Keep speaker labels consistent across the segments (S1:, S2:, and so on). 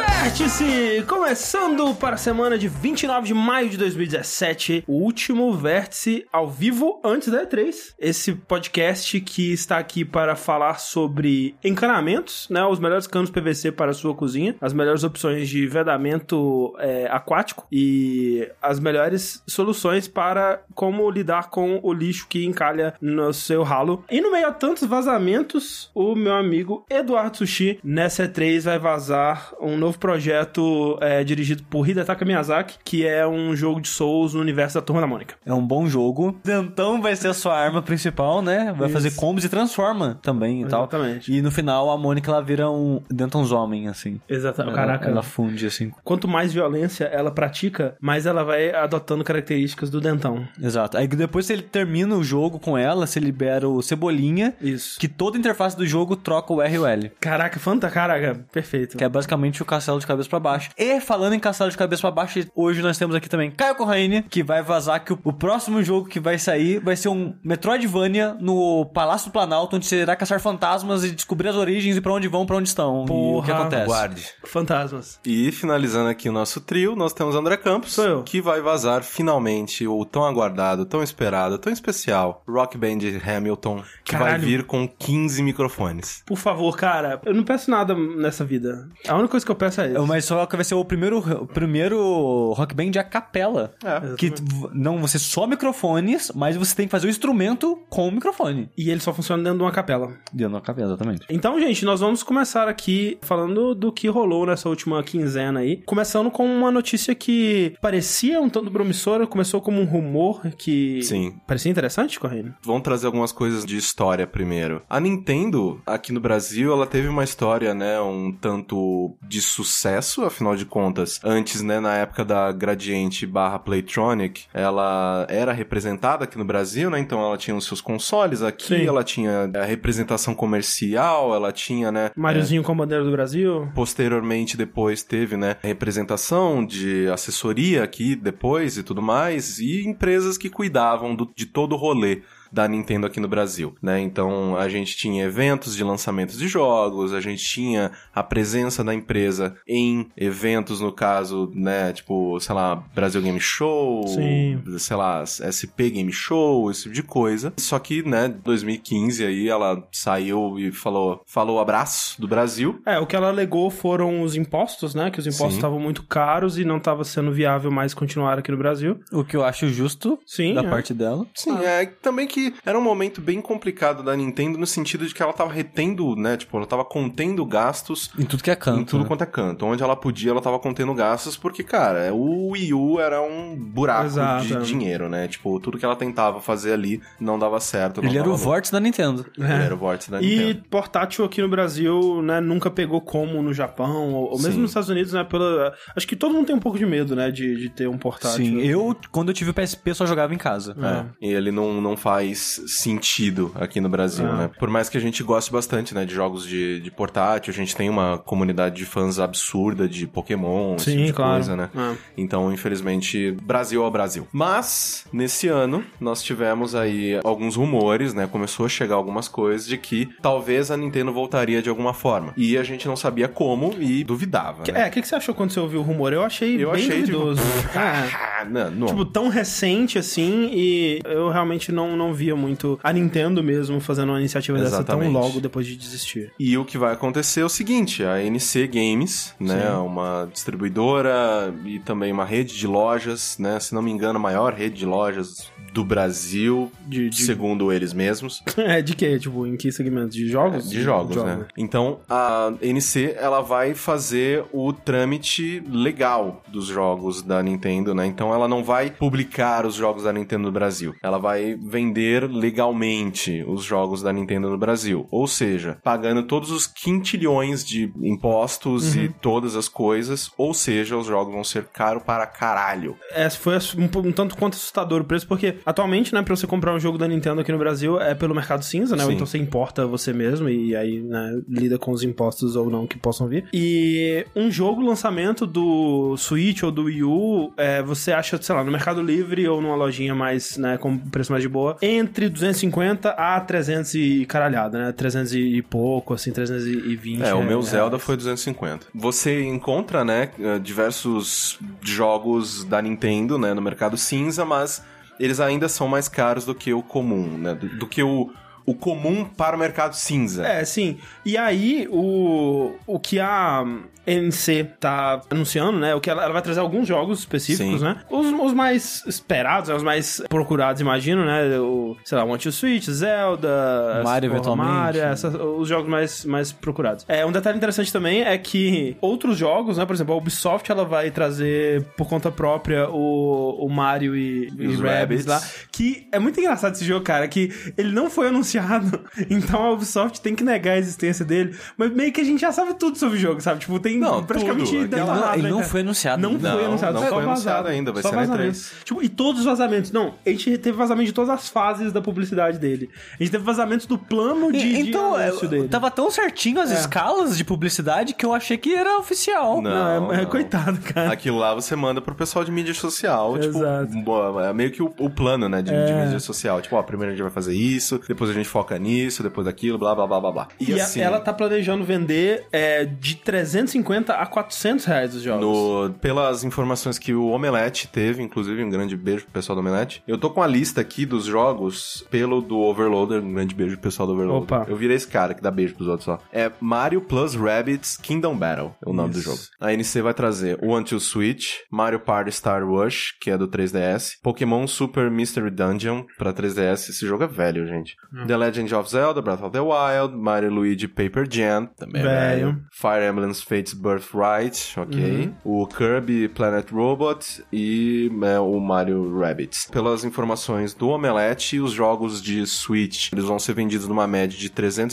S1: Vértice! Começando para a semana de 29 de maio de 2017, o último Vértice ao vivo antes da E3. Esse podcast que está aqui para falar sobre encanamentos, né? Os melhores canos PVC para a sua cozinha, as melhores opções de vedamento é, aquático e as melhores soluções para como lidar com o lixo que encalha no seu ralo. E no meio a tantos vazamentos, o meu amigo Eduardo Sushi, nessa E3, vai vazar um novo projeto é, dirigido por Hidetaka Miyazaki, que é um jogo de Souls no universo da Turma da Mônica.
S2: É um bom jogo. Dentão Então vai ser a sua arma principal, né? Vai
S1: Isso.
S2: fazer combos e transforma também e tal.
S1: Exatamente.
S2: E no final a Mônica ela vira um Denton's homem, assim.
S1: Exatamente.
S2: Ela-
S1: Caraca.
S2: Ela funde, assim.
S1: Quanto mais violência ela pratica, mais ela vai adotando características do dentão.
S2: Exato. Aí depois se ele termina o jogo com ela, você libera o Cebolinha,
S1: Isso.
S2: que toda a interface do jogo troca o R e o L.
S1: Caraca, fanta, caraca, perfeito.
S2: Que é basicamente o castelo de cabeça pra baixo. E falando em castelo de cabeça pra baixo, hoje nós temos aqui também Caio Corraine, que vai vazar que o, o próximo jogo que vai sair vai ser um Metroidvania no Palácio do Planalto, onde você irá caçar fantasmas e descobrir as origens e pra onde vão, pra onde estão. e o que
S1: Porra,
S2: acontece.
S3: Aguarde.
S1: Fantasmas.
S3: E finalizando aqui o nosso trio, nós temos André Campos,
S1: Sou eu.
S3: que vai vazar finalmente o tão aguardado, tão esperado, tão especial Rock Band Hamilton, que vai
S1: Caralho.
S3: vir com 15 microfones.
S1: Por favor, cara, eu não peço nada nessa vida. A única coisa que eu peço é isso.
S2: É, Mas só que vai ser o primeiro, o primeiro rock band a capela.
S3: É.
S2: que v- não, você só microfones, mas você tem que fazer o instrumento com o microfone.
S1: E ele só funciona dentro de uma capela.
S2: Dentro da capela, exatamente.
S1: Então, gente, nós vamos começar aqui falando do que rolou nessa última quinzena aí. Começando com uma notícia que parecia um tanto promissora, começou como um rumor que.
S3: Sim.
S1: Parecia interessante, Corrêa?
S3: Vamos trazer algumas coisas de história primeiro. A Nintendo, aqui no Brasil, ela teve uma história, né, um tanto de sucesso, afinal de contas. Antes, né, na época da Gradiente barra Playtronic, ela era representada aqui no Brasil, né, então ela tinha os seus consoles aqui,
S1: Sim.
S3: ela tinha a representação comercial, ela tinha, né,
S1: Máriozinho com a bandeira do Brasil.
S3: Posteriormente, depois teve, né, representação de assessoria aqui depois e tudo mais, e empresas que cuidavam do- de todo o rolê da Nintendo aqui no Brasil, né? Então a gente tinha eventos de lançamentos de jogos, a gente tinha a presença da empresa em eventos, no caso, né, tipo, sei lá, Brasil Game Show,
S1: Sim.
S3: sei lá, SP Game Show, esse tipo de coisa. Só que, né, 2015 aí ela saiu e falou, falou abraço do Brasil.
S1: É, o que ela alegou foram os impostos, né? Que os impostos
S3: Sim.
S1: estavam muito caros e não estava sendo viável mais continuar aqui no Brasil.
S2: O que eu acho justo
S1: Sim.
S2: da
S1: é.
S2: parte dela.
S3: Sim,
S1: Ah.
S3: é também que era um momento bem complicado da Nintendo no sentido de que ela tava retendo, né? Tipo, ela tava contendo gastos
S2: Em tudo que é canto.
S3: em tudo
S2: né?
S3: quanto é canto. Onde ela podia, ela tava contendo gastos, porque, cara, é o Wii U era um buraco
S1: Exato, é.
S3: de dinheiro, né? Tipo, tudo que ela tentava fazer ali não dava certo. não
S2: Ele era
S3: tava
S2: o
S3: bom.
S2: vórtice da Nintendo.
S3: Ele era o vórtice da
S1: né? E
S3: Nintendo.
S1: portátil aqui no Brasil, né, nunca pegou como no Japão, ou, ou mesmo
S3: Sim.
S1: nos Estados Unidos, né, pela... Acho que todo mundo tem um pouco de medo, né, de, de ter um portátil.
S2: Sim, eu, quando eu tive o PSP, só jogava em casa.
S1: É.
S3: E ele não, não faz sentido aqui no Brasil,
S1: Ah.
S3: né? Por mais que a gente goste bastante, né, de jogos de, de portátil, a gente tem uma comunidade de fãs absurda de Pokémon, esse tipo
S1: Sim,
S3: de
S1: claro.
S3: coisa, né?
S1: É.
S3: Então, infelizmente, Brasil ao Brasil. Mas, nesse ano, nós tivemos aí alguns rumores, né? Começou a chegar algumas coisas de que talvez a Nintendo voltaria de alguma forma. E a gente não sabia como e duvidava.
S1: Que-
S3: né?
S1: É, o que, que você achou quando você ouviu o rumor? Eu achei
S3: Eu
S1: bem
S3: achei, tipo,
S1: duvidoso. Ah,
S3: Ah, não, não.
S1: Tipo, tão recente assim, e eu realmente não, não via muito a Nintendo mesmo fazendo uma iniciativa dessa tão
S3: Exatamente.
S1: logo depois de desistir.
S3: E o que vai acontecer é o seguinte: a NC Games, né,
S1: Sim.
S3: uma distribuidora e também uma rede de lojas, né, se não me engano, a maior rede de lojas do Brasil,
S1: De, de...
S3: segundo eles mesmos.
S1: É, de quê? Tipo, em que segmento? De jogos?
S3: De jogos, né? Então, a NC, ela vai fazer o trâmite legal dos jogos da Nintendo, né? Então, ela não vai publicar os jogos da Nintendo no Brasil. Ela vai vender legalmente os jogos da Nintendo no Brasil. Ou seja, pagando todos os quintilhões de impostos e todas as coisas. Ou seja, os jogos vão ser caro para caralho.
S1: É, foi ass- um, po- um tanto quanto assustador o preço, porque atualmente, né, pra você comprar um jogo da Nintendo aqui no Brasil é pelo mercado cinza, né? Ou
S3: Sim.
S1: então você importa você mesmo e aí, né, lida com os impostos ou não que possam vir. E um jogo, lançamento do Switch ou do Wii U, é, você acha, sei lá, no Mercado Livre ou numa lojinha mais, né, com preço mais de boa, em entre 250 a 300 e caralhada, né? 300 e pouco, assim, 320.
S3: É, o meu
S1: reais.
S3: Zelda foi 250. Você encontra, né, eh, diversos jogos da Nintendo, né, no mercado cinza, mas eles ainda são mais caros do que o comum, né, do, do que o, o comum para o mercado cinza.
S1: É, sim. E aí, o, o que a MC tá anunciando, né? O que ela, ela vai trazer alguns jogos específicos,
S3: Sim.
S1: né? Os, os mais esperados, né, os mais procurados, imagino, né? O, sei lá, One Two Switch, Zelda,
S2: Mario,
S1: Super
S2: eventualmente,
S1: Mario,
S2: né?
S1: essas- os jogos mais, mais procurados. É, um detalhe interessante também é que outros jogos, né? Por exemplo, a Ubisoft, ela vai trazer por conta própria o, o Mario e, e,
S3: os
S1: Rabbids
S3: Rabbids.
S1: lá. Que é muito engraçado esse jogo, cara, que ele não foi anunciado, então a Ubisoft tem que negar a existência dele, mas meio que a gente já sabe tudo sobre o jogo, sabe? Tipo, tem
S3: Não,
S1: praticamente
S3: tudo.
S1: ideia
S3: Ele
S1: nada,
S2: não, ele
S1: né,
S2: não
S1: cara?
S2: foi anunciado.
S1: Não,
S3: Não,
S1: foi anunciado,
S3: não
S1: só
S3: foi anunciado
S1: vazado.
S3: ainda, vai
S1: só
S3: ser na
S1: vazamento.
S3: E3.
S1: Tipo, e todos os vazamentos. Não, a gente teve vazamento de todas as fases da publicidade dele. A gente teve vazamentos do plano de, de
S2: então,
S1: anúncio
S2: eu-
S1: dele.
S2: tava tão certinho as
S1: É.
S2: escalas de publicidade que eu achei que era oficial.
S3: Não.
S1: Não, é, é
S3: não.
S1: coitado, cara.
S3: Aquilo lá você manda pro pessoal de mídia social, tipo,
S1: Exato. É.
S3: boa, é meio que o, o plano, né, de, de mídia social. Tipo, ó, primeiro a gente vai fazer isso, depois a gente foca nisso, depois daquilo, blá, blá, blá, assim, blá, blá.
S1: E, a- ela tá planejando vender é, de 350 a 400 reais os jogos.
S3: No- pelas informações que o Omelete teve, inclusive um grande beijo pro pessoal do Omelete. Eu tô com a lista aqui dos jogos pelo do Overloader, um grande beijo pro pessoal do Overloader.
S1: Opa.
S3: Eu virei esse cara que dá beijo pros outros só. É Mario Plus Rabbids Kingdom Battle, é o nome
S1: Isso.
S3: do jogo. A NC vai trazer One to Switch, Mario Party Star Rush, que é do 3DS, Pokémon Super Mystery Dungeon pra 3DS, esse jogo é velho, gente.
S1: Hum.
S3: The Legend of Zelda, Breath of the Wild, Mario e Luigi Paper Jam, também é
S1: Velho.
S3: velho. Fire Emblem Fates Birthright, ok. O Kirby Planet Robot e né, o Mario Rabbits. Pelas informações do Omelete, os jogos de Switch eles vão ser vendidos numa média de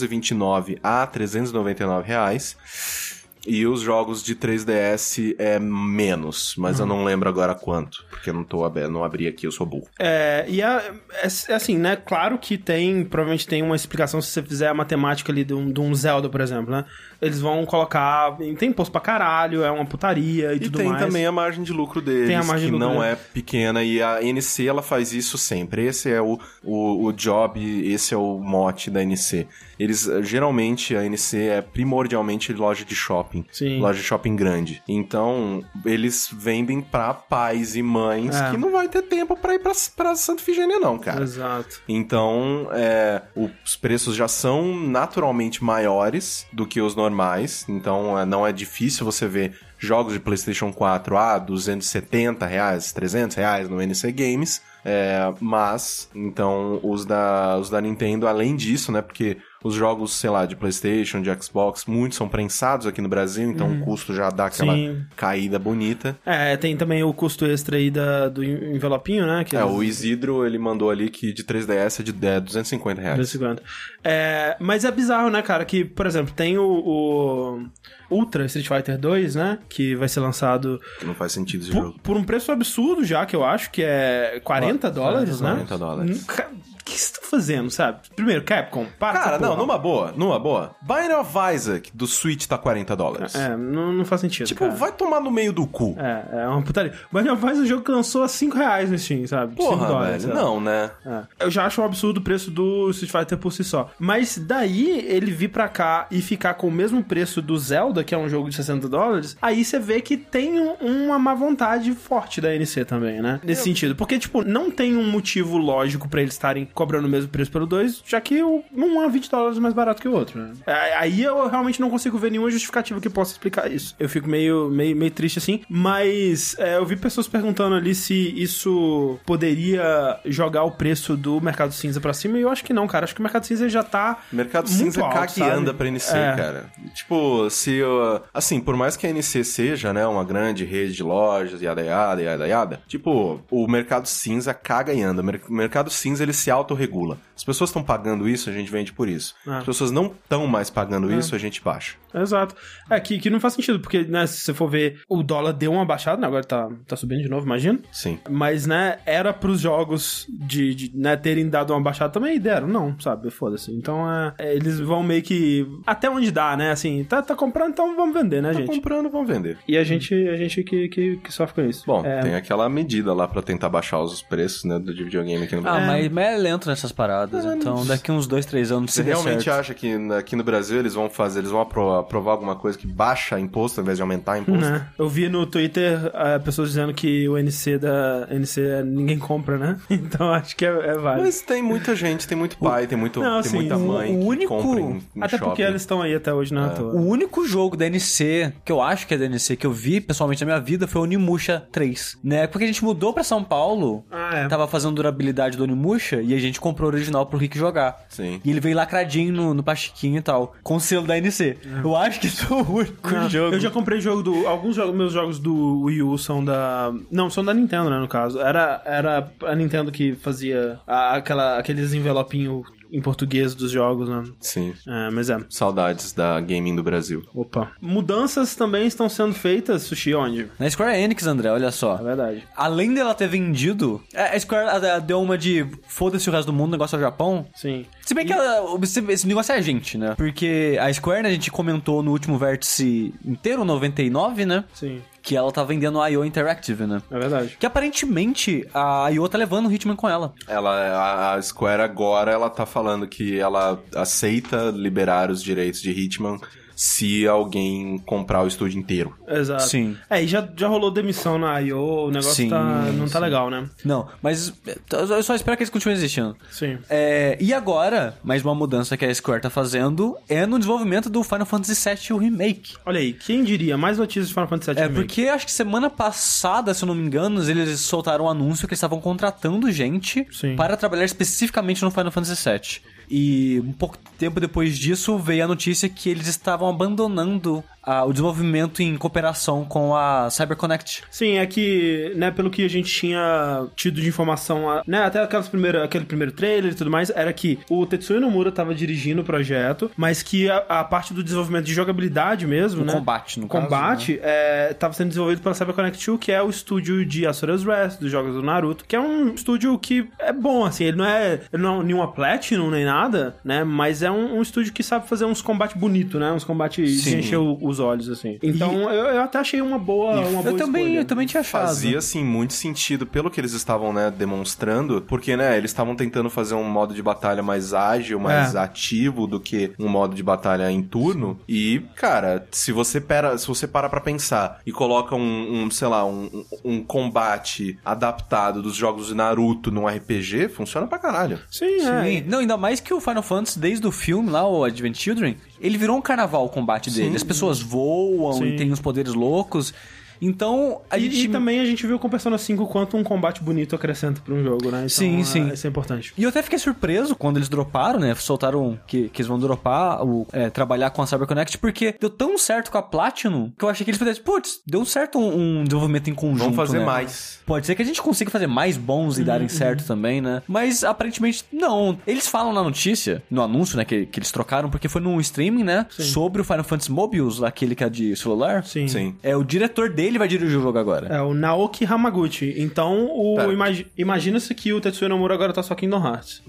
S3: 329 a 399 reais. E os jogos de 3DS é menos, mas eu não lembro agora quanto, porque eu não, tô, abe- não abri aqui, eu sou burro.
S1: É, e a- é, é assim, né? Claro que tem, provavelmente tem uma explicação se você fizer a matemática ali de um, de um Zelda, por exemplo, né? Eles vão colocar. Tem imposto pra caralho, é uma putaria e,
S3: E
S1: tudo
S3: tem
S1: mais.
S3: também a margem de lucro deles,
S1: Tem a margem
S3: que
S1: de lucro né?
S3: não
S1: deles.
S3: é pequena, e a NC ela faz isso sempre. Esse é o, o, o job, esse é o mote da NC. Eles eh, geralmente a NC é primordialmente loja de shopping.
S1: Sim.
S3: Loja de shopping grande. Então, eles vendem pra pais e mães
S1: É.
S3: que não vai ter tempo pra ir pra, pra Santa Figênia, não, cara.
S1: Exato.
S3: Então, é, os preços já são naturalmente maiores do que os normais. Então, é, não é difícil você ver jogos de PlayStation 4 a 270 reais, 300 reais no NC Games. É, mas, então, os da, os da Nintendo, além disso, né? Porque os jogos, sei lá, de PlayStation, de Xbox, muitos são prensados aqui no Brasil. Então, o custo já dá aquela
S1: Uhum. Sim.
S3: caída bonita.
S1: É, tem também o custo extra aí da, do en- envelopinho, né? Que
S3: É,
S1: eles-
S3: o Isidro, ele mandou ali que de 3DS é de é, 250 reais.
S1: 250. É, mas é bizarro, né, cara? Que, por exemplo, tem o, o Ultra Street Fighter 2, né? Que vai ser lançado
S3: que Não faz sentido esse jogo.
S1: por, por um preço absurdo já, que eu acho, que é 40 dólares, né?
S3: 40 dólares.
S1: Hum, ca- O que você tá fazendo, sabe? Primeiro, Capcom, para.
S3: Cara,
S1: essa
S3: não,
S1: tá porra.
S3: numa boa, numa boa. Bind of Isaac do Switch tá 40 dólares.
S1: É, não, não faz sentido.
S3: tipo,
S1: cara.
S3: vai tomar no meio do cu.
S1: É, é uma putaria. Mas já faz um jogo que lançou a 5 reais no Steam, sabe?
S3: Porra,
S1: 5 dólares.
S3: velho.
S1: sabe?
S3: Não, né?
S1: É. Eu já acho um absurdo o preço do Street Fighter por si só. Mas daí ele vir pra cá e ficar com o mesmo preço do Zelda, que é um jogo de 60 dólares, aí você vê que tem um- uma má vontade forte da NC também, né? Nesse sentido. Porque, tipo, não tem um motivo lógico pra eles estarem cobrando o mesmo preço pelo 2, já que o- um é 20 dólares mais barato que o outro, né? É, Aí eu realmente não consigo ver nenhuma justificativa que possa explicar isso. Eu fico meio, meio, meio triste assim, mas é, eu vi pessoas perguntando ali se isso poderia jogar o preço do mercado cinza pra cima, e eu acho que não, cara. Acho que o mercado cinza já tá.
S3: Mercado
S1: muito
S3: cinza é
S1: alto,
S3: cá que
S1: sabe?
S3: anda pra NC,
S1: É.
S3: cara. Tipo, se. eu- Assim, por mais que a NC seja, né, uma grande rede de lojas, yada yada, yada yada, tipo, o mercado cinza caga e anda. O mer- mercado cinza ele se autorregula. As pessoas estão pagando isso, a gente vende por isso.
S1: É.
S3: As pessoas não estão mais pagando isso, a gente baixa.
S1: Exato. É que, que não faz sentido, porque, né, se você for ver, o dólar deu uma baixada, né? Agora tá, tá subindo de novo, imagina.
S3: Sim.
S1: Mas, né, era pros jogos de, de, né, terem dado uma baixada também e deram, não, sabe? Foda-se. Então, é, é, eles vão meio que. Até onde dá, né? Assim, tá, tá comprando, então vamos vender, né,
S3: Tá
S1: gente?
S3: comprando, vão vender.
S1: E a gente, a gente que, que, que sofre com isso.
S3: Bom,
S1: é,
S3: tem aquela medida lá pra tentar baixar os preços né, do de videogame aqui no
S2: Ah,
S3: Brasil.
S1: É.
S2: mas, mas é lento nessas paradas. Então, daqui uns dois, três anos,
S3: Você
S2: se der
S3: realmente
S2: certo.
S3: acha que na- aqui no Brasil eles vão fazer, eles vão apro- aprovar alguma coisa que baixa imposto ao invés de aumentar imposto?
S1: Né? Eu vi no Twitter ah, pessoas dizendo que o NC da NC é ninguém compra, né? Então acho que é, é válido.
S3: Mas tem muita gente, tem muito pai, tem, muito,
S1: Não,
S3: tem
S1: assim,
S3: muita
S1: o-
S3: mãe
S2: o
S3: que
S2: único-
S3: compra em, em
S1: Até
S3: shopping.
S1: porque eles estão aí até hoje, não é à toa.
S2: O único jogo da NC que eu acho que é da NC que eu vi pessoalmente na minha vida foi o Onimusha 3. Né? Porque a gente mudou pra São Paulo,
S1: Ah, é.
S2: tava fazendo durabilidade do Onimusha e a gente comprou o original pro Rick jogar.
S3: Sim.
S2: E ele veio lacradinho no, no plastiquinho e tal, com o selo da NC. Eu acho que isso é o único
S1: Não,
S2: jogo.
S1: Eu já comprei jogo do. Alguns jogos, meus jogos do Wii U são da. Não, são da Nintendo, né? No caso. Era, era a Nintendo que fazia a- aquela, aqueles envelopinhos em português dos jogos, né?
S3: Sim.
S1: É, mas é.
S3: Saudades da gaming do Brasil.
S1: Opa. Mudanças também estão sendo feitas, Sushi, onde?
S2: Na Square Enix, André, olha
S1: É
S2: só.
S1: verdade.
S2: Além dela ter vendido, é, a a Square a- a- deu uma de foda-se o resto do mundo, o negócio é o Japão.
S1: Sim.
S2: Se bem que ela- esse, esse negócio é a gente, né? Porque a Square, né, a gente comentou no último vértice inteiro, 99, né?
S1: Sim.
S2: Que ela tá vendendo a IO Interactive, né?
S1: É verdade.
S2: Que aparentemente a IO tá levando o Hitman com ela.
S3: Ela, a, a Square agora, ela tá falando que ela aceita liberar os direitos de Hitman se alguém comprar o estúdio inteiro.
S1: Exato.
S2: Sim.
S1: É, e já, já rolou demissão na IO, o negócio
S2: Sim,
S1: tá, não tá legal, né?
S2: Não, mas eu só espero que eles continuem existindo.
S1: Sim.
S2: É, e agora, mais uma mudança que a Square tá fazendo é no desenvolvimento do Final Fantasy VII o remake.
S1: Olha aí, quem diria? Mais notícias de Final Fantasy VII
S2: É,
S1: Remake.
S2: porque acho que semana passada, se eu não me engano, eles soltaram um anúncio que eles estavam contratando gente
S1: Sim.
S2: para trabalhar especificamente no Final Fantasy VII. E um pouco tempo depois disso veio a notícia que eles estavam abandonando ah, o desenvolvimento em cooperação com a CyberConnect.
S1: Sim, é que, né, pelo que a gente tinha tido de informação, a- né, até aquelas primeira, aquele primeiro trailer e tudo mais, era que o Tetsuya Nomura tava dirigindo o projeto, mas que a, a parte do desenvolvimento de jogabilidade mesmo, né?
S2: combate, no né?
S1: o combate é, tava sendo desenvolvido pela CyberConnect 2, que é o estúdio de Asura's Wrath, dos jogos do Naruto, que é um estúdio que é bom, assim, ele não é, ele não é nenhuma Platinum nem nada, né, mas é um, um estúdio que sabe fazer uns combates bonitos, né, uns combates de
S2: Sim.
S1: encher o- os olhos, assim. Então, eu, eu até achei uma boa, é uma boa
S2: Eu também,
S1: escolha.
S2: eu também tinha achado.
S3: Fazia, assim, muito sentido pelo que eles estavam, né, demonstrando, porque, né, eles estavam tentando fazer um modo de batalha mais ágil, mais
S1: É.
S3: ativo do que um modo de batalha em turno. E, cara, se você, pera, se você para pra pensar e coloca um, um, sei lá, um, um um combate adaptado dos jogos de Naruto num RPG, funciona pra caralho.
S1: Sim,
S2: Sim.
S1: é.
S2: Não, ainda mais que o Final Fantasy, desde o filme lá, o Advent Children, ele virou um carnaval o combate dele. As pessoas voam
S1: Sim.
S2: e tem uns poderes loucos. Então, a
S1: E,
S2: gente.
S1: e também a gente viu com Persona 5 quanto um combate bonito acrescenta pra um jogo, né? Então,
S2: Sim,
S1: é-
S2: sim.
S1: Isso é importante.
S2: E eu até fiquei surpreso quando eles droparam, né? Soltaram que, que eles vão dropar, o, é, trabalhar com a CyberConnect, porque deu tão certo com a Platinum que eu achei que eles pudessem, putz, deu certo um, um desenvolvimento em conjunto.
S3: Vamos fazer
S2: né?
S3: mais.
S2: Pode ser que a gente consiga fazer mais bons e
S1: Uhum.
S2: darem certo também, né? Mas aparentemente não. Eles falam na notícia, no anúncio, né? Que, que eles trocaram, porque foi num streaming, né? Sobre o Final Fantasy Mobius, aquele que é de celular.
S1: Sim.
S3: Sim.
S2: É, o diretor dele vai dirigir o jogo agora.
S1: É o Naoki Hamaguchi. Então, o
S3: Pera.
S1: imagi- imagina-se que o Tetsuya Nomura agora tá só Kingdom Hearts.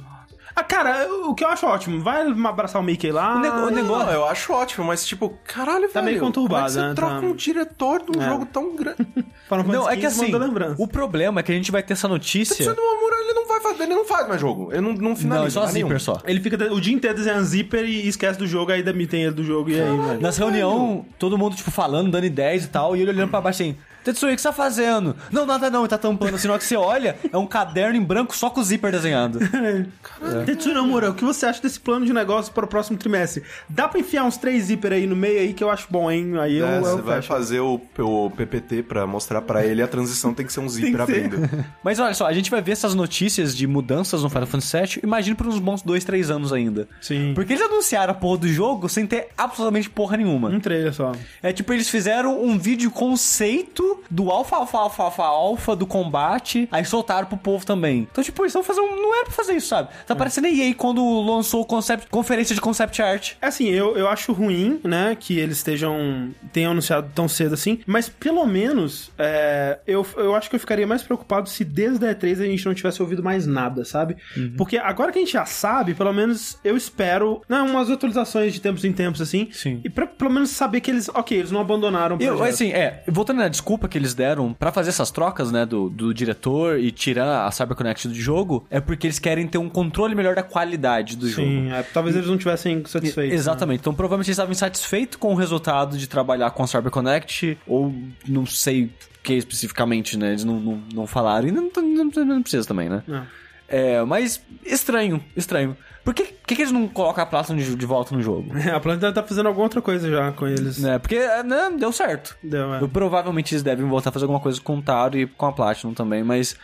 S1: Ah, cara, o que eu acho ótimo, vai abraçar o Mickey lá.
S2: O nego- o nego-
S3: Não, eu acho ótimo, mas tipo, caralho,
S1: Tá
S3: velho.
S1: meio
S3: como é
S1: conturbado,
S3: que você
S1: né?
S3: troca
S1: Tá- É.
S3: um diretor de um jogo tão grande.
S1: Final Fantasy
S2: Não, é que
S1: XV
S2: assim,
S1: manda lembrança.
S2: o problema é que a gente vai ter essa
S3: Tetsuya
S2: notícia.
S3: Nomura, ele não vai fazer, ele não faz mais jogo. Ele não, não finaliza.
S2: Não, é só
S3: mais nenhum.
S2: zíper só.
S1: Ele fica de- o dia inteiro desenhando zíper e esquece do jogo, aí demitem ele do jogo e aí, velho.
S2: Nas reunião, todo mundo, tipo, falando, dando ideias e tal, e ele olhando pra baixo assim, Tetsuya, o que você tá fazendo? Não, nada não, ele tá tampando. Assim, na hora que você olha, é um caderno em branco só com o zíper desenhado. é.
S1: Tetsuya Nomura, o que você acha desse plano de negócio para o próximo trimestre? Dá pra enfiar uns três zíper aí no meio aí que eu acho bom, hein? Aí eu,
S3: É,
S1: eu
S3: você vai
S1: fecho.
S3: fazer o, o PPT pra mostrar pra ele a transição tem que ser um zíper
S1: ser.
S3: abrindo.
S2: Mas olha só, a gente vai ver essas notícias de mudanças no Final Fantasy VII, imagino por uns bons dois, três anos ainda.
S1: Sim.
S2: Porque eles anunciaram a porra do jogo sem ter absolutamente porra nenhuma.
S1: Um trailer só.
S2: É tipo, eles fizeram um vídeo conceito do alfa, alfa, alfa, alfa, alfa do combate, aí soltaram pro povo também. Então, tipo, eles estão fazendo. Não era pra fazer isso, sabe? Tá parecendo a EA quando lançou o concept, conferência de concept art.
S1: É Assim, eu, eu acho ruim, né, que eles estejam. tenham anunciado tão cedo assim, mas pelo menos é, eu, eu acho que eu ficaria mais preocupado se desde a E3 a gente não tivesse ouvido mais nada, sabe?
S2: Uhum.
S1: Porque agora que a gente já sabe, pelo menos eu espero, né, umas atualizações de tempos em tempos, assim.
S2: Sim.
S1: E pra pelo menos saber que eles, ok, eles não abandonaram o
S2: Eu,
S1: projeto.
S2: assim, é, voltando na desculpa que eles deram pra fazer essas trocas, né, do, do diretor e tirar a CyberConnect do jogo, é porque eles querem ter um controle melhor da qualidade do jogo.
S1: Sim, é, talvez eles não tivessem satisfeitos. né?
S2: Exatamente. Então, provavelmente eles estavam insatisfeitos com o resultado de trabalhar com a Cyber Connect, ou não sei o que especificamente, né? Eles não, não, não falaram. E não, não, não precisa também, né?
S1: Não.
S2: É, mas estranho, estranho. Por que, que, que eles não colocam a Platinum de, de volta no jogo?
S1: É, a Platinum deve tá fazendo alguma outra coisa já com eles.
S2: né? Porque é, né, deu certo.
S1: Deu, é.
S2: Eu- provavelmente eles devem voltar a fazer alguma coisa com o Taro e com a Platinum também, mas.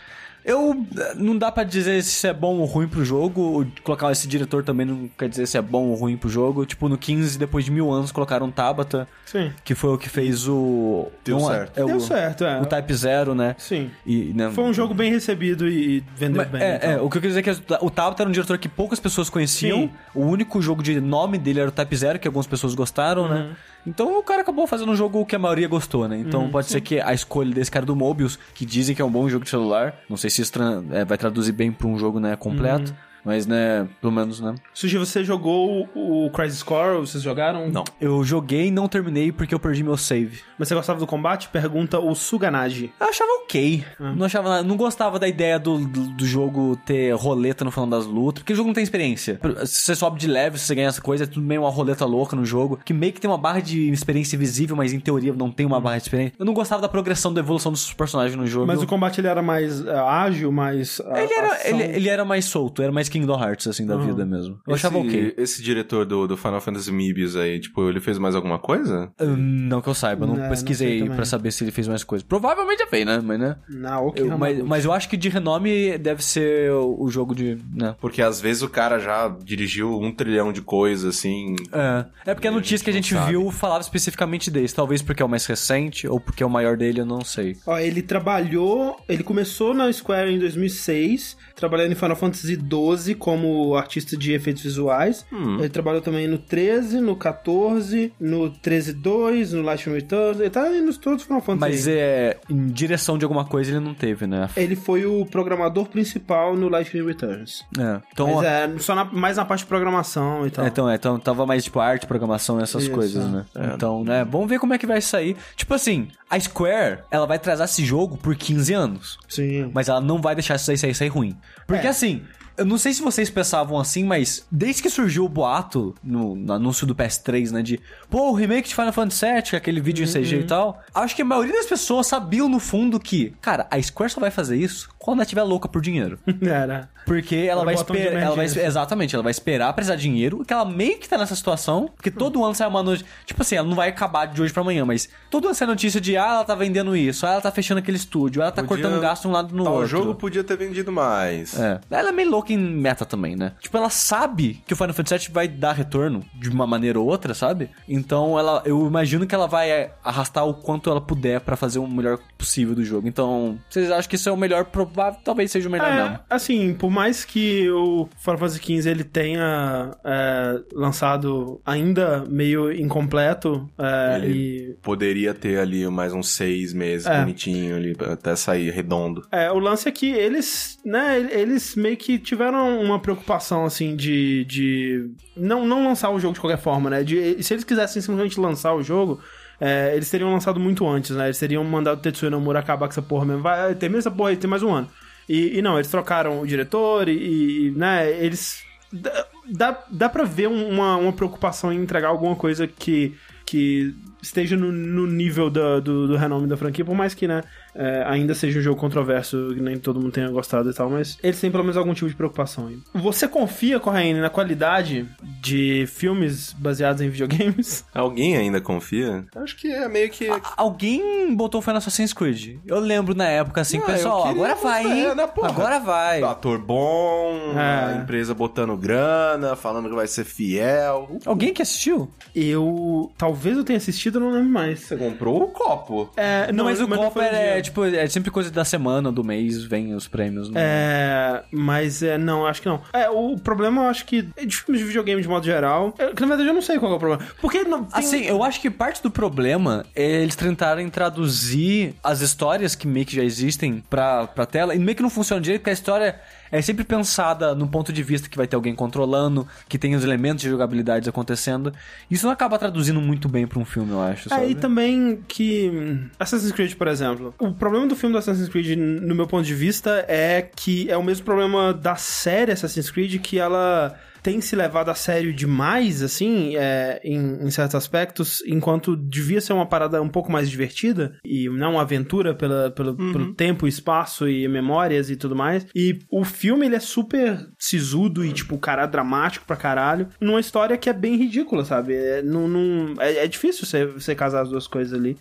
S2: Eu. eh, Não dá pra dizer se isso é bom ou ruim pro jogo. ou Colocar esse diretor também não quer dizer se é bom ou ruim pro jogo. Tipo, no 15, depois de mil anos, colocaram Tabata,
S1: Sim.
S2: que foi o que fez o.
S3: Deu
S2: não é-
S3: certo.
S2: É, o,
S1: Deu certo, é.
S2: O Type Zero, né?
S1: Sim.
S2: E, né?
S1: Foi um jogo bem recebido e e vendeu
S2: Mas,
S1: bem.
S2: é,
S1: então.
S2: é, o que eu queria dizer é que o Tabata era um diretor que poucas pessoas conheciam.
S1: Sim.
S2: O único jogo de nome dele era o Type Zero, que algumas pessoas gostaram, né? Então o cara acabou fazendo um jogo que a maioria gostou, né? Então pode ser que a escolha desse cara do Mobius, que dizem que é um bom jogo de celular, não sei se isso tra- é, vai traduzir bem pra um jogo, né, completo. Mas, né, pelo menos, né?
S1: Sushi, você jogou o, o Crisis Core? Vocês jogaram?
S3: Não.
S2: Eu joguei e não terminei porque eu perdi meu save.
S1: Mas você gostava do combate? Pergunta o Suganage.
S2: Eu achava ok.
S1: É.
S2: Não achava nada- Não gostava da ideia do, do, do jogo ter roleta no final das lutas. Porque o jogo não tem experiência. Se você sobe de leve, se você ganha essa coisa, é tudo meio uma roleta louca no jogo. Que meio que tem uma barra de experiência visível, mas em teoria não tem uma barra de experiência. Eu não gostava da progressão, da evolução dos personagens no jogo.
S1: Hum. Mas o combate ele era mais é, ágil, mais. a-
S2: ele, era,
S1: ação? Uhum.
S2: ele, ele era mais solto, era mais Kingdom Hearts, assim, da vida mesmo. Eu achava
S3: esse,
S2: ok.
S3: Esse diretor do, do Final Fantasy Mibius aí, tipo, ele fez mais alguma coisa?
S2: Hum, Não que eu saiba, eu não,
S1: É, não sei
S2: pesquisei
S1: também.
S2: pra saber se ele fez mais coisas. Provavelmente já fez, né? Mas, né?
S1: Não, ok.
S2: Eu-
S1: não,
S2: mas, mas eu acho que de renome deve ser o, o jogo de. né?
S3: Porque às vezes o cara já dirigiu um trilhão de coisas, assim.
S2: É, é porque a
S3: E a
S2: notícia que a
S3: gente
S2: gente
S3: não
S2: viu falava especificamente desse. Talvez porque é o mais recente ou porque é o maior dele, eu não sei.
S1: Ó, ele trabalhou, ele começou na Square em 2006, trabalhando em Final Fantasy XII como artista de efeitos visuais. Ele trabalhou também no 13, no 14, no 13-2, no Light Returns, ele tá nos todos os Final Fantasy.
S2: Mas é, em direção de alguma coisa ele não teve, né?
S1: Ele foi o programador principal no Lightning Returns.
S2: É. Então,
S1: Mas
S2: é,
S1: é, só na- mais na parte de programação e tal.
S2: então, é, então tava mais tipo arte, programação, essas
S1: Isso,
S2: coisas,
S1: é.
S2: né? Então, né? Vamos ver como é que vai sair. Tipo assim, a Square, ela vai trazer esse jogo por 15 anos.
S1: Sim.
S2: mas ela não vai deixar isso aí sair, sair ruim. Porque
S1: É.
S2: assim, eu não sei se vocês pensavam assim, mas desde que surgiu o boato no, no anúncio do PS3, né, de pô, o remake de Final Fantasy VII, aquele vídeo em CG e
S1: Uhum.
S2: tal, acho que a maioria das pessoas sabiam no fundo que, cara, a Square só vai fazer isso quando ela estiver louca por dinheiro.
S1: Era.
S2: Porque ela
S1: Ela
S2: vai
S1: bota um
S2: esperar.
S1: de
S2: Ela vai,
S1: emergência.
S2: exatamente, ela vai esperar precisar de dinheiro, que ela meio que tá nessa situação,
S1: Hum.
S2: porque todo ano sai uma notícia. Tipo assim, ela não vai acabar de hoje pra amanhã, mas todo ano sai notícia de ah, ela tá vendendo isso, ah, ela tá fechando aquele estúdio, ah, ela tá
S3: Podia-
S2: cortando gasto de um lado no
S1: tá
S3: Tal
S2: outro.
S3: jogo podia ter vendido mais.
S2: É. Ela é meio louca em meta também, né? Tipo, ela sabe que o Final Fantasy VII vai dar retorno de uma maneira ou outra, sabe? Então, ela, eu imagino que ela vai é, arrastar o quanto ela puder pra fazer o melhor possível do jogo. Então, vocês acham que isso é o melhor provável? Talvez seja o melhor,
S1: É,
S2: não.
S1: Assim, por mais que o Final Fantasy XV ele tenha é, lançado ainda meio incompleto
S2: Uhum.
S1: é,
S3: Ele-
S1: e
S3: Poderia ter ali mais uns seis meses
S1: É.
S3: bonitinho ali, até sair redondo.
S1: É, o lance é que eles, né, eles meio que tiveram uma preocupação, assim, de, de não, não lançar o jogo de qualquer forma, né? De, se eles quisessem simplesmente lançar o jogo, é, eles teriam lançado muito antes, né? Eles teriam mandado o Tetsuya Nomura acabar com essa porra mesmo. Vai, termina essa porra aí, tem mais um ano. E, e não, eles trocaram o diretor e, e, né, eles... Dá, dá, dá pra ver um, uma, uma preocupação em entregar alguma coisa que... que esteja no, no nível da- do, do renome da franquia, por mais que, né, é, ainda seja um jogo controverso, que nem todo mundo tenha gostado e tal, mas eles têm pelo menos algum tipo de preocupação aí. Você confia, Corraine, na qualidade de filmes baseados em videogames?
S3: Alguém ainda confia? Acho que é meio que.
S2: A- Alguém botou fé no Assassin's Creed. Eu lembro na época, assim,
S3: Ah,
S2: pessoal,
S3: eu queria
S2: agora vai,
S3: botar-
S2: hein?
S3: é, né, porra?
S2: agora vai.
S3: Ator bom,
S1: É.
S3: a empresa botando grana, falando que vai ser fiel. Uh,
S2: Alguém que assistiu?
S1: Eu... Talvez eu tenha assistido, eu não lembro mais.
S3: Você comprou o copo.
S1: É,
S2: Não, mas o
S1: não
S2: copo
S1: foi um
S2: é,
S1: dia.
S2: tipo, é sempre coisa da semana, do mês, vem os prêmios. né?
S1: É, mas é, não, acho que não. É, o problema eu acho que é de filmes de videogame de modo geral. eu- que na verdade eu não sei qual é o problema. Porque não, tem- um
S2: Assim, eu acho que parte do problema é eles tentarem traduzir as histórias que meio que já existem pra, pra tela e meio que não funciona direito, porque a história é sempre pensada no ponto de vista que vai ter alguém controlando, que tem os elementos de jogabilidade acontecendo. Isso não acaba traduzindo muito bem pra um filme, eu
S1: Aí
S2: acho. sabe?
S1: É, Ah, também que. Assassin's Creed, por exemplo. O problema do filme do Assassin's Creed, no meu ponto de vista, é que é o mesmo problema da série Assassin's Creed, que ela tem se levado a sério demais, assim, é, em, em certos aspectos, enquanto devia ser uma parada um pouco mais divertida e não uma aventura pela, pelo, pelo tempo, espaço e memórias e tudo mais. E o filme, ele é super sisudo e, tipo, cara, dramático pra caralho, numa história que é bem ridícula, sabe? É, não, não- é, é difícil você, você casar as duas coisas ali.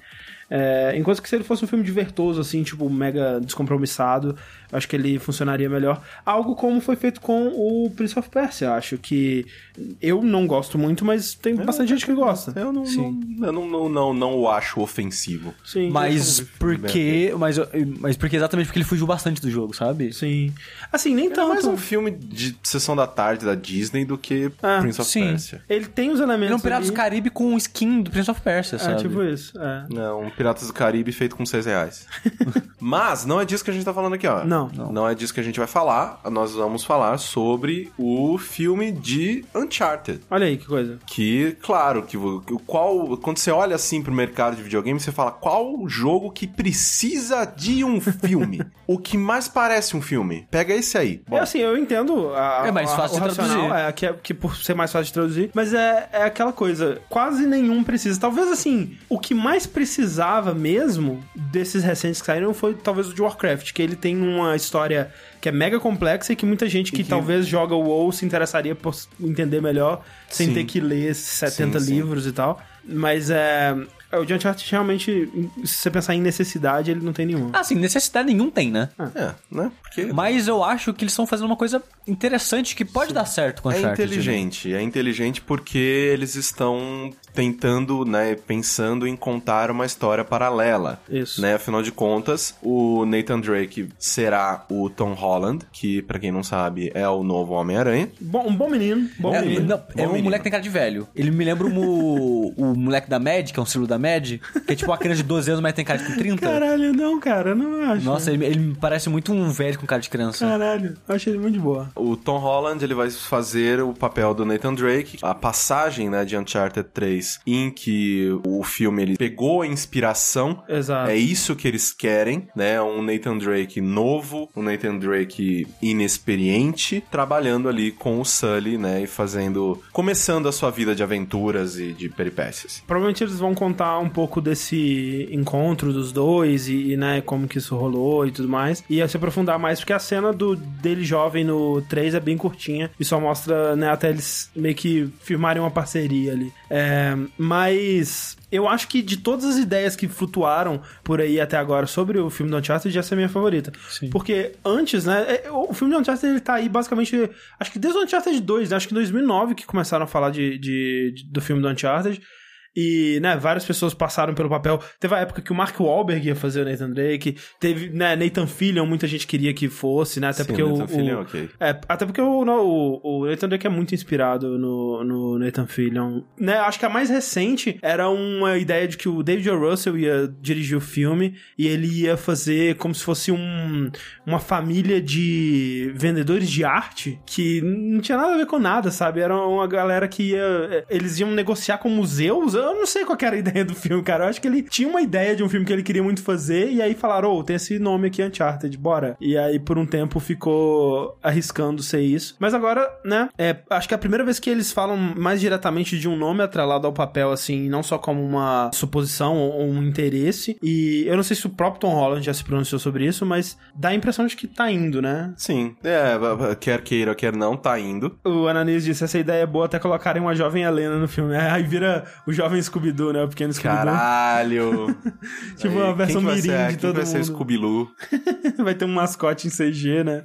S1: É, enquanto que se ele fosse um filme divertoso, assim, tipo, mega descompromissado, acho que ele funcionaria melhor. Algo como foi feito com o Prince of Persia, acho que eu não gosto muito, mas tem bastante gente que gosta.
S3: Eu não,
S2: Sim.
S3: não, eu não, não, não, não o acho ofensivo.
S1: Sim,
S2: Mas
S1: eu- um
S2: porque. Mas, mas porque exatamente porque ele fugiu bastante do jogo, sabe?
S1: Sim. Assim, nem
S3: É mais
S1: tanto.
S3: um filme de sessão da tarde da Disney do que
S1: Ah,
S3: Prince of
S2: sim.
S3: Persia.
S1: Ele tem os elementos.
S2: Ele é um Pirata dos
S1: ali.
S2: Caribe com um skin do Prince of Persia,
S1: É,
S2: sabe?
S1: tipo isso. é.
S3: Não, um Piratas do Caribe feito com 6 reais. Mas não é disso que a gente tá falando aqui, ó.
S1: Não.
S3: não. é disso que a gente vai falar. Nós vamos falar sobre o filme de Uncharted.
S1: Olha aí que coisa.
S3: Que, claro, que o que o qual. Quando você olha assim pro mercado de videogame, você fala qual o jogo que precisa de um filme? o que mais parece um filme? Pega esse aí. Bom,
S1: É assim, eu entendo. A,
S2: É mais
S1: a-
S2: fácil
S1: o
S2: de
S1: racional,
S2: traduzir.
S1: É, que, é- que por ser mais fácil de traduzir. Mas é, é aquela coisa, quase nenhum precisa. Talvez assim, o que mais precisava mesmo desses recentes que saíram foi talvez o de Warcraft, que ele tem uma história que é mega complexa e que muita gente que, talvez joga o WoW se interessaria por entender melhor, sem
S3: Sim.
S1: ter que ler 70
S3: Sim, sim.
S1: livros e tal. Mas é. O de Uncharted realmente, se você pensar em necessidade, ele não tem nenhuma.
S2: Ah, sim, necessidade nenhum tem, né?
S3: é, né? Porque.
S2: Mas eu acho que eles estão fazendo uma coisa interessante que pode dar certo com a
S3: É
S2: Uncharted, né?
S3: inteligente, é inteligente porque eles estão tentando, né, pensando em contar uma história paralela.
S1: Isso.
S3: Né? Afinal de contas, o Nathan Drake será o Tom Holland, que pra quem não sabe é o novo Homem-Aranha.
S1: Bom, um bom menino. Bom
S2: É,
S1: menino.
S2: não, é um
S3: menino.
S2: moleque que tem cara de velho. Ele me lembra o, o moleque da Mad, que é um círculo da Mad, que é tipo uma criança de 12 anos, mas tem cara de 30.
S1: Caralho, não, cara, não acho.
S2: Nossa, ele, ele me parece muito um velho com cara de criança.
S1: Caralho, eu achei ele muito boa.
S3: O Tom Holland ele vai fazer o papel do Nathan Drake. A passagem né, de Uncharted 3, em que o filme ele pegou a inspiração.
S1: Exato.
S3: É isso que eles querem, né? Um Nathan Drake novo, um Nathan Drake inexperiente, trabalhando ali com o Sully, né? E fazendo. começando a sua vida de aventuras e de peripécias.
S1: Provavelmente eles vão contar um pouco desse encontro dos dois e, e, né, como que isso rolou e tudo mais. E ia se aprofundar mais, porque a cena do dele jovem no 3 é bem curtinha e só mostra, né, até eles meio que firmarem uma parceria ali. É, mas eu acho que de todas as ideias que flutuaram por aí até agora sobre o filme do Uncharted, essa é a minha favorita. Porque antes, né, é- o filme do Uncharted ele tá aí basicamente, acho que desde o Uncharted 2, né, acho que em 2009 que começaram a falar de- de- de, do filme do Uncharted. E, né, várias pessoas passaram pelo papel. Teve a época que o Mark Wahlberg ia fazer o Nathan Drake. Teve, né, Nathan Fillion, muita gente queria que fosse, né? Até
S3: Sim,
S1: porque
S3: o
S1: o.
S3: Nathan Fillion,
S1: o-
S3: ok.
S1: é, até porque o, no- o, o Nathan Drake é muito inspirado no, no Nathan Fillion. Né, acho que a mais recente era uma ideia de que o David O. Russell ia dirigir o filme e ele ia fazer como se fosse um, uma família de vendedores de arte que não tinha nada a ver com nada, sabe? Era uma galera que ia. Eles iam negociar com museus. Eu não sei qual que era a ideia do filme, cara. Eu acho que ele tinha uma ideia de um filme que ele queria muito fazer e aí falaram: ô, tem esse nome aqui, Uncharted, bora. E aí por um tempo ficou arriscando ser isso. Mas agora, né? é, acho que é a primeira vez que eles falam mais diretamente de um nome atrelado ao papel, assim, não só como uma suposição ou um interesse. E eu não sei se o próprio Tom Holland já se pronunciou sobre isso, mas dá a impressão de que tá indo, né?
S3: Sim, é, quer queira, quer não, tá indo.
S1: O Ananias disse, essa ideia é boa até colocarem uma jovem Helena no filme. Aí vira o jovem Scooby-Doo, né? O pequeno Scooby-Doo.
S3: Caralho!
S1: Tipo, a
S3: Aí,
S1: versão
S3: quem que vai
S1: mirim
S3: ser?
S1: de
S3: Quem
S1: todo
S3: que vai ser
S1: mundo.
S3: Scooby-Loo?
S1: Vai ter um mascote em CG, né?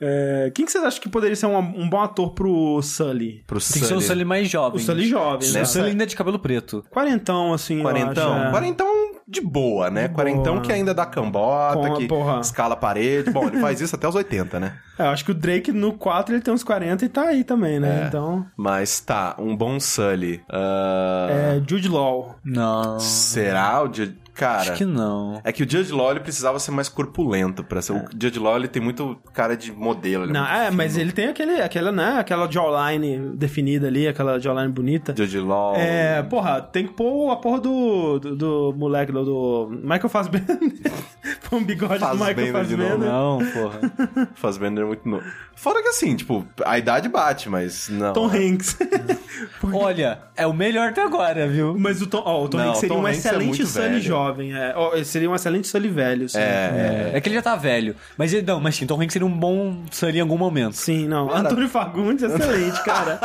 S1: É, quem que vocês acham que poderia ser um, um bom ator pro Sully?
S3: Pro
S2: Tem que ser um o Sully mais
S1: O
S2: jovem.
S1: Sully jovem, né?
S2: O Sully ainda é de cabelo preto.
S1: Quarentão, assim, eu acho,
S3: Quarentão?
S1: é.
S3: Quarentão de boa, né? Quarentão que ainda dá cambota,
S1: Porra,
S3: que
S1: porra.
S3: escala a parede. Bom, ele faz isso até os 80, né?
S1: É, eu acho que o Drake no 4 ele tem uns 40 e tá aí também, né?
S3: É.
S1: Então,
S3: Mas tá, um bom Sully. Ah,
S1: é Jude Law.
S2: Não.
S3: Será o de... Cara.
S2: Acho que não.
S3: É que o Judge Law ele precisava ser mais corpulento para ser. O Judge Law ele tem muito cara de modelo. né? ele
S1: Não,
S3: muito
S1: é, mas
S3: fino.
S1: ele tem aquele, aquela, né, aquela jawline definida ali, aquela jawline bonita.
S3: Judge Law.
S1: É, porra, tem que pôr a porra do, do, do moleque do, do Michael Fassbender. Pôr um bigode do Michael
S3: Fassbender de novo, né?
S1: Fassbender.
S2: Não, porra.
S3: Fassbender é muito novo. Fora que assim, tipo, a idade bate, mas não. é.
S1: Tom Hanks.
S2: Olha, é o melhor até agora, viu?
S1: Mas o Tom, ó, o Tom
S3: Não,
S1: Hanks seria
S3: Tom
S1: um
S3: Hanks é
S1: excelente
S3: muito
S1: Sully
S3: velho.
S1: jovem. É. Ó, ele seria um excelente Sully velho. assim.
S2: É,
S3: É.
S2: é que ele já tá velho. Mas ele, não, mas sim, Tom Hanks seria um bom Sully em algum momento.
S1: Sim, não. Antônio Fagundes, excelente, cara.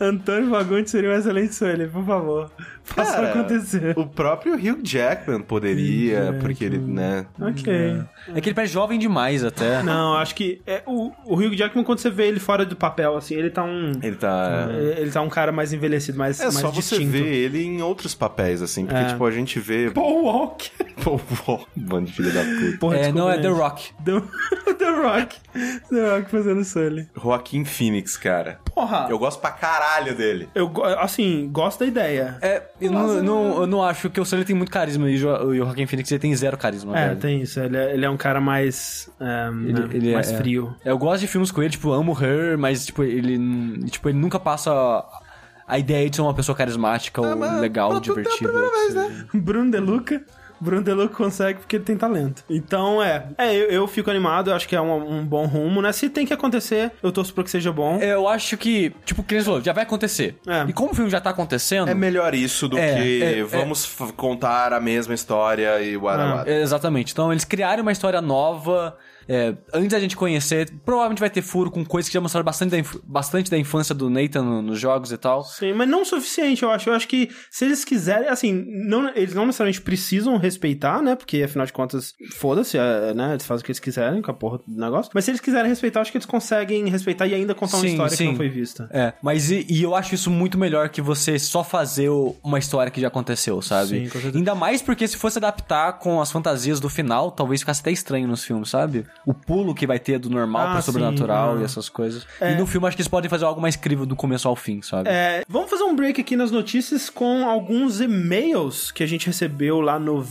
S1: Antônio Fagundes seria um excelente Sully, por favor. Faça
S3: Cara,
S1: acontecer.
S3: O próprio Hugh Jackman poderia,
S1: Hugh
S3: porque ele, né?
S1: Ok.
S2: É que ele parece jovem demais até.
S1: Não, acho que é, o, o Hugh Jackman, quando você vê ele fora do papel, assim, ele tá um.
S3: Ele tá.
S1: Ele ele tá um cara mais envelhecido, mais,
S3: É
S1: mais
S3: só você
S1: distinto.
S3: ver ele em outros papéis, assim, porque,
S1: É.
S3: tipo, a gente vê.
S1: Paul Walker.
S3: Pô, pô, bando de filha da puta.
S1: Porra,
S2: é,
S1: desculpa,
S2: não, é
S1: gente.
S2: The Rock.
S1: The, The Rock. The Rock fazendo Sully.
S3: Joaquim Phoenix, cara.
S1: Porra.
S3: Eu gosto pra caralho dele.
S1: Eu, go- assim, gosto da ideia.
S2: É, eu não, não- eu não acho que o Sully tem muito carisma e o Jo- e o Joaquim Phoenix ele tem zero carisma.
S1: É,
S2: velho.
S1: tem isso. Ele é, ele é um cara mais. é,
S2: Ele-
S1: né,
S2: ele é-
S1: mais
S2: é.
S1: frio.
S2: Eu gosto de filmes com ele, tipo, amo Her, mas, tipo, ele, n- tipo, ele nunca passa a- a ideia de ser uma pessoa carismática
S1: Ah,
S2: ou legal,
S1: tá
S2: divertida.
S1: né? Bruno De Luca. Bruno De Luca consegue porque ele tem talento. Então, é. É, eu, eu fico animado. Eu acho que é um, um bom rumo, né? Se tem que acontecer, eu torço pra que seja bom.
S2: Eu acho que, tipo, que nem você falou, já vai acontecer.
S1: É.
S2: E como o filme já tá acontecendo...
S3: É melhor isso do
S2: É,
S3: que
S2: é, é.
S3: vamos f- contar a mesma história e
S1: Ah.
S3: whatever.
S2: É, Exatamente. Então, eles criaram uma história nova. é, antes da gente conhecer, provavelmente vai ter furo com coisas que já mostraram bastante da, inf- bastante da infância do Nathan no- nos jogos e tal.
S1: Sim, mas não o suficiente, eu acho. Eu acho que se eles quiserem, assim, não, eles não necessariamente precisam respeitar, né? Porque afinal de contas, foda-se, é, né? Eles fazem o que eles quiserem com a porra do negócio. Mas se eles quiserem respeitar, eu acho que eles conseguem respeitar e ainda contar uma
S2: Sim,
S1: história
S2: sim.
S1: que não foi vista.
S2: É, mas e, e eu acho isso muito melhor que você só fazer o- uma história que já aconteceu, sabe?
S1: Sim, com certeza.
S2: Ainda mais porque se fosse adaptar com as fantasias do final, talvez ficasse até estranho nos filmes, sabe? O pulo que vai ter do normal
S1: Ah,
S2: pro
S1: sim,
S2: sobrenatural
S1: ah.
S2: e essas coisas.
S1: É.
S2: E no filme acho que eles podem fazer algo mais crível do começo ao fim, sabe?
S1: É, vamos fazer um break aqui nas notícias com alguns e-mails que a gente recebeu lá no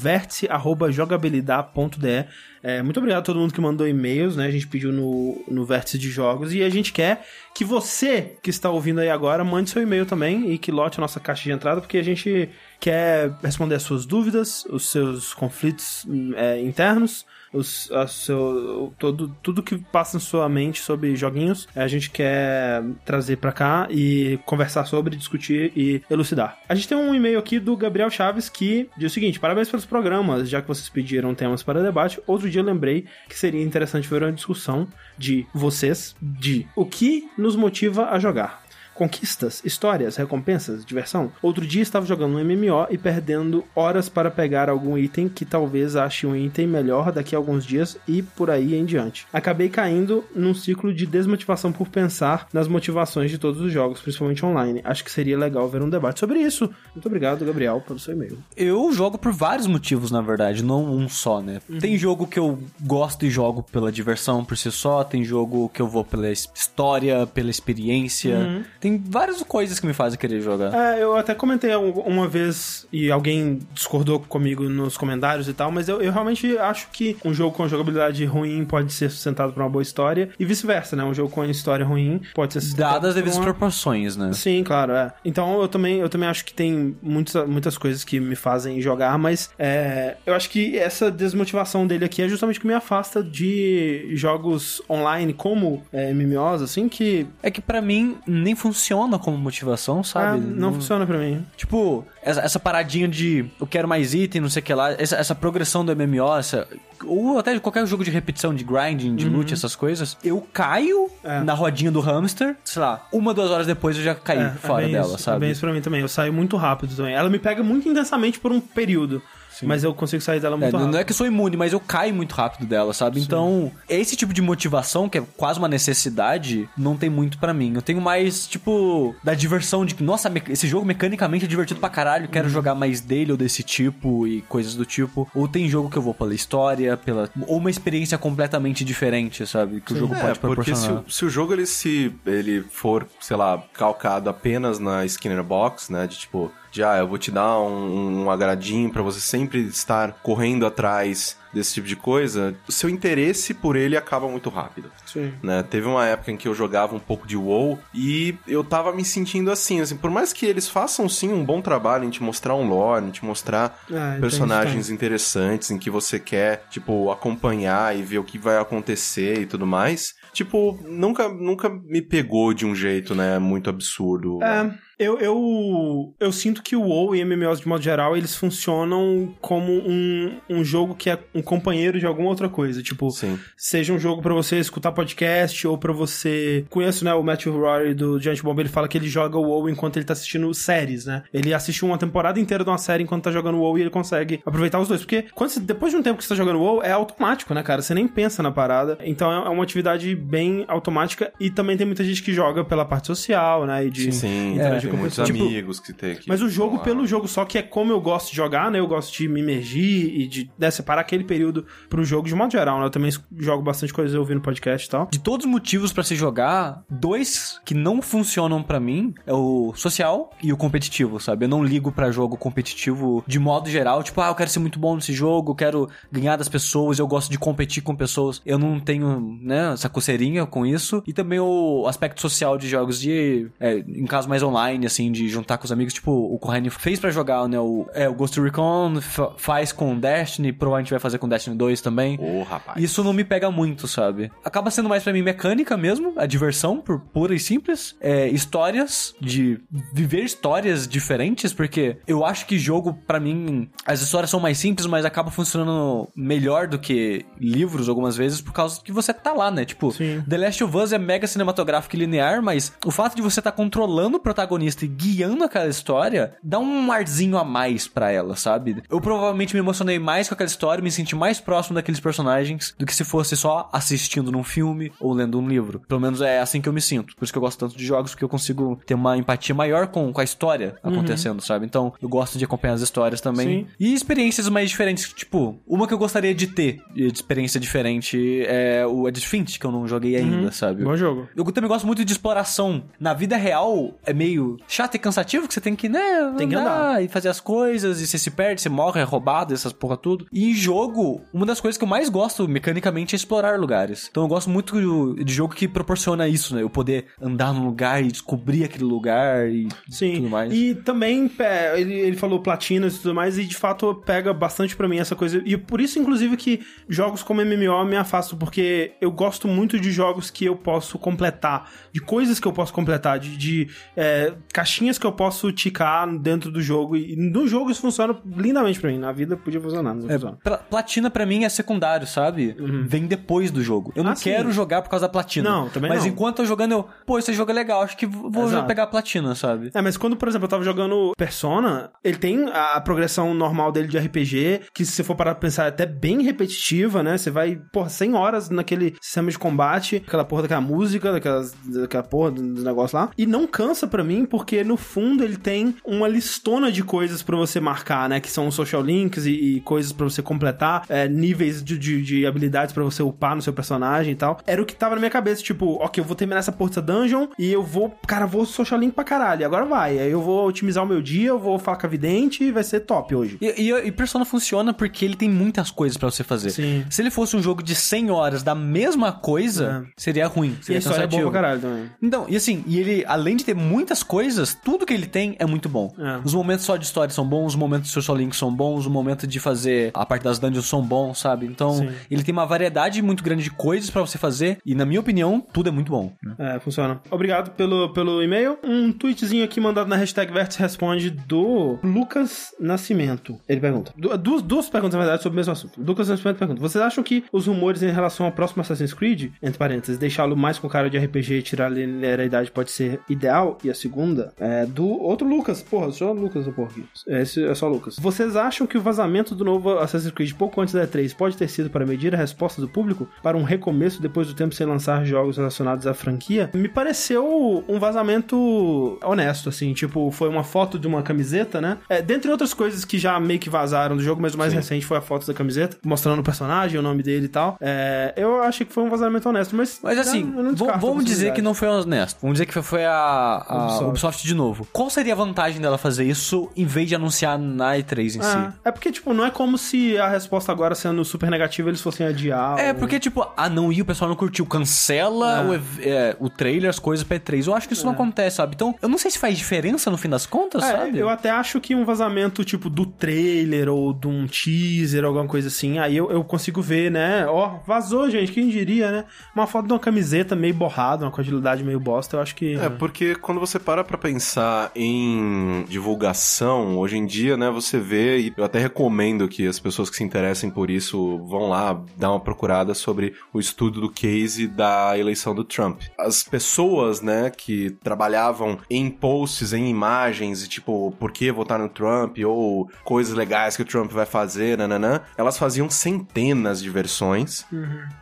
S1: vértice.jogabilidade.de. É, muito obrigado a todo mundo que mandou e-mails, né? A gente pediu no, no Vértice de Jogos e a gente quer que você que está ouvindo aí agora mande seu e-mail também e que lote a nossa caixa de entrada, porque a gente quer responder as suas dúvidas, os seus conflitos hum, é, internos. Os, a seu, todo, tudo que passa na sua mente sobre joguinhos, é, a gente quer trazer pra cá e conversar sobre, discutir e elucidar. A gente tem um e-mail aqui do Gabriel Chaves que diz o seguinte: parabéns pelos programas, já que vocês pediram temas para debate. Outro dia eu lembrei que seria interessante ver uma discussão de vocês de o que nos motiva a jogar. Conquistas, histórias, recompensas, diversão. Outro dia estava jogando um MMO e perdendo horas para pegar algum item que talvez ache um item melhor daqui a alguns dias e por aí em diante. Acabei caindo num ciclo de desmotivação por pensar nas motivações de todos os jogos, principalmente online. Acho que seria legal ver um debate sobre isso. Muito obrigado, Gabriel, pelo seu e-mail.
S2: Eu jogo por vários motivos, na verdade, não um só, né?
S1: Uhum.
S2: Tem jogo que eu gosto e jogo pela diversão por si só, tem jogo que eu vou pela his- história, pela experiência. Tem várias coisas que me fazem querer jogar.
S1: Uhum. É, eu até comentei um- uma vez e alguém discordou comigo nos comentários e tal, mas eu, eu realmente acho que um jogo com jogabilidade ruim pode ser sustentado por uma boa história e vice-versa, né? Um jogo com história ruim pode ser sustentado
S2: Dadas as
S1: por
S2: devidas
S1: é uma...
S2: proporções, né?
S1: Sim, claro, é. Então eu também, eu também acho que tem muitas, muitas coisas que me fazem jogar, mas é, eu acho que essa desmotivação dele aqui é justamente o que me afasta de jogos online como é, MMOs, assim, que
S2: É que pra mim nem funciona como motivação,
S1: ah,
S2: sabe?
S1: não funciona pra mim.
S2: Tipo, essa, essa paradinha de eu quero mais item, não sei o que lá, essa, essa progressão do MMO, essa, ou até de qualquer jogo de repetição, de grinding, de loot, essas coisas, eu caio
S1: Uhum. É.
S2: na rodinha do hamster, sei lá, uma, duas horas depois eu já caí
S1: É, é
S2: fora
S1: bem
S2: dela,
S1: isso, É
S2: sabe?
S1: bem isso pra mim também. Eu saio muito rápido também. Ela me pega muito intensamente por um período. Mas eu consigo sair dela
S2: É,
S1: muito
S2: não
S1: rápido.
S2: não é que eu sou imune, mas eu caio muito rápido dela, sabe? Então, esse tipo de motivação, que é quase uma necessidade, não tem muito pra mim. Eu tenho mais, tipo, da diversão de que, nossa, me- esse jogo mecanicamente é divertido pra caralho, quero
S3: Uhum.
S2: jogar mais dele ou desse tipo e coisas do tipo. Ou tem jogo que eu vou pela história, pela. Ou uma experiência completamente diferente, sabe? Que o jogo
S3: É,
S2: pode
S3: porque se,
S2: proporcionar.
S3: o- se o jogo ele se ele for, sei lá, calcado apenas na Skinner Box, né, de tipo, de ah, eu vou te dar um, um agradinho pra você sempre estar correndo atrás desse tipo de coisa, o seu interesse por ele acaba muito rápido
S1: Sim.
S3: né? Teve uma época em que eu jogava um pouco de WoW e eu tava me sentindo assim, assim, por mais que eles façam sim um bom trabalho em te mostrar um lore, em te mostrar
S1: Ah, entendi,
S3: personagens interessantes em que você quer, tipo, acompanhar e ver o que vai acontecer e tudo mais. Tipo, nunca, nunca me pegou de um jeito, né, muito absurdo.
S1: É, eu, eu, eu sinto que o WoW e MMOs de modo geral, eles funcionam como um, um jogo que é um companheiro de alguma outra coisa. Tipo,
S3: Sim.
S1: seja um jogo pra você escutar podcast ou pra você... Conheço, né, o Matthew Rory do Giant Bomb, ele fala que ele joga o WoW enquanto ele tá assistindo séries, né? Ele assiste uma temporada inteira de uma série enquanto tá jogando o WoW e ele consegue aproveitar os dois. Porque quando você- depois de um tempo que você tá jogando o WoW, é automático, né, cara? Você nem pensa na parada. Então é é uma atividade bem automática e também tem muita gente que joga pela parte social, né? E de
S3: Sim, sim.
S1: interagir
S3: tem
S1: com
S3: muitos
S1: pessoas. Tipo,
S3: amigos que tem aqui.
S1: mas o jogo pelo jogo, só que é como eu gosto de jogar, né? Eu gosto de me imergir e de né, separar aquele período pro jogo de modo geral, né? Eu também jogo bastante coisa ouvindo podcast e tal.
S2: De todos os motivos pra se jogar, dois que não funcionam pra mim é o social e o competitivo, sabe? Eu não ligo pra jogo competitivo de modo geral, tipo, ah, eu quero ser muito bom nesse jogo, eu quero ganhar das pessoas, eu gosto de competir com pessoas. Eu não tenho, né, essa coceirinha com isso. E também o aspecto social de jogos de, é, em caso mais online, assim, de juntar com os amigos, tipo, o Corrine fez pra jogar, né, o, é, o Ghost Recon fa- faz com Destiny, provavelmente vai fazer com Destiny 2 também.
S3: Ô, rapaz.
S2: Isso não me pega muito, sabe? Acaba sendo mais pra mim mecânica mesmo, a diversão por pura e simples, é, histórias de viver histórias diferentes, porque eu acho que jogo pra mim as histórias são mais simples, mas acaba funcionando melhor do que livros algumas vezes por causa que você tá lá, né? Tipo,
S1: Sim.
S2: The Last of Us é mega cinematográfico e linear, mas o fato de você estar controlando o protagonista e guiando aquela história dá um arzinho a mais pra ela, sabe? Eu provavelmente me emocionei mais com aquela história, me senti mais próximo daqueles personagens do que se fosse só assistindo num filme ou lendo um livro. Pelo menos é assim que eu me sinto. Por isso que eu gosto tanto de jogos, porque eu consigo ter uma empatia maior com, com a história acontecendo, sabe? Então eu gosto de acompanhar as histórias também.
S1: Sim.
S2: E experiências mais diferentes, tipo, uma que eu gostaria de ter de experiência diferente é o Edith Finch, que eu não joguei
S1: Uhum.
S2: ainda, sabe?
S1: Bom jogo.
S2: Eu também gosto muito de exploração. Na vida real é meio chato e cansativo, que você tem que, né,
S1: Tem que
S2: e fazer as coisas, e você se perde, você morre, é roubado, essas porra tudo. E em jogo, uma das coisas que eu mais gosto mecanicamente é explorar lugares. Então eu gosto muito de jogo que proporciona isso, né? Eu poder andar num lugar e descobrir aquele lugar e
S1: Sim.
S2: tudo mais.
S1: E também é, ele, ele falou platinas e tudo mais, e de fato pega bastante pra mim essa coisa. E por isso, inclusive, que jogos como MMO me afastam, porque eu gosto muito de jogos que eu posso completar, de coisas que eu posso completar, de, de, é, caixinhas que eu posso ticar dentro do jogo. E no jogo isso funciona lindamente pra mim. Na vida podia funcionar, mas não funciona.
S2: Pra- platina pra mim é secundário, sabe? Vem depois do jogo. Eu não
S1: Uhum. Ah, sim.
S2: quero jogar por causa da platina.
S1: Não, também
S2: Mas
S1: não.
S2: enquanto eu jogando, eu, pô, esse jogo é legal, acho que vou
S1: Exato.
S2: pegar a platina, sabe?
S1: É, mas quando, por exemplo, eu tava jogando Persona, ele tem a a progressão normal dele de RPG, que se você for parar pra pensar é até bem repetitiva, né? Você vai, porra, 100 horas naquele sistema de combate, aquela porra daquela música, daquelas, daquela porra do do negócio lá. E não cansa pra mim, porque no fundo ele tem uma listona de coisas pra você marcar, né? Que são os social links e, e coisas pra você completar, é, níveis de, de, de habilidades pra você upar no seu personagem e tal. Era o que tava na minha cabeça, tipo, ok, eu vou terminar essa porta dungeon e eu vou, cara, vou social link pra caralho. Agora vai. Aí eu vou otimizar o meu dia, eu vou falar com a vidente e vai ser top hoje.
S2: E, e, e Persona funciona porque ele tem muitas coisas pra você fazer.
S1: Sim.
S2: Se ele fosse um jogo de 100 horas da mesma coisa, seria ruim.
S1: É. E a
S2: Seria
S1: história é boa
S2: cansativo.
S1: pra caralho também.
S2: Então, e assim, e ele, além de ter muitas coisas, tudo que ele tem é muito bom.
S1: É.
S2: Os momentos só de história são bons, os momentos do seu link são bons, o momento de fazer a parte das dungeons são bons, sabe? Então,
S1: Sim.
S2: ele tem uma variedade muito grande de coisas pra você fazer, e na minha opinião, tudo é muito bom.
S1: É, funciona. Obrigado pelo, pelo e-mail. Um tweetzinho aqui mandado na hashtag Vértice Responde do Lucas Nascimento. Ele pergunta. du- Duas, duas perguntas, na verdade, sobre o mesmo assunto. Lucas Nascimento pergunta: Vocês acham que os rumores em relação ao próximo Assassin's Creed, entre parênteses, deixá-lo mais com cara de RPG e tirar a linearidade pode ser ideal? E a segunda é do outro Lucas. Porra, só Lucas, eu porra. aqui. Esse é só Lucas. Vocês acham que o vazamento do novo Assassin's Creed pouco antes da E3 pode ter sido para medir a resposta do público para um recomeço depois do tempo sem lançar jogos relacionados à franquia? Me pareceu um vazamento honesto, assim, tipo, foi uma foto de uma camiseta, né? É, dentre outras coisas que já meio que vazaram do jogo, mas o mais recente foi a foto da camiseta, mostrando o personagem, o nome dele e tal. É, eu achei que foi um vazamento honesto, mas.
S2: Mas assim,
S1: eu não
S2: vam-
S1: descarto a
S2: vamos dizer
S1: possibilidade.
S2: que não foi honesto. Vamos dizer que foi a, a
S1: Ubisoft.
S2: Ubisoft. Ubisoft de novo. Qual seria a vantagem dela fazer isso em vez de anunciar na E3 em si?
S1: Ah, é porque, tipo, não é como se a resposta agora sendo super negativa eles fossem adiar.
S2: É,
S1: ou-
S2: porque, tipo, ah, não, e o pessoal não curtiu, cancela o, ev- é, o trailer, as coisas pra E3. Eu acho que isso não acontece, sabe? Então, eu não sei se faz diferença no fim das contas,
S1: É,
S2: sabe?
S1: eu até acho que um vazamento, tipo, do trailer ou de um teaser, alguma coisa assim, aí eu, eu consigo ver, né? Ó, vazou, gente, quem diria, né? Uma foto de uma camiseta meio borrada, uma quantidade meio bosta, eu acho que.
S3: É, porque quando você para pra pensar em divulgação, hoje em dia, né, você vê, e eu até recomendo que as pessoas que se interessem por isso vão lá dar uma procurada sobre o estudo do case da eleição do Trump. As pessoas, né, que trabalhavam em posts, em imagens, e tipo, por que votar no Trump, ou coisas legais que o Trump vai fazer, nananã, elas faziam centenas de versões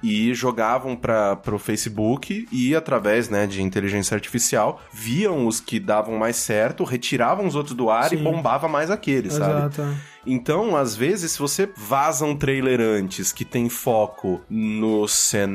S3: e jogavam para o Facebook e através né, de inteligência artificial viam os que davam mais certo, retiravam os outros do ar e
S1: Sim.
S3: bombava mais aqueles, sabe?
S1: Exato.
S3: Então, às vezes, se você vaza um trailer antes que tem foco no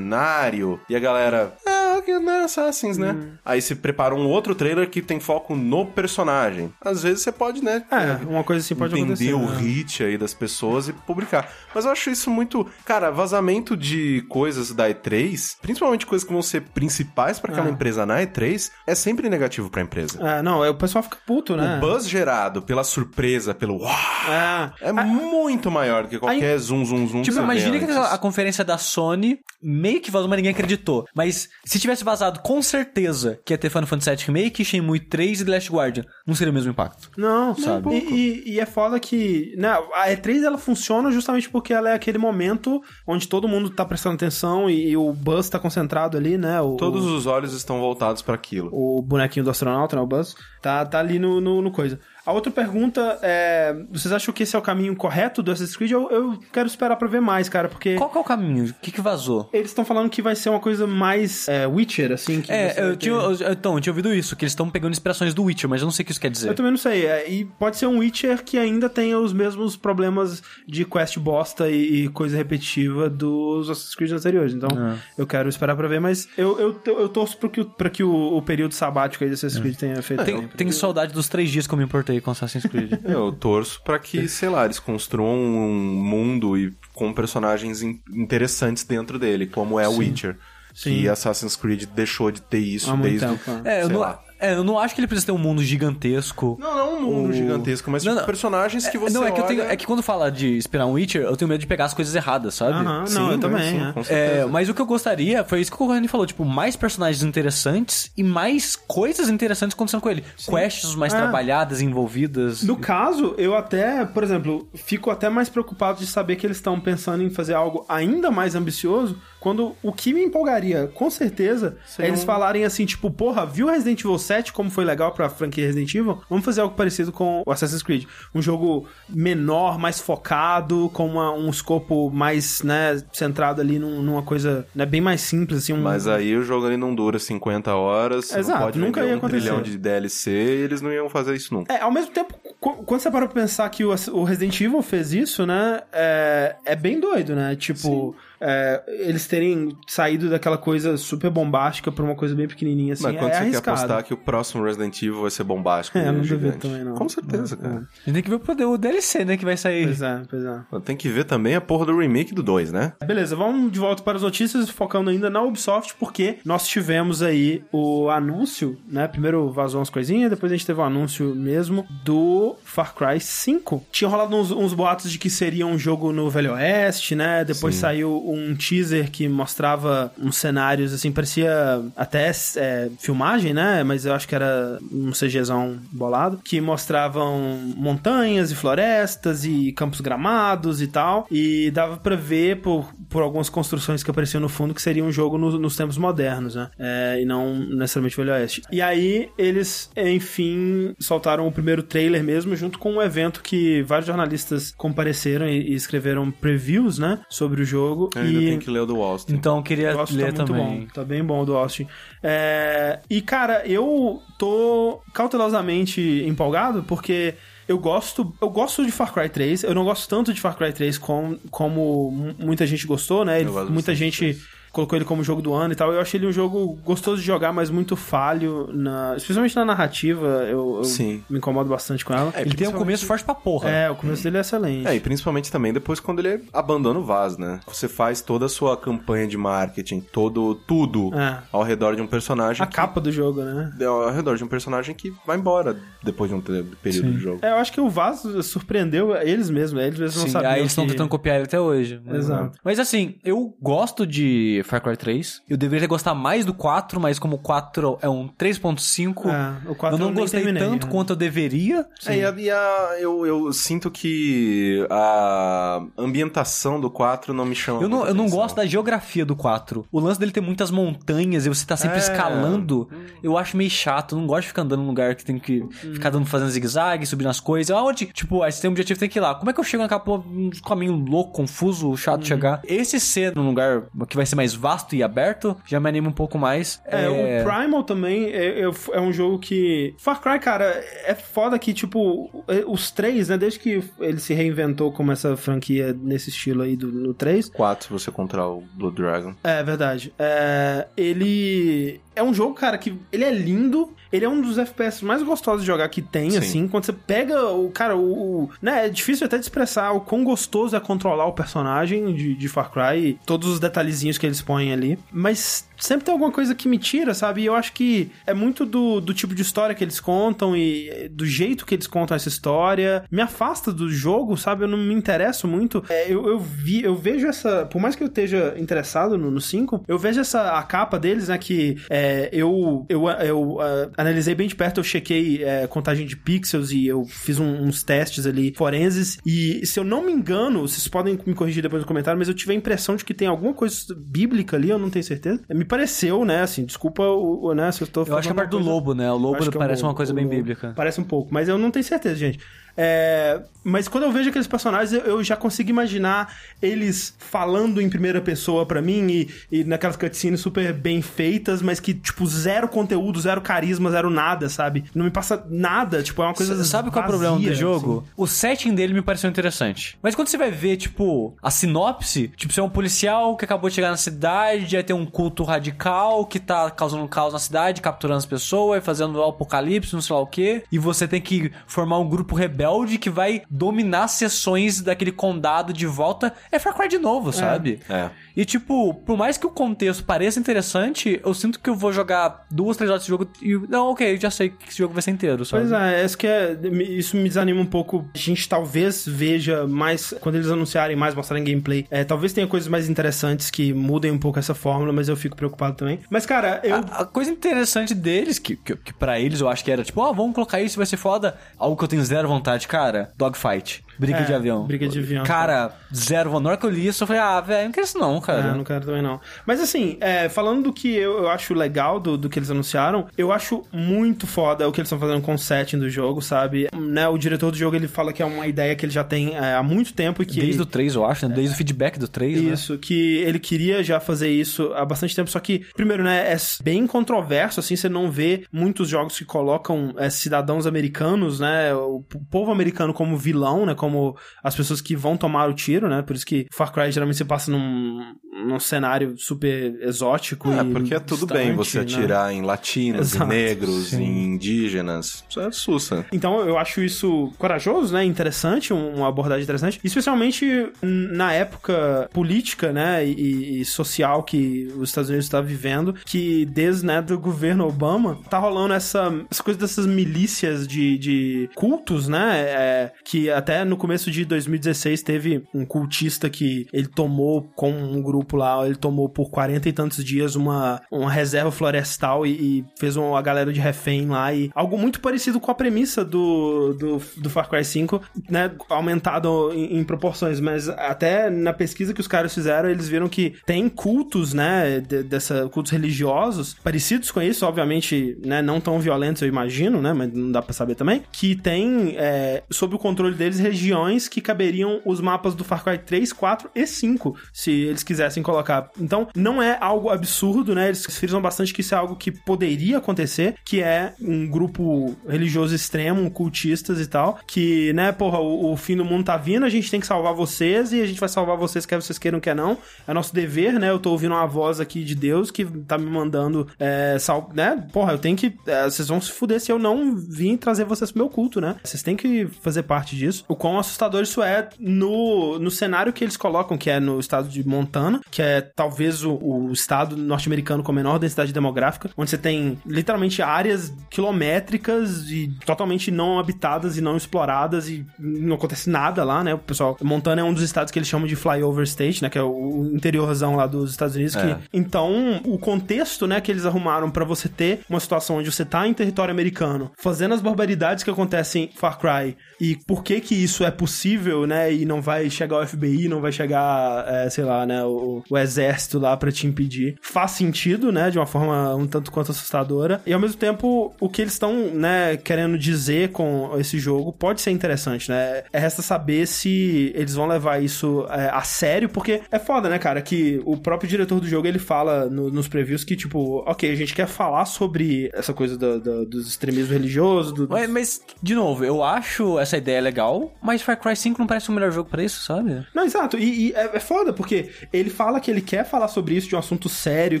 S3: cenário e a galera. "Ah, que não é Assassins, né?
S1: Uhum.
S3: Aí você prepara um outro trailer que tem foco no personagem. Às vezes você pode, né?
S1: É, uma coisa assim pode
S3: entender o
S1: acontecer. né?
S3: hit aí das pessoas e publicar. Mas eu acho isso muito. Cara, vazamento de coisas da E3, principalmente coisas que vão ser principais pra aquela
S1: Ah.
S3: empresa na E3, é sempre negativo pra empresa.
S1: É, não, é, o pessoal fica puto, né?
S3: O buzz gerado pela surpresa, pelo uau,
S1: É.
S3: é muito maior do que qualquer zoom, zoom, zoom.
S2: Tipo,
S3: você
S2: imagina
S3: vê
S2: que
S3: antes.
S2: a conferência da Sony meio que vazou, mas ninguém acreditou. Mas se tivesse vazado, com certeza que ia ter Final Fantasy VII Remake, Shenmue 3 e The Last Guardian. Não seria o mesmo impacto.
S1: Não,
S3: um
S2: Sabe?
S1: E, e- e é foda que. Né, a E3 ela funciona justamente porque ela é aquele momento onde todo mundo tá prestando atenção e, e o Buzz tá concentrado ali, né? O,
S3: Todos os olhos estão voltados pra aquilo.
S1: o bonequinho do astronauta, né, o Buzz, tá, tá ali no, no, no coisa. A outra pergunta é: vocês acham que esse é o caminho correto do Assassin's Creed? Eu, eu quero esperar pra ver mais, cara, porque
S2: Qual que é o caminho? O que, que vazou?
S1: eles estão falando que vai ser uma coisa mais é, Witcher, assim. Que você
S2: É,
S1: vai
S2: eu
S1: ter-
S2: tinha, eu- então, eu tinha ouvido isso, que eles estão pegando inspirações do Witcher, mas eu não sei o que isso quer dizer.
S1: Eu também não sei. é, e pode ser um Witcher que ainda tenha os mesmos problemas de quest bosta e, e coisa repetitiva dos Assassin's Creed anteriores. Então, eu quero esperar pra ver, mas eu, eu, to- eu torço pra que, o- pra que o, o período sabático aí do Assassin's Creed tenha feito.
S2: Tem, tem saudade dos três dias que eu me importei com Assassin's Creed.
S3: É, Eu torço pra que, sei lá, eles construam um mundo e com personagens in- interessantes dentro dele, como é o Witcher.
S1: Sim.
S3: Que Assassin's Creed deixou de ter isso
S1: Há muito
S3: desde
S1: tempo, né?
S2: é, eu
S3: sei
S2: não,
S3: lá.
S2: é, eu não acho que ele precisa ter um mundo gigantesco.
S3: Não, não um mundo
S2: O-
S3: gigantesco, mas
S2: Não,
S3: tipo,
S2: não.
S3: personagens que você
S2: não, é que, eu
S3: olha...
S2: tenho, é que quando fala de inspirar um Witcher, eu tenho medo de pegar as coisas erradas, sabe?
S1: Aham,
S3: Sim,
S1: não, eu
S3: né?
S1: também.
S3: Sim,
S1: é.
S3: com certeza.
S2: É, mas o que eu gostaria foi isso que o Corrêa falou, tipo, mais personagens interessantes e mais coisas interessantes acontecendo com ele. Quests mais
S1: É.
S3: Ah.
S2: trabalhadas, envolvidas.
S1: No caso, eu até, por exemplo, fico até mais preocupado de saber que eles estão pensando em fazer algo ainda mais ambicioso, quando o que me empolgaria, com certeza, é eles falarem assim, tipo, porra, viu Resident Evil 7 como foi legal pra franquia Resident Evil? Vamos fazer algo parecido com o Assassin's Creed. Um jogo menor, mais focado, com uma- um escopo mais, né, centrado ali num- numa coisa, né, bem mais simples, assim, um...
S3: Mas aí o jogo ele não dura 50 horas, você
S1: Exato,
S3: não pode
S1: nunca
S3: vender
S1: ia
S3: um
S1: acontecer.
S3: trilhão de DLC e eles não iam fazer isso nunca.
S1: É, ao mesmo tempo, qu- quando você para pra pensar que o, o Resident Evil fez isso, né? É, é bem doido, né? Tipo, é, eles terem saído daquela coisa super bombástica pra uma coisa bem pequenininha, assim,
S3: Mas quando
S1: é
S3: você quer
S1: arriscado.
S3: apostar que o próximo Resident Evil vai ser bombástico
S1: É,
S3: e
S1: eu não
S3: gigante.
S1: duvido também, não.
S3: Com certeza, cara.
S2: A gente tem que ver o poder- o DLC, né, que vai sair.
S1: Pois é, pois é.
S3: Tem que ver também a porra do remake do 2, né?
S1: Beleza, vamos de volta para as notícias, focando ainda na Ubisoft, porque nós tivemos aí o anúncio, né? Primeiro vazou umas coisinhas, depois a gente teve o anúncio mesmo do Far Cry 5. Tinha rolado uns, uns boatos de que seria um jogo no Velho Oeste, né? Depois saiu um teaser que mostrava uns cenários, assim, parecia até é, filmagem, né? Mas eu acho que era um CGzão bolado, que mostravam montanhas e florestas e campos gramados e tal, e dava pra ver por, por algumas construções que apareciam no fundo que seria um jogo no- nos tempos modernos, né? É, e não necessariamente Velho Oeste. E aí eles, enfim, soltaram o primeiro trailer mesmo, junto com um evento que vários jornalistas compareceram e, e escreveram previews, né? Sobre o jogo.
S3: Eu
S1: e...
S3: É, ainda tem que ler o do Austin.
S2: Então eu queria
S1: O Austin
S2: ler
S1: tá muito
S2: também.
S1: bom. Tá bem bom o do Austin. É, E, cara, eu tô cautelosamente empolgado porque. Eu gosto, eu gosto de Far Cry 3. Eu não gosto tanto de Far Cry 3 com, como mu- muita gente gostou, né? Ele-
S3: gosto
S1: muita gente colocou ele como jogo do ano e tal. Eu achei ele um jogo gostoso de jogar, mas muito falho, na, especialmente na narrativa. Eu, eu
S3: Sim.
S1: me incomodo bastante com ela.
S3: É,
S2: Ele tem um
S3: principalmente-
S2: começo forte pra porra.
S1: É, o começo dele é excelente.
S3: É, e principalmente também depois quando ele abandona o Vaz, né? Você faz toda a sua campanha de marketing, todo tudo
S1: É.
S3: ao redor de um personagem
S1: a
S3: que-
S1: capa do jogo, né?
S3: é, ao redor de um personagem que vai embora depois de um te- período do jogo.
S1: É, eu acho que o Vaz surpreendeu eles mesmos, né? eles mesmos não
S2: Sim,
S1: sabiam
S2: aí eles estão
S1: que-
S2: tentando copiar ele até hoje. né?
S1: Exato.
S2: Mas assim, eu gosto de Far Cry 3. Eu deveria gostar mais do 4, mas como o 4 é um 3.5,
S1: É, o 4
S2: eu
S1: eu
S2: não
S1: nem
S2: gostei
S1: terminei,
S2: tanto
S1: né?
S2: quanto eu deveria.
S3: É, e a, e a- eu, eu sinto que a ambientação do 4 não me chama.
S2: Eu não,
S3: muita
S2: eu não
S3: atenção.
S2: gosto da geografia do 4. O lance dele ter muitas montanhas e você tá sempre
S3: É.
S2: escalando,
S1: Hum.
S2: eu acho meio chato. Eu não gosto de ficar andando num lugar que tem que ficar dando, fazendo zigue-zague, subindo as coisas. Aonde, tipo, aí você tem um objetivo, tem que ir lá. Como é que eu chego naquela porra, um caminho louco, confuso, chato
S1: Hum.
S2: de chegar? Esse ser num lugar que vai ser mais vasto e aberto, já me anima um pouco mais.
S1: É, o Primal também é, é- é um jogo que. Far Cry, cara, é foda que, tipo, é- os três, né? Desde que ele se reinventou como essa franquia nesse estilo aí do, no 3.
S3: 4 se você contra o Blood Dragon.
S1: É verdade. É, ele. É um jogo, cara, que ele é lindo. Ele é um dos FPS mais gostosos de jogar que tem,
S3: Sim.
S1: assim. Quando você pega o. Cara, o. o- né, é difícil até de expressar o quão gostoso é controlar o personagem de, de Far Cry e todos os detalhezinhos que eles põem ali. Mas sempre tem alguma coisa que me tira, sabe? E eu acho que é muito do, do tipo de história que eles contam e eh, do jeito que eles contam essa história. Me afasta do jogo, sabe? Eu não me interesso muito. É, eu, eu vi, eu vejo essa. Por mais que eu esteja interessado no 5, eu vejo essa a capa deles, né? Que é, eu, eu, eu ah, analisei bem de perto, eu chequei é, contagem de pixels e eu fiz um- uns testes ali forenses. E se eu não me engano, vocês podem me corrigir depois no comentário, mas eu tive a impressão de que tem alguma coisa bíblica ali, eu não tenho certeza. Me pareceu, né? Assim, desculpa o, o- né, se eu tô
S2: Eu acho que é
S1: falando
S2: parte do
S1: uma coisa-
S2: lobo, né? O lobo
S1: acho que é um
S2: parece uma
S1: lobo,
S2: coisa
S1: um
S2: bem
S1: lobo.
S2: bíblica.
S1: Parece um pouco, mas eu não tenho certeza, gente. É, mas quando eu vejo aqueles personagens, eu, eu já consigo imaginar eles falando em primeira pessoa pra mim e, e naquelas cutscenes super bem feitas, mas que, tipo, zero conteúdo, zero carisma, zero nada, sabe? Não me passa nada, tipo, é uma coisa.
S2: S- Sabe qual é o
S1: vazia, assim.
S2: problema do jogo? O setting dele me pareceu interessante. Mas quando você vai ver, tipo, a sinopse, tipo, você é um policial que acabou de chegar na cidade, aí tem um culto radical que tá causando um caos na cidade, capturando as pessoas, e fazendo o apocalipse, não sei lá o quê. E você tem que formar um grupo rebelde que vai dominar seções daquele condado de volta. É Far Cry de novo, sabe?
S3: É.
S2: E, tipo, por mais que o contexto pareça interessante, eu sinto que eu vou jogar duas, três horas de jogo e. Não, ok, eu já sei que esse jogo vai ser inteiro, sabe?
S1: Pois é, isso, que é, me- isso me desanima um pouco. A gente talvez veja mais, quando eles anunciarem mais, mostrarem gameplay, é, talvez tenha coisas mais interessantes que mudem um pouco essa fórmula, mas eu fico preocupado também. Mas, cara, eu.
S2: A, a coisa interessante deles, que, que, que para eles eu acho que era tipo, ah, vamos colocar isso, vai ser foda. Algo que eu tenho zero vontade, cara. Dogfight. Briga
S1: É,
S2: de avião.
S1: briga de avião,
S2: Cara, zero vontade. Na hora que eu li isso, eu falei, ah, velho, não quero isso não, cara.
S1: Ah, não quero também não. Mas assim, é, falando do que eu, eu acho legal do, do que eles anunciaram, eu acho muito foda o que eles estão fazendo com o setting do jogo, sabe? Né, o diretor do jogo ele fala que é uma ideia que ele já tem é, há muito tempo e que.
S2: Desde o 3, eu acho, né? Desde o feedback do 3, né?
S1: Isso, que ele queria já fazer isso há bastante tempo, só que, primeiro, né, é bem controverso, assim, você não vê muitos jogos que colocam é, cidadãos americanos, né, o p- povo americano como vilão, né, como as pessoas que vão tomar o tiro, né, por isso que Far Cry geralmente se passa num, num cenário super exótico
S3: É,
S1: e
S3: porque é tudo
S1: distante,
S3: bem você
S1: né?
S3: atirar em latinos,
S1: Exato,
S3: em negros,
S2: sim.
S3: em indígenas. Isso é sussa.
S1: Então eu acho isso corajoso, né? Interessante, um- uma abordagem interessante. Especialmente hum, na época política, né? E, e social que os Estados Unidos está vivendo, que desde né, do governo Obama tá rolando essa, essa coisa dessas milícias de, de cultos, né? é, que até no começo de 2016 teve um cultista que ele tomou com um grupo lá, ele tomou por 40 e tantos dias uma, uma reserva florestal e, e fez uma galera de refém lá e algo muito parecido com a premissa do, do, do Far Cry 5, né, aumentado em, em proporções, mas até na pesquisa que os caras fizeram, eles viram que tem cultos, né, de- dessa, cultos religiosos parecidos com isso, obviamente, né, não tão violentos, eu imagino, né, mas não dá pra saber também, que tem é, sob o controle deles regi- regiões que caberiam os mapas do Far Cry 3, 4 e 5, se eles quisessem colocar. Então, não é algo absurdo, né? Eles frisam bastante que isso é algo que poderia acontecer, que é um grupo religioso extremo, cultistas e tal, que, né, porra, o, o fim do mundo tá vindo, a gente tem que salvar vocês e a gente vai salvar vocês quer vocês queiram, quer não. É nosso dever, né? Eu tô ouvindo uma voz aqui de Deus que tá me mandando, é, sal, né? Porra, eu tenho que. é, vocês vão se fuder se eu não vim trazer vocês pro meu culto, né? Vocês têm que fazer parte disso. O quão assustador isso é no, no cenário que eles colocam, que é no estado de Montana, que é talvez o, o estado norte-americano com a menor densidade demográfica, onde você tem literalmente áreas quilométricas e totalmente não habitadas e não exploradas e não acontece nada lá, né? O pessoal, Montana é um dos estados que eles chamam de flyover state, né? Que é o interiorzão lá dos Estados Unidos.
S3: É.
S1: Que, então, o contexto, né, que eles arrumaram pra você ter uma situação onde você tá em território americano, fazendo as barbaridades que acontecem em Far Cry e por que que isso é possível, né? E não vai chegar o FBI, não vai chegar, é, sei lá, né, o, o exército lá pra te impedir. Faz sentido, né? De uma forma um tanto quanto assustadora. E ao mesmo tempo, o que eles estão, né, querendo dizer com esse jogo pode ser interessante, né? É resta saber se eles vão levar isso é, a sério, porque é foda, né, cara? Que o próprio diretor do jogo ele fala no- nos previews que, tipo, ok, a gente quer falar sobre essa coisa do, do, dos extremismo religioso, do,
S2: Mas, mas, de novo, eu acho essa ideia legal, mas Far Cry 5 não parece o melhor jogo pra isso, sabe?
S1: Não, exato. E, e é, é foda, porque ele fala que ele quer falar sobre isso de um assunto sério,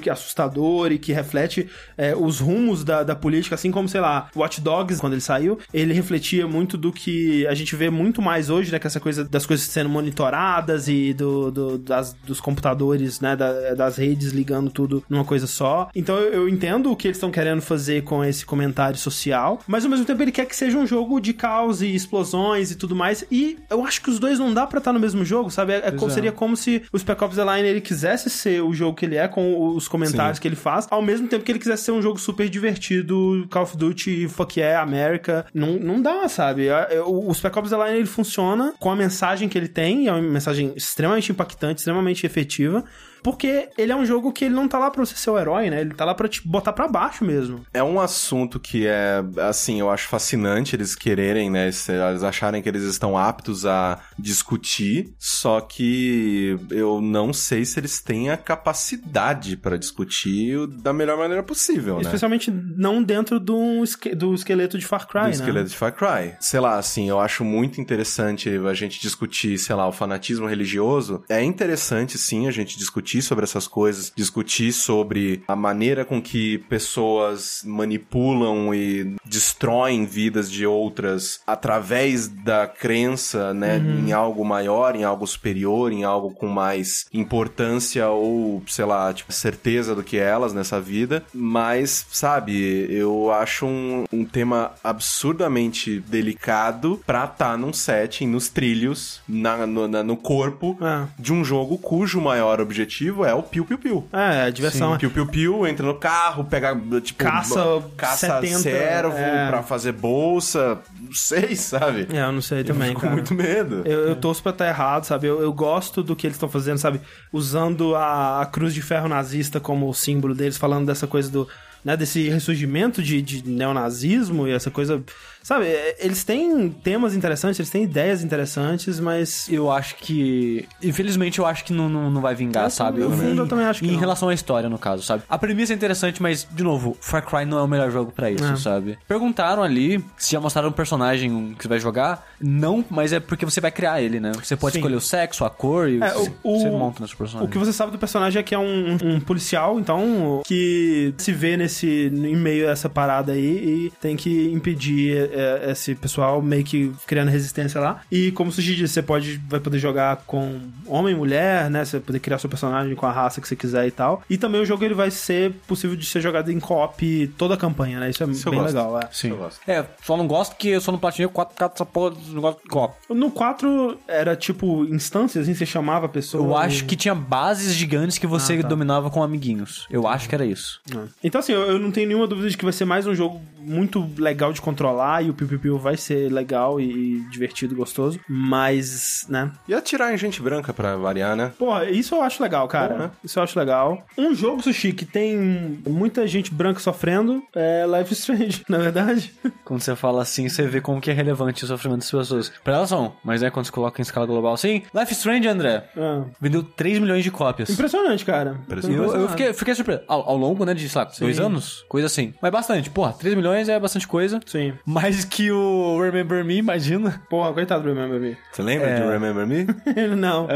S1: que é assustador e que reflete é, os rumos da, da política, assim como, sei lá, Watch Dogs, quando ele saiu, ele refletia muito do que a gente vê muito mais hoje, né? Que essa coisa das coisas sendo monitoradas e do, do- das, dos computadores, né? da- das redes ligando tudo numa coisa só. Então eu, eu entendo o que eles estão querendo fazer com esse comentário social, mas ao mesmo tempo ele quer que seja um jogo de caos e explosões e tudo mais. E eu acho que os dois não dá pra estar no mesmo jogo, sabe? É- é como-
S2: é.
S1: Seria como se o Spec Ops The Line ele quisesse ser o jogo que ele é, com os comentários que ele faz, ao mesmo tempo que ele quisesse ser um jogo super divertido, Call of Duty, fuck yeah, América. Não, não dá, sabe? A- eu- O Spec Ops The Line ele funciona com a mensagem que ele tem, e é uma mensagem extremamente impactante, extremamente efetiva. Porque ele é um jogo que ele não tá lá pra você ser o herói, né? Ele tá lá pra te botar pra baixo mesmo.
S3: É um assunto que é, assim, eu acho fascinante eles quererem, né? se Eles acharem que eles estão aptos a discutir, só que eu não sei se eles têm a capacidade pra discutir o- da melhor maneira possível, né?
S1: Especialmente não dentro do, esque- do esqueleto de Far Cry,
S3: do
S1: né?
S3: esqueleto de Far Cry. Sei lá, assim, eu acho muito interessante a gente discutir, sei lá, o fanatismo religioso. É interessante, sim, a gente discutir sobre essas coisas, discutir sobre a maneira com que pessoas manipulam e destroem vidas de outras através da crença, né,
S1: Uhum.
S3: em algo maior, em algo superior, em algo com mais importância ou, sei lá, tipo, certeza do que elas nessa vida. Mas, sabe, eu acho um, um tema absurdamente delicado pra estar num setting, nos trilhos, na, no, na- no corpo
S1: É.
S3: de um jogo cujo maior objetivo é o piu-piu-piu.
S1: É, diversão. é.
S3: Piu-piu-piu, entra no carro, pega, tipo,
S1: Caça
S3: b- caça
S1: 70,
S3: servo
S1: é.
S3: pra fazer bolsa, não sei, sabe?
S1: É, eu não sei também,
S3: Fico com
S1: cara.
S3: muito medo.
S1: Eu, eu torço pra estar errado, sabe? Eu, eu gosto do que eles estão fazendo, sabe? Usando a, a cruz de ferro nazista como o símbolo deles, falando dessa coisa do. Né, desse ressurgimento de, de neonazismo e essa coisa. Sabe? é, Eles têm temas interessantes, eles têm ideias interessantes, mas.
S2: Eu acho que. Infelizmente, eu acho que não, não, não vai vingar,
S1: Eu
S2: sabe?
S1: também- no fundo, eu também acho que
S2: Em
S1: não.
S2: relação à história, no caso, sabe? A premissa é interessante, mas, de novo, Far Cry não é o melhor jogo pra isso,
S1: É.
S2: sabe? Perguntaram ali se já mostraram um personagem que você vai jogar. Não, mas é porque você vai criar ele, né? Você pode
S1: Sim.
S2: escolher o sexo, a cor e
S1: É,
S2: você,
S1: o-
S2: você
S1: o-
S2: monta nesse personagem.
S1: O que você sabe do personagem é que é um, um policial, então, que se vê nesse em meio a essa parada aí e tem que impedir é, esse pessoal meio que criando resistência lá. E como o Sushi disse, você pode, vai poder jogar com homem, mulher, né? Você vai poder criar seu personagem com a raça que você quiser e tal. E também o jogo ele vai ser possível de ser jogado em co-op toda a campanha, né? Isso é
S3: Isso eu
S1: bem
S3: gosto.
S1: legal. É.
S3: Sim. Eu gosto.
S2: É, só não gosto que eu só não platinei 4K dessa porra desse negócio de copo.
S1: No 4 era tipo instâncias, assim, você chamava a pessoa.
S2: Eu
S1: e-
S2: acho que tinha bases gigantes que você
S1: Ah, tá.
S2: dominava com amiguinhos. Eu acho que era isso.
S1: É. Então, assim, eu, eu não tenho nenhuma dúvida de que vai ser mais um jogo muito legal de controlar e o Piu Piu Piu vai ser legal e divertido, gostoso, mas, né?
S3: E atirar em gente branca pra variar, né?
S1: Porra, isso eu acho legal, cara.
S3: Bom, né?
S1: Isso eu acho legal. Um jogo, Sushi, que tem muita gente branca sofrendo é Life is Strange, na verdade.
S2: Quando você fala assim, você vê como que é relevante o sofrimento das pessoas. Pra elas são, mas é quando você coloca em escala global assim. Life is Strange, André,
S1: Ah,
S2: vendeu 3 milhões de cópias.
S1: Impressionante, cara.
S3: Impressionante.
S2: E Eu, eu
S1: Impressionante.
S2: fiquei, fiquei surpreso. Ao, ao longo, né, de, sei lá, dois anos? Coisa assim. Mas bastante. Porra, 3 milhões é bastante coisa.
S1: Sim.
S2: Mais que o Remember Me, imagina.
S1: Porra, coitado do Remember Me.
S3: Você lembra de Remember Me?
S1: Ele não.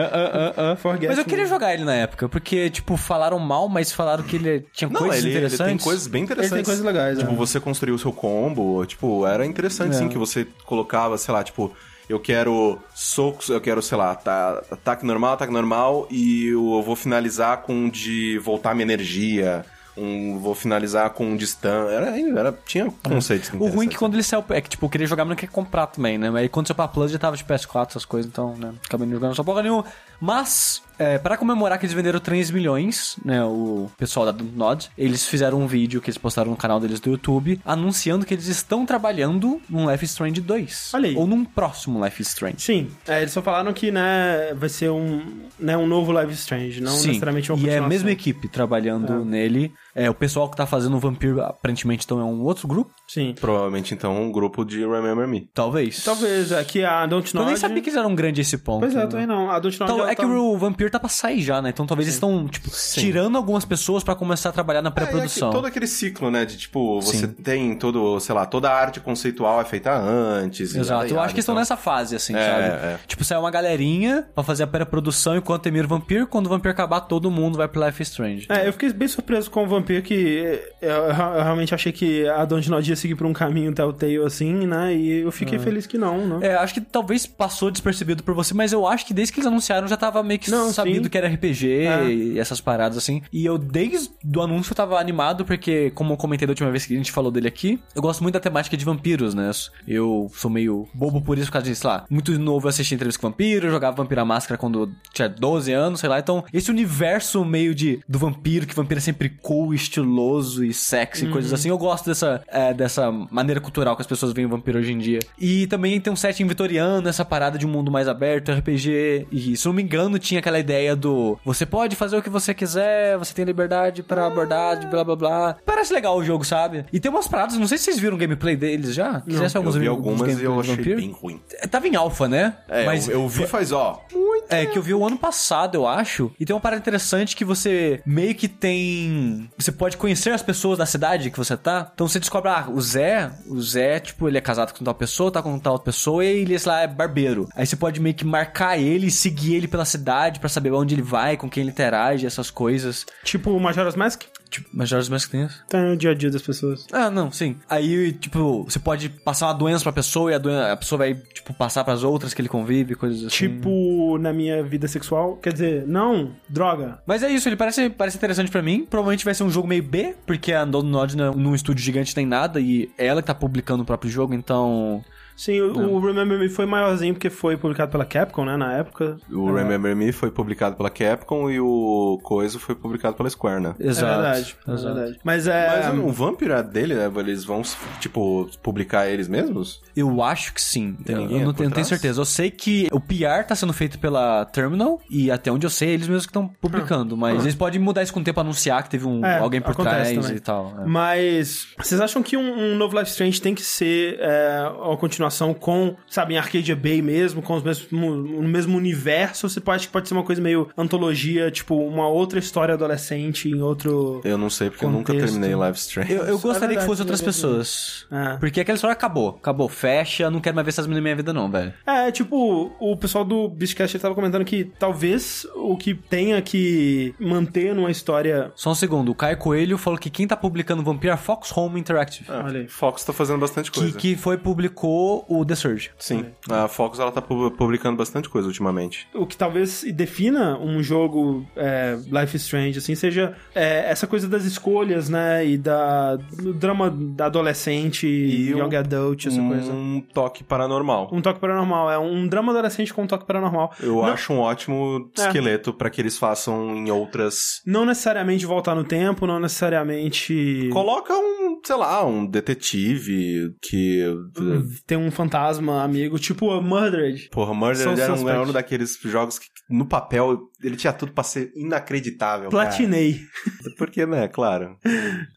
S1: Forget
S2: Mas eu
S1: me.
S2: queria jogar ele na época, porque, tipo, falaram mal, mas falaram que ele tinha
S3: Não,
S2: coisas
S3: ele, ele
S2: interessantes.
S3: tem coisas bem interessantes.
S1: Ele tem coisas legais,
S3: Tipo,
S1: né?
S3: você construiu o seu combo, tipo, era interessante sim que você colocava, sei lá, tipo, eu quero socos, eu quero, sei lá, tá- ataque normal, ataque normal, e eu vou finalizar com um de voltar minha energia, um vou finalizar com um de stun. Era, era, tinha conceitos
S2: O ruim é que
S3: interessantes.
S2: quando ele saiu. É que, tipo, eu queria jogar, mas não queria comprar também, né? Mas aí quando saiu pra Plus já tava de PS4, essas coisas, então, né? Acabei não jogando só porra nenhuma. Mas, é, pra comemorar que eles venderam 3 milhões, né? O pessoal da Dontnod, eles fizeram um vídeo que eles postaram no canal deles do YouTube anunciando que eles estão trabalhando num Life is Strange 2.
S1: Olha aí.
S2: Ou num próximo Life is Strange.
S1: Sim, é, eles só falaram que, né, vai ser um, né, um novo Live is Strange, não necessariamente uma
S2: E é a
S1: continuação. Tá.
S2: mesma equipe trabalhando nele. É, o pessoal que tá fazendo o Vampiro, aparentemente, então é um outro grupo.
S1: Sim.
S3: Provavelmente, então, um grupo de Remember Me.
S2: Talvez.
S1: Talvez aqui a Dontnod...
S2: Eu nem sabia que eles eram grandes esse ponto.
S1: Pois é, eu
S2: né?
S1: também não. A Dontnod...
S2: Então,
S1: ela
S2: é que
S1: tá-
S2: o Vampiro tá pra sair já, né? Então talvez eles estão, tipo, tirando algumas pessoas pra começar a trabalhar na
S3: É, e aqui-
S2: pré-produção.
S3: todo aquele ciclo, né? De tipo, você
S2: Sim.
S3: tem todo, sei lá, toda a arte conceitual é feita antes. e
S2: Exato.
S3: yada,
S2: Eu
S3: yada,
S2: acho que eles estão
S3: então.
S2: nessa fase, assim,
S3: É,
S2: sabe?
S3: é.
S2: Tipo, sai uma galerinha pra fazer a pré-produção enquanto termina o Vampiro. Quando o Vampiro acabar, todo mundo vai pro Life is Strange.
S1: É, eu fiquei bem surpreso com o Vampiro, que é, eu, eu realmente achei que a Dontnod ia seguir por um caminho Telltale, assim, né, e eu fiquei feliz que não, né.
S2: É, acho que talvez passou despercebido por você, mas eu acho que desde que eles anunciaram já tava meio que
S1: Não,
S2: sabido
S1: sim.
S2: que era RPG
S1: É.
S2: e essas paradas assim. E eu desde o anúncio eu tava animado porque, como eu comentei da última vez que a gente falou dele aqui, eu gosto muito da temática de vampiros, né? Eu sou meio bobo por isso, por causa disso, sei lá. Muito novo eu assisti entrevista com vampiro, eu jogava Vampira Máscara quando eu tinha 12 anos, sei lá. Então, esse universo meio de do vampiro, que vampiro é sempre cool, estiloso e sexy, coisas assim. Eu gosto dessa, é, dessa maneira cultural que as pessoas veem o vampiro hoje em dia. E também tem um setting vitoriano, essa parada de um mundo mais aberto, RPG. E se eu não me engano, tinha aquela ideia do você pode fazer o que você quiser, você tem liberdade pra abordagem, blá blá blá. Parece legal o jogo, sabe? E tem umas paradas, não sei se vocês viram o gameplay deles já. Não,
S3: Eu vi algumas e eu achei bem ruim.
S2: Tava em alfa, né?
S3: É, eu, eu vi faz, ó.
S2: É, que eu vi o ano passado, eu acho. E tem uma parada interessante que você meio que tem. Você pode conhecer as pessoas da cidade que você tá. Então você descobre, ah, o Zé, o Zé, tipo, ele é casado com tal pessoa, tá com tal pessoa, e ele, sei lá, é barbeiro. Aí você pode meio que marcar ele e seguir ele pela cidade pra saber onde ele vai, com quem ele interage, essas coisas.
S1: Tipo o Majora's Mask,
S2: Tipo, mas já os meus tem isso?
S1: tá no dia a dia das pessoas.
S2: Ah, não, sim. Aí, tipo, você pode passar uma doença pra pessoa e a, doença, a pessoa vai, tipo, passar pras outras que ele convive, coisas assim.
S1: Tipo na minha vida sexual, quer dizer, não, droga.
S2: Mas é isso, ele parece, parece interessante pra mim. Provavelmente vai ser um jogo meio B, porque a Dontnod não é num estúdio gigante nem nada e ela que tá publicando o próprio jogo, então.
S1: Sim, o, o Remember Me foi maiorzinho porque foi publicado pela Capcom, né, na época.
S3: O
S2: É.
S3: Remember Me foi publicado pela Capcom e o Coiso foi publicado pela Square, né?
S2: Exato.
S1: é verdade, é
S2: exato.
S1: verdade. Mas é...
S3: Mas o Vampire é dele, né? Eles vão, tipo, publicar eles mesmos?
S2: Eu acho que sim.
S3: Tem
S2: eu,
S3: ninguém
S2: eu não,
S3: por
S2: tenho- eu tenho
S3: trás?
S2: certeza. Eu sei que o PR tá sendo feito pela Terminal e até onde eu sei, é eles mesmos que estão publicando. Mas eles podem mudar isso com o tempo, anunciar que teve um,
S1: Ah. É,
S2: alguém por
S1: acontece
S2: trás
S1: também.
S2: e tal. é.
S1: Mas vocês acham que um, um novo Life Strange tem que ser é, uma continuação com, sabe, em Arcadia Bay mesmo, com os mesmos, no mesmo universo? Você pode, acho que pode ser uma coisa meio antologia, tipo uma outra história adolescente em outro.
S3: Eu não sei, porque eu nunca
S1: Contexto.
S3: terminei Live Stream.
S2: Eu, eu gostaria
S1: é verdade,
S2: que fosse outras
S1: é verdade.
S2: pessoas.
S1: É.
S2: Porque aquela história acabou. Acabou, fecha, não quero mais ver essas meninas na minha vida, não, velho.
S1: É, tipo, o pessoal do Beastcast estava comentando que talvez o que tenha que manter numa história.
S2: Só um segundo, o Caio Coelho falou que quem tá publicando Vampiro é a Fox Home Interactive.
S1: Olha aí.
S3: Ah, Fox tá fazendo bastante
S2: Que,
S3: coisa.
S2: que foi, publicou ou o The Surge.
S3: Sim. A Focus ela tá pu- publicando bastante coisa ultimamente.
S1: o que talvez defina um jogo é, Life is Strange, assim, seja é, essa coisa das escolhas, né? E da, do drama da adolescente,
S3: E
S1: young
S3: um-
S1: adult, essa
S3: um
S1: coisa.
S3: toque paranormal.
S1: Um toque paranormal, é um drama adolescente com um toque paranormal.
S3: Eu
S1: Não-
S3: acho um ótimo
S1: É.
S3: esqueleto pra que eles façam em outras.
S1: Não necessariamente voltar no tempo, não necessariamente
S3: Coloca um, sei lá, um detetive que.
S1: ter um fantasma amigo, tipo a Murdered.
S3: Porra,
S1: São
S3: Murder era um,
S1: Suspect.
S3: era um daqueles jogos que no papel ele tinha tudo pra ser inacreditável. cara.
S1: Platinei.
S3: Porque, né, claro.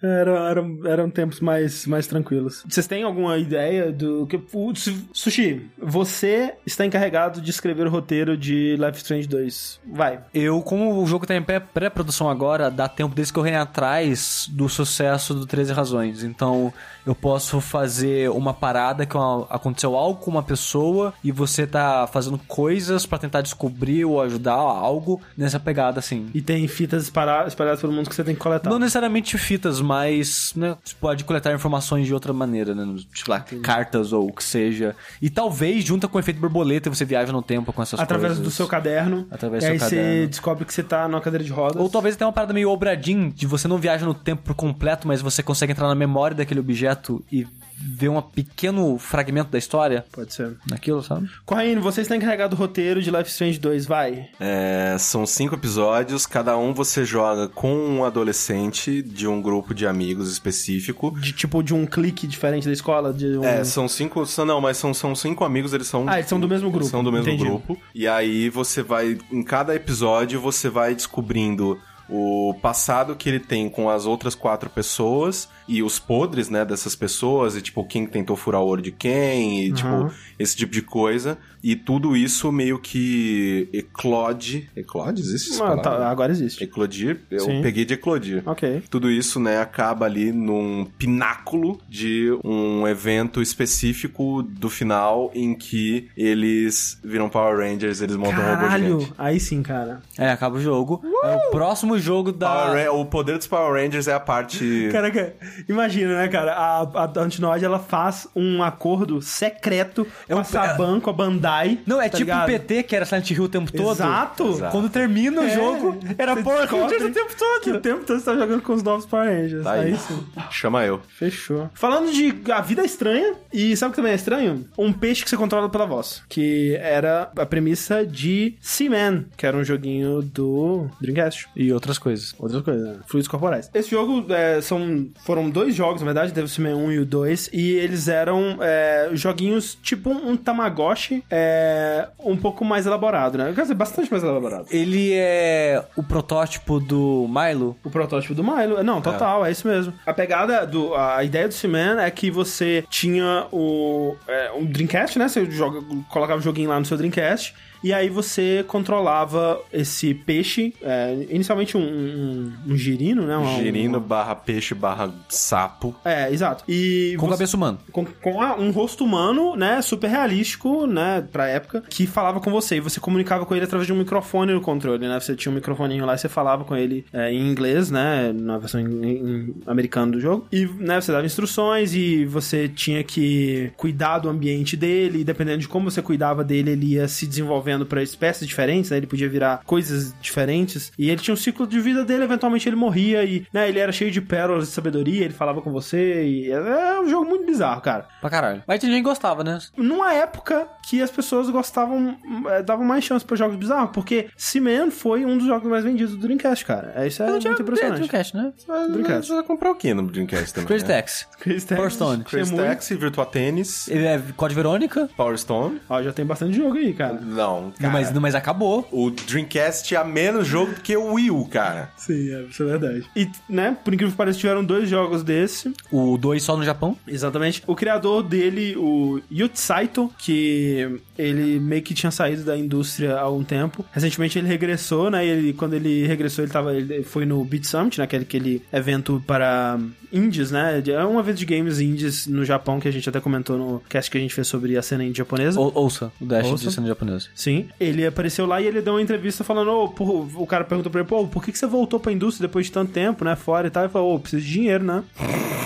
S1: Era, eram, eram tempos mais, mais tranquilos. Vocês têm alguma ideia do que. o Su- Sushi, você está encarregado de escrever o roteiro de Life is Strange 2. Vai.
S2: Eu, como o jogo tá em pré- pré-produção agora, dá tempo deles correrem atrás do sucesso do 13 Razões. Então, eu posso fazer uma parada que uma- aconteceu algo com uma pessoa e você tá fazendo coisas pra tentar descobrir ou ajudar algo nessa pegada, assim.
S1: E tem fitas espalha- espalhadas pelo mundo que você tem que coletar.
S2: Não necessariamente fitas, mas né, você pode coletar informações de outra maneira, né? Tipo lá, cartas ou o que seja. E talvez junta com o efeito borboleta e você viaja no tempo com essas
S1: Através
S2: coisas.
S1: do seu caderno.
S2: Através
S1: e
S2: do
S1: aí
S2: seu
S1: você
S2: caderno.
S1: descobre que você tá numa cadeira de rodas.
S2: Ou talvez até uma parada meio obradinho, de você não viaja no tempo por completo, mas você consegue entrar na memória daquele objeto e ver um pequeno fragmento da história
S1: Pode ser.
S2: naquilo, sabe?
S1: Corrine, você está encarregado do roteiro de Life is Strange 2. Vai.
S3: É, são cinco episódios, cada um você joga com um adolescente de um grupo de amigos específico.
S1: De tipo de um clique diferente da escola? De um...
S3: É, são cinco. são- Não, mas são, são cinco amigos, eles são.
S1: Ah, eles são do mesmo grupo,
S3: São do mesmo
S1: entendi.
S3: grupo. E aí você vai. Em cada episódio você vai descobrindo o passado que ele tem com as outras quatro pessoas e os podres, né, dessas pessoas, e tipo, quem tentou furar o olho de quem, e
S1: Uhum.
S3: tipo, esse tipo de coisa. E tudo isso meio que eclode. Eclode? Existe essa
S1: Ah,
S3: palavra?
S1: tá, agora existe.
S3: Eclodir? Eu
S1: Sim.
S3: peguei de eclodir.
S1: Ok.
S3: Tudo isso, né, acaba ali num pináculo de um evento específico do final em que eles viram Power Rangers, eles montam um robô
S1: Caralho,
S3: gigante.
S1: aí sim, cara.
S2: É, acaba o jogo. É o próximo jogo
S3: Power
S2: da.
S3: Ra- o poder dos Power Rangers é a parte...
S1: Caraca, imagina, né, cara? A, a Antinod, ela faz um acordo secreto
S2: É
S1: com
S2: um-
S1: a Saban, com a Bandai.
S2: Não, é
S1: tá
S2: tipo o
S1: ligado?
S2: PT, que era Silent Hill o tempo todo.
S1: Exato.
S3: Exato.
S2: Quando termina o
S1: É.
S2: jogo, era
S1: Você
S2: Power
S1: descobre
S2: Rangers o tempo todo.
S1: Que o tempo todo você tá jogando com os novos Power Rangers.
S3: Tá
S1: aí
S3: aí.
S1: sim.
S3: Chama eu.
S1: Fechou. Falando de A Vida é Estranha, e sabe o que também é estranho? Um peixe que você controla pela voz. Que era a premissa de Seaman, que era um joguinho do Dreamcast.
S2: E outras coisas.
S1: Outras coisas, né? Fluidos corporais. Esse jogo é, são, foram dois jogos, na verdade, teve o Superman 1 e o 2, e eles eram é, joguinhos tipo um Tamagotchi, é, um pouco mais elaborado, né? Quer dizer, bastante mais elaborado.
S2: Ele é o protótipo do Milo.
S1: O protótipo do Milo. Não, total, é, isso mesmo. A pegada do. A ideia do Seaman é que você tinha o. É, um Dreamcast, né? Você joga, colocava o joguinho lá no seu Dreamcast. E aí você controlava esse peixe, é, inicialmente um, um, um girino, né? Um-
S3: Girino barra peixe barra sapo.
S1: É, exato. E
S2: Com
S1: você-
S2: cabeça humana.
S1: com, com a- um rosto humano, né, super realístico, né, pra época, que falava com você. E você comunicava com ele através de um microfone no controle, né? Você tinha um microfoninho lá e você falava com ele é, em inglês, né, na versão em, em americana do jogo. E, né, você dava instruções e você tinha que cuidar do ambiente dele. E dependendo de como você cuidava dele, ele ia se desenvolvendo pra espécies diferentes, né? Ele podia virar coisas diferentes. E ele tinha um ciclo de vida dele, eventualmente ele morria e, né, ele era cheio de pérolas de sabedoria, ele falava com você e é é um jogo muito bizarro, cara
S2: Pra caralho. Mas tinha gente que gostava, né?
S1: numa época que as pessoas gostavam, eh, davam mais chance pra jogos bizarros, porque Seaman foi um dos jogos mais vendidos do Dreamcast, cara. Isso é
S2: um
S1: muito impressionante.
S2: Dreamcast, né?
S1: Dreamcast.
S3: Você vai comprar o que no Dreamcast também?
S2: Crazy
S3: né?
S2: Taxi.
S1: Chris Tax,
S2: Power Stone.
S3: Crazy
S1: Shenmue.
S3: Taxi, Virtua Tennis,
S2: Ele é Code Verônica?
S3: Power Stone.
S1: Ó, já tem bastante jogo aí, cara.
S3: Não,
S2: Não,
S3: cara.
S2: mas, não, mas acabou.
S3: O Dreamcast tinha menos jogo do que o Wii U, cara.
S1: Sim, é, isso é verdade. E, né, por incrível que pareça, tiveram dois jogos desse.
S2: O 2 só no Japão.
S1: Exatamente. O criador dele, o Yuji Saito, que ele meio que tinha saído da indústria há algum tempo. Recentemente ele regressou, né? E ele, quando ele regressou, ele, tava, ele foi no Beat Summit, naquele aquele evento para indies, né? É um evento de games indies no Japão que a gente até comentou no cast que a gente fez sobre a cena indie japonesa.
S2: Ou, ouça o Dash
S1: Ouça.
S2: de cena japonesa.
S1: Sim, Sim. Ele apareceu lá e ele deu uma entrevista falando, ô, por- o cara perguntou pra ele, pô, por que, que você voltou pra indústria depois de tanto tempo, né, fora e tal? Ele falou, ô, preciso de dinheiro, né?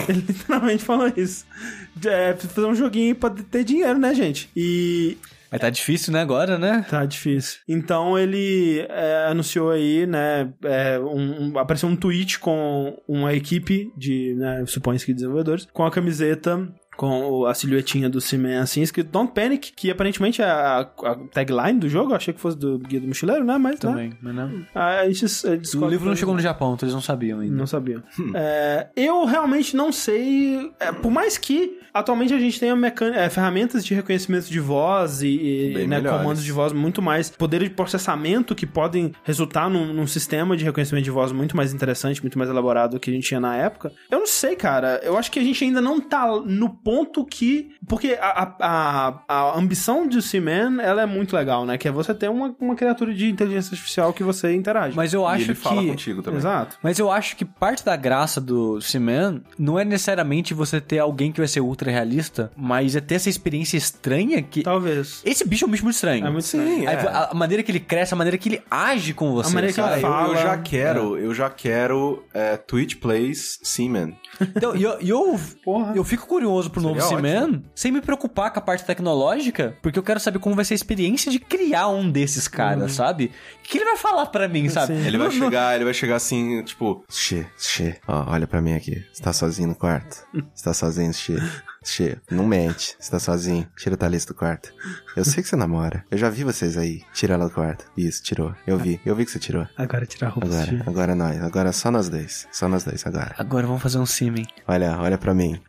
S1: ele literalmente falou isso. É, preciso fazer um joguinho pra ter dinheiro, né, gente? E
S2: Mas tá difícil, né, agora, né?
S1: Tá difícil. Então ele é, anunciou aí, né? é, um- um- apareceu um tweet com uma equipe de, né, suponho-se que desenvolvedores, com a camiseta. Com o- a silhuetinha do Seaman, assim, escrito Don't Panic, que aparentemente é a, a tagline do jogo, eu achei que fosse do Guia do Mochileiro, né? Mas, né?
S2: Também, mas não.
S1: A gente eh,
S2: O
S1: descobre
S2: livro não
S1: quando-
S2: chegou no Japão, então eles não sabiam ainda.
S1: não sabia.
S3: Hum.
S1: É, eu realmente não sei. é, por mais que atualmente a gente tenha mecan- é, ferramentas de reconhecimento de voz e, e,
S3: Bem
S1: né,
S3: melhores.
S1: comandos de voz muito mais. Poder de processamento que podem resultar num, num sistema de reconhecimento de voz muito mais interessante, muito mais elaborado do que a gente tinha na época. Eu não sei, cara. Eu acho que a gente ainda não tá no ponto que. Porque a, a- a, a ambição de Seaman, ela é muito legal, né? Que é você ter uma, uma criatura de inteligência artificial que você interage.
S2: Mas eu
S3: e
S2: acho
S3: ele fala
S2: que.
S3: contigo também.
S1: Exato.
S2: Mas eu acho que parte da graça do Seaman não é necessariamente você ter alguém que vai ser ultra realista, mas é ter essa experiência estranha que.
S1: Talvez.
S2: Esse bicho Tá. é um bicho muito estranho.
S1: É muito estranho.
S3: Sim,
S2: Aí,
S3: é.
S2: a, a maneira que ele cresce, a maneira que ele age com você.
S1: maneira que
S2: sabe?
S1: ele
S3: Cara, eu, eu
S1: fala.
S3: já quero, eu já quero é, Twitch Plays Seaman.
S2: Então, e eu, e eu,
S1: Porra.
S2: eu fico curioso pro novo
S3: Seria
S2: Seaman, sem me preocupar com a parte tecnológica, porque eu quero saber como vai ser a experiência de criar um desses caras, sabe? O que ele vai falar pra mim, sabe?
S1: Uhum. Sim.
S3: Ele vai chegar, ele vai chegar assim, tipo, Xê, Xê, ó, olha pra mim aqui. Você tá sozinho no quarto? Você tá sozinho, Xê? Xê, não mente. Você tá sozinho. Tira a Thalys do quarto. Eu sei que você namora. Eu já vi vocês aí. Tira ela do quarto. Isso, tirou. Eu vi. Eu vi que você tirou.
S1: Agora tirar a roupa
S3: Agora, agora nós. Agora é só nós dois. Só nós dois agora.
S2: Agora vamos fazer um Seaman.
S3: Olha, olha pra mim.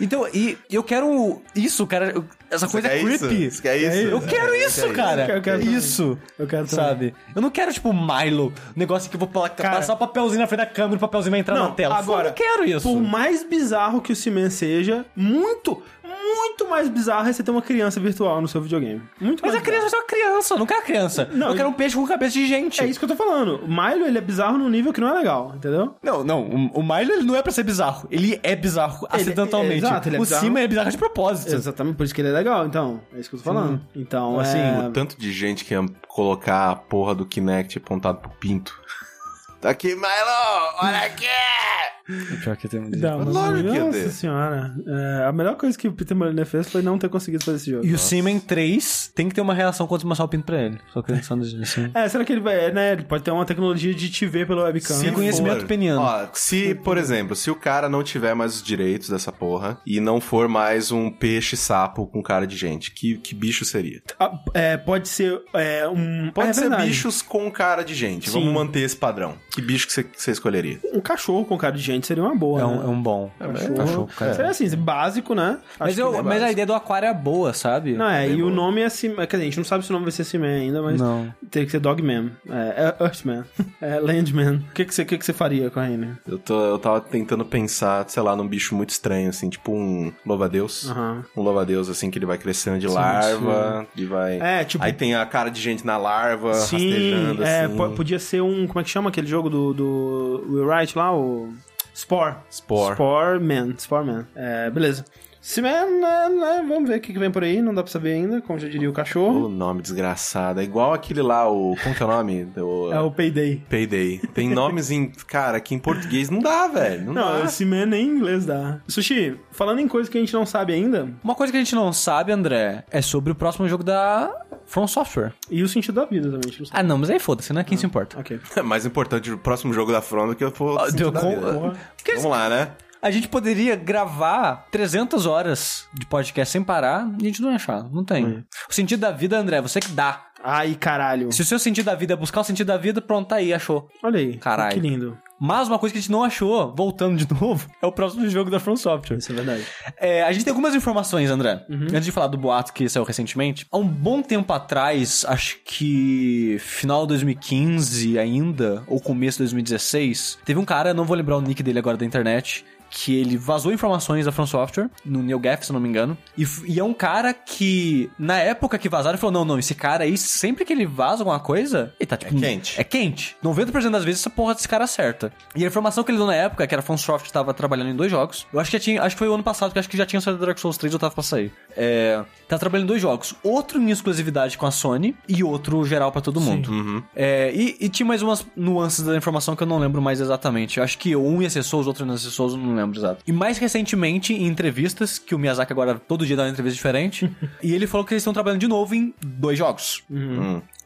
S2: Então, e eu quero isso, cara. eu- Essa coisa
S3: quer
S2: é creepy.
S3: isso? Você quer isso?
S2: Eu
S3: É,
S2: quero
S3: eu
S2: isso,
S3: quero
S2: cara.
S1: isso. Eu quero também.
S2: isso.
S1: Eu quero um- também.
S2: sabe? Eu não quero, tipo, Milo. Negócio que eu vou pla-
S1: Cara.
S2: passar o papelzinho na frente da câmera, o papelzinho vai entrar
S1: Não,
S2: na tela.
S1: agora,
S2: eu não quero isso.
S1: Por mais bizarro que o Seaman seja, muito, muito mais bizarro é você ter uma criança virtual no seu videogame. Muito
S2: Mas
S1: mais
S2: a criança vai ser uma criança, eu não quero criança.
S1: Não,
S2: eu quero um peixe com cabeça de gente.
S1: É isso que eu tô falando. O Milo, ele é bizarro num nível que não é legal, entendeu?
S2: Não, não, o, o Milo ele não é pra ser bizarro. Ele é bizarro, acidentalmente.
S1: é- exato, ele é
S2: o
S1: bizarro.
S2: Cima é bizarro de propósito.
S1: Exatamente, por isso que ele é legal, então. É isso que eu tô falando. Então,
S2: Assim,
S1: é...
S3: O tanto de gente que ia colocar a porra do Kinect apontado pro pinto. Tá aqui, Milo! Olha aqui!
S2: Pior que tem um
S1: Dá uma-
S3: Lógico é que ia
S1: Nossa
S3: ter.
S1: senhora. É, a melhor coisa que o Peter Molyneux fez foi não ter conseguido fazer esse jogo.
S2: E o Cima em 3 tem que ter uma reação quando você mostrar o pinto pra ele. Só que só disso, assim.
S1: É, será que ele vai... é, Né, ele pode ter uma tecnologia de te ver pela webcam.
S3: Se
S1: né?
S2: Reconhecimento
S3: for-
S2: peniano.
S3: Ó, se, por exemplo, se o cara não tiver mais os direitos dessa porra e não for mais um peixe-sapo com cara de gente, que, que bicho seria?
S1: Ah, é, pode ser é, um...
S3: Pode
S1: é
S3: ser
S1: verdade.
S3: bichos com cara de gente.
S1: Sim.
S3: Vamos manter esse padrão. Que bicho que você- que você escolheria?
S1: Um cachorro com cara de gente seria uma boa,
S2: É
S1: né?
S2: um, é um bom. É
S1: Cachorro.
S2: Cachorro, cara.
S1: Seria assim, básico, né?
S2: Mas,
S1: Acho
S2: eu-
S1: que é
S2: mas a
S1: básico. ideia.
S2: ideia do aquário é boa, sabe?
S1: Não, é,
S3: Bem
S1: e o
S3: boa.
S1: nome é assim. Quer dizer, a gente não sabe se o nome vai ser Seaman ainda, mas
S2: Não.
S1: teria que ser Dogman. É, é Earthman. É Landman. O que, que, você, o que, que você faria com a Rainer?
S3: Eu, tô, eu tava tentando pensar, sei lá, num bicho muito estranho, assim, tipo um louva-a-deus.
S1: Aham.
S3: Um louva-a-deus, assim, que ele vai crescendo de larva e vai...
S1: É, tipo.
S3: Aí tem a cara de gente na larva,
S1: sim,
S3: rastejando,
S1: é,
S3: assim.
S1: po- podia ser um. Como é que chama aquele jogo do, do Will Wright lá? O. Spore.
S3: Spore.
S1: Man. Spore Man. É, beleza. Seaman, né, né, vamos ver o que, que vem por aí. Não dá pra saber ainda, como já diria o
S3: O
S1: cachorro.
S3: nome desgraçado. É igual aquele lá, o... Como que é o nome? Do...
S1: É o Payday.
S3: Payday. Tem nomes em... Cara, que em português não dá, velho. Não,
S1: Não,
S3: dá.
S1: esse man nem em inglês dá. Sushi, falando em coisa que a gente não sabe ainda,
S2: Uma coisa que a gente não sabe, André, é sobre o próximo jogo da From Software.
S1: e o sentido da vida também, a gente não sabe.
S2: Ah, não, mas aí foda-se, né? Quem se importa?
S1: Ok.
S3: É mais importante o próximo jogo da From do que eu for...
S2: Ah, deu com- Porque
S3: Vamos lá, né?
S2: A gente poderia gravar 300 horas de podcast sem parar e a gente não ia achar. Não tem. O sentido da vida, André, você que dá.
S1: Ai, caralho.
S2: Se o seu sentido da vida é buscar o sentido da vida, pronto, tá aí, achou.
S1: Olha aí.
S2: Caralho.
S1: Que lindo.
S2: Mas uma coisa que a gente não achou, voltando de novo, é o próximo jogo da From Software.
S1: Isso é verdade.
S2: É, a gente tem algumas informações, André.
S3: Uhum.
S2: Antes de falar do boato que saiu recentemente. Há um bom tempo atrás, acho que final de 2015 ainda, ou começo de 2016, teve um cara, não vou lembrar o nick dele agora da internet, que ele vazou informações da From Software, no Neil Gaiff, se eu não me engano, e, f- e é um cara que, na época que vazaram, ele falou, não, não, esse cara aí, sempre que ele vaza alguma coisa, ele tá tipo...
S3: É quente.
S2: É quente. 90% das vezes essa porra desse cara acerta. E a informação que ele deu na época, que era a FromSoft estava trabalhando em dois jogos, eu acho que já tinha, acho que foi o ano passado, que acho que já tinha saído Dark Souls 3 ou tava pra sair. É, tá trabalhando em dois jogos. Outro em exclusividade com a Sony e outro geral pra todo mundo. É, e, e tinha mais umas nuances da informação que eu não lembro mais exatamente. Eu acho que um ia ser Souls, outro não ia ser Souls, eu não lembro exato. E mais recentemente, em entrevistas, que o Miyazaki agora todo dia dá uma entrevista diferente, e ele falou que eles estão trabalhando de novo em dois jogos.
S1: Uhum.
S3: Hum.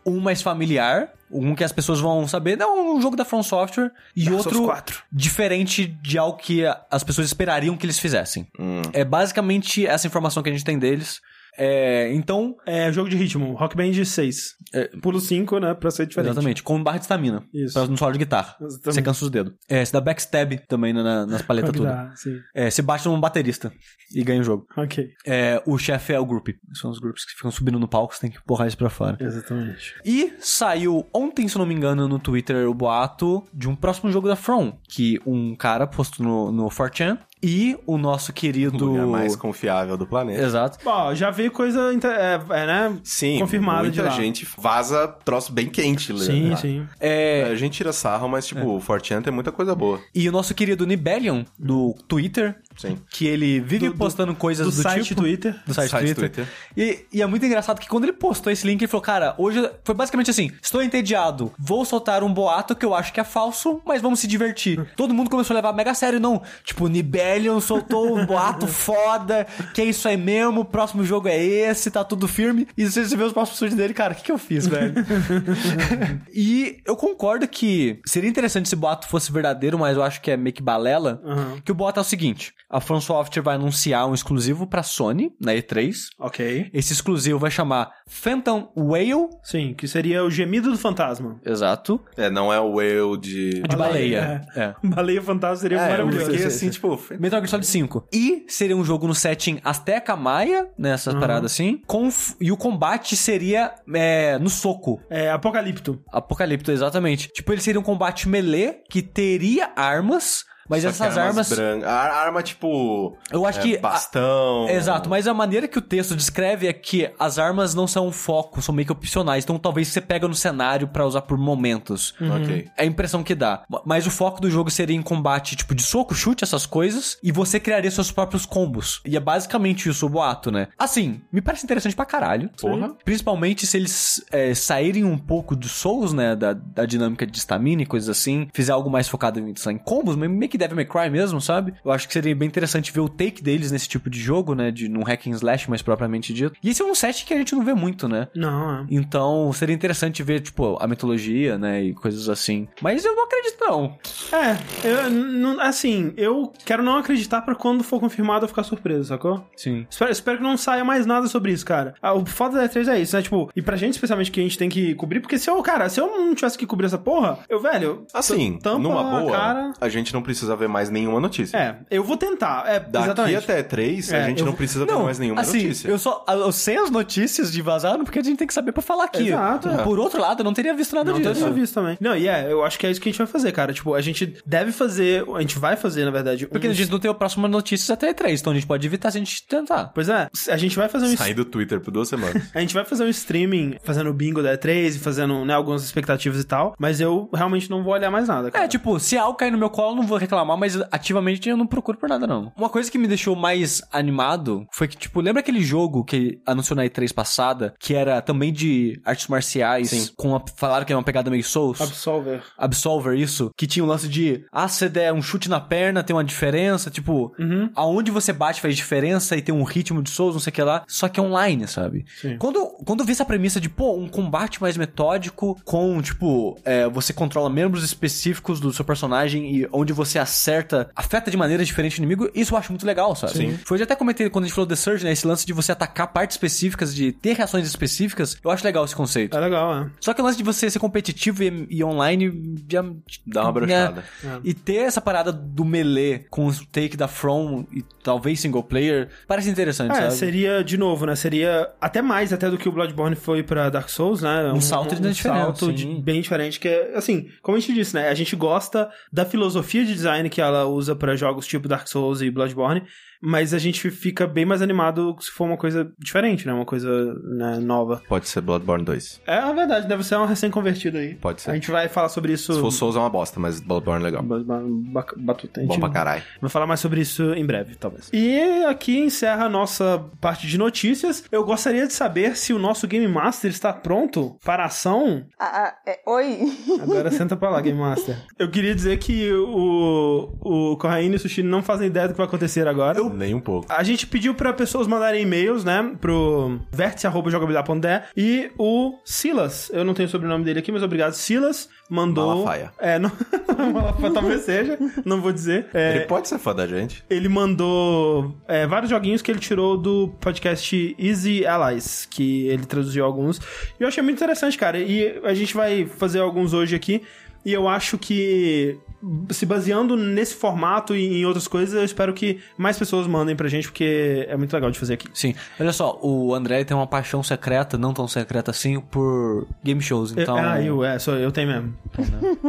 S2: Um mais familiar, um que as pessoas vão saber, não, um jogo da From Software, e
S1: Dark Souls
S2: outro
S1: 4.
S2: diferente de algo que a- as pessoas esperariam que eles fizessem.
S3: hum.
S2: É basicamente essa informação que a gente tem deles. É, então,
S1: É jogo de ritmo, Rock Band 6. Pulo 5, né? Pra ser diferente.
S2: Exatamente, com um barra de estamina.
S1: Isso.
S2: Pra não solo de guitarra.
S1: Exatamente.
S2: Você cansa os dedos. É, você dá backstab também na- na- nas paletas
S1: Rock
S2: tudo.
S1: da- sim.
S2: É, você bate num baterista e ganha o jogo.
S1: Ok.
S2: É, o chefe é o group. São os grupos que ficam subindo no palco, você tem que empurrar isso pra fora.
S1: Exatamente.
S2: E saiu ontem, se eu não me engano, no Twitter o boato de um próximo jogo da From, que um cara postou no, no 4chan e o nosso
S3: O
S2: querido.
S3: Um lugar mais confiável do
S1: É,
S3: planeta.
S2: Exato.
S1: Ó, já vi coisa. inte- É, é, né?
S3: Sim,
S1: Confirmado de
S3: muita
S1: lá.
S3: gente vaza troço bem quente. né?
S1: Sim, É.
S3: Ah,
S1: sim.
S2: É,
S3: A gente tira sarro, mas tipo, o Fortean tem muita coisa boa.
S2: e o nosso querido Nibelion, do Twitter,
S3: Sim.
S2: que ele vive
S1: Do- do-
S2: postando coisas
S1: Do,
S2: do,
S1: site
S2: tipo.
S1: Twitter.
S2: do site,
S3: Site
S2: Twitter. E, e é muito engraçado que quando ele postou esse link, ele falou, cara, hoje foi basicamente assim, estou entediado, vou soltar um boato que eu acho que é falso, mas vamos se divertir. Todo mundo começou a levar mega a sério, não. Tipo, Nibelion soltou um boato foda, que é isso aí mesmo, o próximo jogo é esse, tá tudo firme. E você você vê os próximos vídeos dele, cara, o que, que eu fiz, velho? e eu concordo que seria interessante se o boato fosse verdadeiro, mas eu acho que é meio que balela.
S1: Aham.
S2: Que o boato é o seguinte, a From Software vai anunciar um exclusivo pra Sony, na E3,
S1: Ok.
S2: esse exclusivo vai chamar Phantom Whale.
S1: Sim, que seria o gemido do fantasma.
S2: Exato.
S3: É, não é o eu de.
S2: De baleia.
S1: Baleia. Baleia fantasma seria
S3: É, eu
S1: maravilhoso.
S3: fiquei assim, tipo.
S2: É. Metal Gear Solid 5. E seria um jogo no setting Azteca Maia, nessa parada assim. Com, f- e o combate seria é, no soco.
S1: É, Apocalipto.
S2: Apocalipto, exatamente. Tipo, ele seria um combate melee que teria armas, mas
S3: só que
S2: essas armas.
S3: brancas. A arma tipo.
S2: Eu acho
S3: é,
S2: que. a-
S3: Bastão.
S2: Exato, mas a maneira que o texto descreve é que as armas não são um foco, são meio que opcionais. Então talvez você pega no cenário pra usar por momentos.
S3: Ok.
S2: É a impressão que dá. Mas o foco do jogo seria em combate, tipo, de soco, chute, essas coisas, e você criaria seus próprios combos. E é basicamente isso o boato, né? Assim, me parece interessante pra caralho.
S3: Porra.
S2: Principalmente se eles é, saírem um pouco do Souls, né? Da, da dinâmica de stamina e coisas assim. Fizer algo mais focado em, em combos, meio que Devil May Cry mesmo, sabe? Eu acho que seria bem interessante ver o take deles nesse tipo de jogo, né? De num hack and slash mais propriamente dito. E esse é um set que a gente não vê muito, né?
S1: Não, é.
S2: Então, seria interessante ver, tipo, a mitologia, né, e coisas assim. Mas eu não acredito, não.
S1: É, eu, n- assim, eu quero não acreditar pra quando for confirmado eu ficar surpreso, sacou?
S2: Sim.
S1: Espero, espero que não saia mais nada sobre isso, cara. Ah, O foda da E3 é isso, né? Tipo, e pra gente, especialmente, que a gente tem que cobrir, porque se eu, cara, se eu não tivesse que cobrir essa porra, eu, velho,
S3: Assim,
S1: t- tampa
S3: numa
S1: a
S3: boa,
S1: cara.
S3: a gente não precisa ver mais nenhuma notícia.
S1: É, eu vou tentar. É,
S3: Daqui
S1: exatamente.
S3: até três,
S1: É,
S3: a gente
S1: eu
S3: não
S1: vou-
S3: precisa ver mais nenhuma
S2: assim,
S3: notícia.
S2: eu só... Eu sei as notícias de vazar porque a gente tem que saber pra falar aqui.
S1: Exato.
S3: é.
S2: Por outro lado, eu não teria visto nada
S1: Não,
S2: disso.
S1: eu tinha visto também. Não, e é, eu acho que é isso que a gente vai fazer, cara. Tipo, a gente deve fazer, a gente vai fazer, na verdade.
S2: Porque
S1: um-
S2: a gente não tem o próximo notícias até três, então a gente pode evitar se a gente tentar.
S1: Pois é, a gente vai fazer um
S3: Saí do Twitter por duas semanas.
S1: A gente vai fazer um streaming fazendo o bingo da E3 e fazendo né, algumas expectativas e tal, mas eu realmente não vou olhar mais nada, cara.
S2: É, tipo, se algo cair no meu colo, eu não vou reclamar, mas ativamente eu não procuro por nada, não. Uma coisa que me deixou mais animado foi que, tipo, lembra aquele jogo que anunciou na E3 passada, que era também de artes marciais,
S3: Sim.
S2: com a, falaram que é uma pegada meio Souls?
S1: Absolver.
S2: Absolver, isso, que tinha um lance de, ah, se der um chute na perna, tem uma diferença, tipo,
S1: Uhum.
S2: aonde você bate faz diferença e tem um ritmo de Souls, não sei o que lá, só que é online, sabe?
S1: Sim.
S2: Quando, quando eu vi essa premissa de, pô, um combate mais metódico com, tipo, é, você controla membros específicos do seu personagem e onde você acerta, afeta de maneira diferente o inimigo, isso eu acho muito legal, sabe?
S3: Sim.
S2: Foi, eu já até comentei quando a gente falou The Surge, né, esse lance de você atacar partes específicas, de ter reações específicas, eu acho legal esse conceito.
S1: É legal, é.
S2: Só que o lance de você ser competitivo e, e online já. né,
S3: Dá uma brochada.
S1: É.
S2: E ter essa parada do melee com o take da From e talvez single player parece interessante,
S1: É,
S2: sabe?
S1: seria, de novo, né? Seria até mais até do que o Bloodborne foi pra Dark Souls, né?
S2: Um salto de
S1: um
S2: diferença,
S1: salto de-
S2: sim.
S1: bem diferente, que é, assim, como a gente disse, né? A gente gosta da filosofia de design engine que ela usa pra jogos tipo Dark Souls e Bloodborne, mas a gente fica bem mais animado se for uma coisa diferente, né? Uma coisa né, nova.
S3: Pode ser Bloodborne 2.
S1: É a verdade, deve ser um recém-convertido aí.
S3: Pode ser.
S1: A gente vai falar sobre isso.
S3: Se for Souls é uma bosta, mas Bloodborne é legal.
S1: Ba- ba- ba- Batuta. a gente
S3: Bom pra caralho.
S1: Vou falar mais sobre isso em breve, talvez. E aqui encerra a nossa parte de notícias. Eu gostaria de saber se o nosso Game Master está pronto para a ação.
S4: Ah, ah, é, oi.
S1: Agora senta pra lá, Game Master. Eu queria dizer que o, o Corraine e o Sushi não fazem ideia do que vai acontecer agora.
S3: Nem um pouco.
S1: A gente pediu para pessoas mandarem e-mails, né? Pro vértice.jogabilidade.de é e o Silas, eu não tenho o sobrenome dele aqui, mas obrigado, Silas, mandou...
S3: Malafaia.
S1: É, não... Malafaia talvez seja, não vou dizer. É,
S3: Ele pode ser fã da gente.
S1: ele mandou é, vários joguinhos que ele tirou do podcast Easy Allies, que ele traduziu alguns. E eu achei muito interessante, cara. E a gente vai fazer alguns hoje aqui. E eu acho que, se baseando nesse formato e em outras coisas, eu espero que mais pessoas mandem pra gente, porque é muito legal de fazer aqui.
S2: Sim. Olha só, o André tem uma paixão secreta, não tão secreta assim, por game shows. Então.
S1: Eu, ah, eu, é, sou, eu tenho mesmo.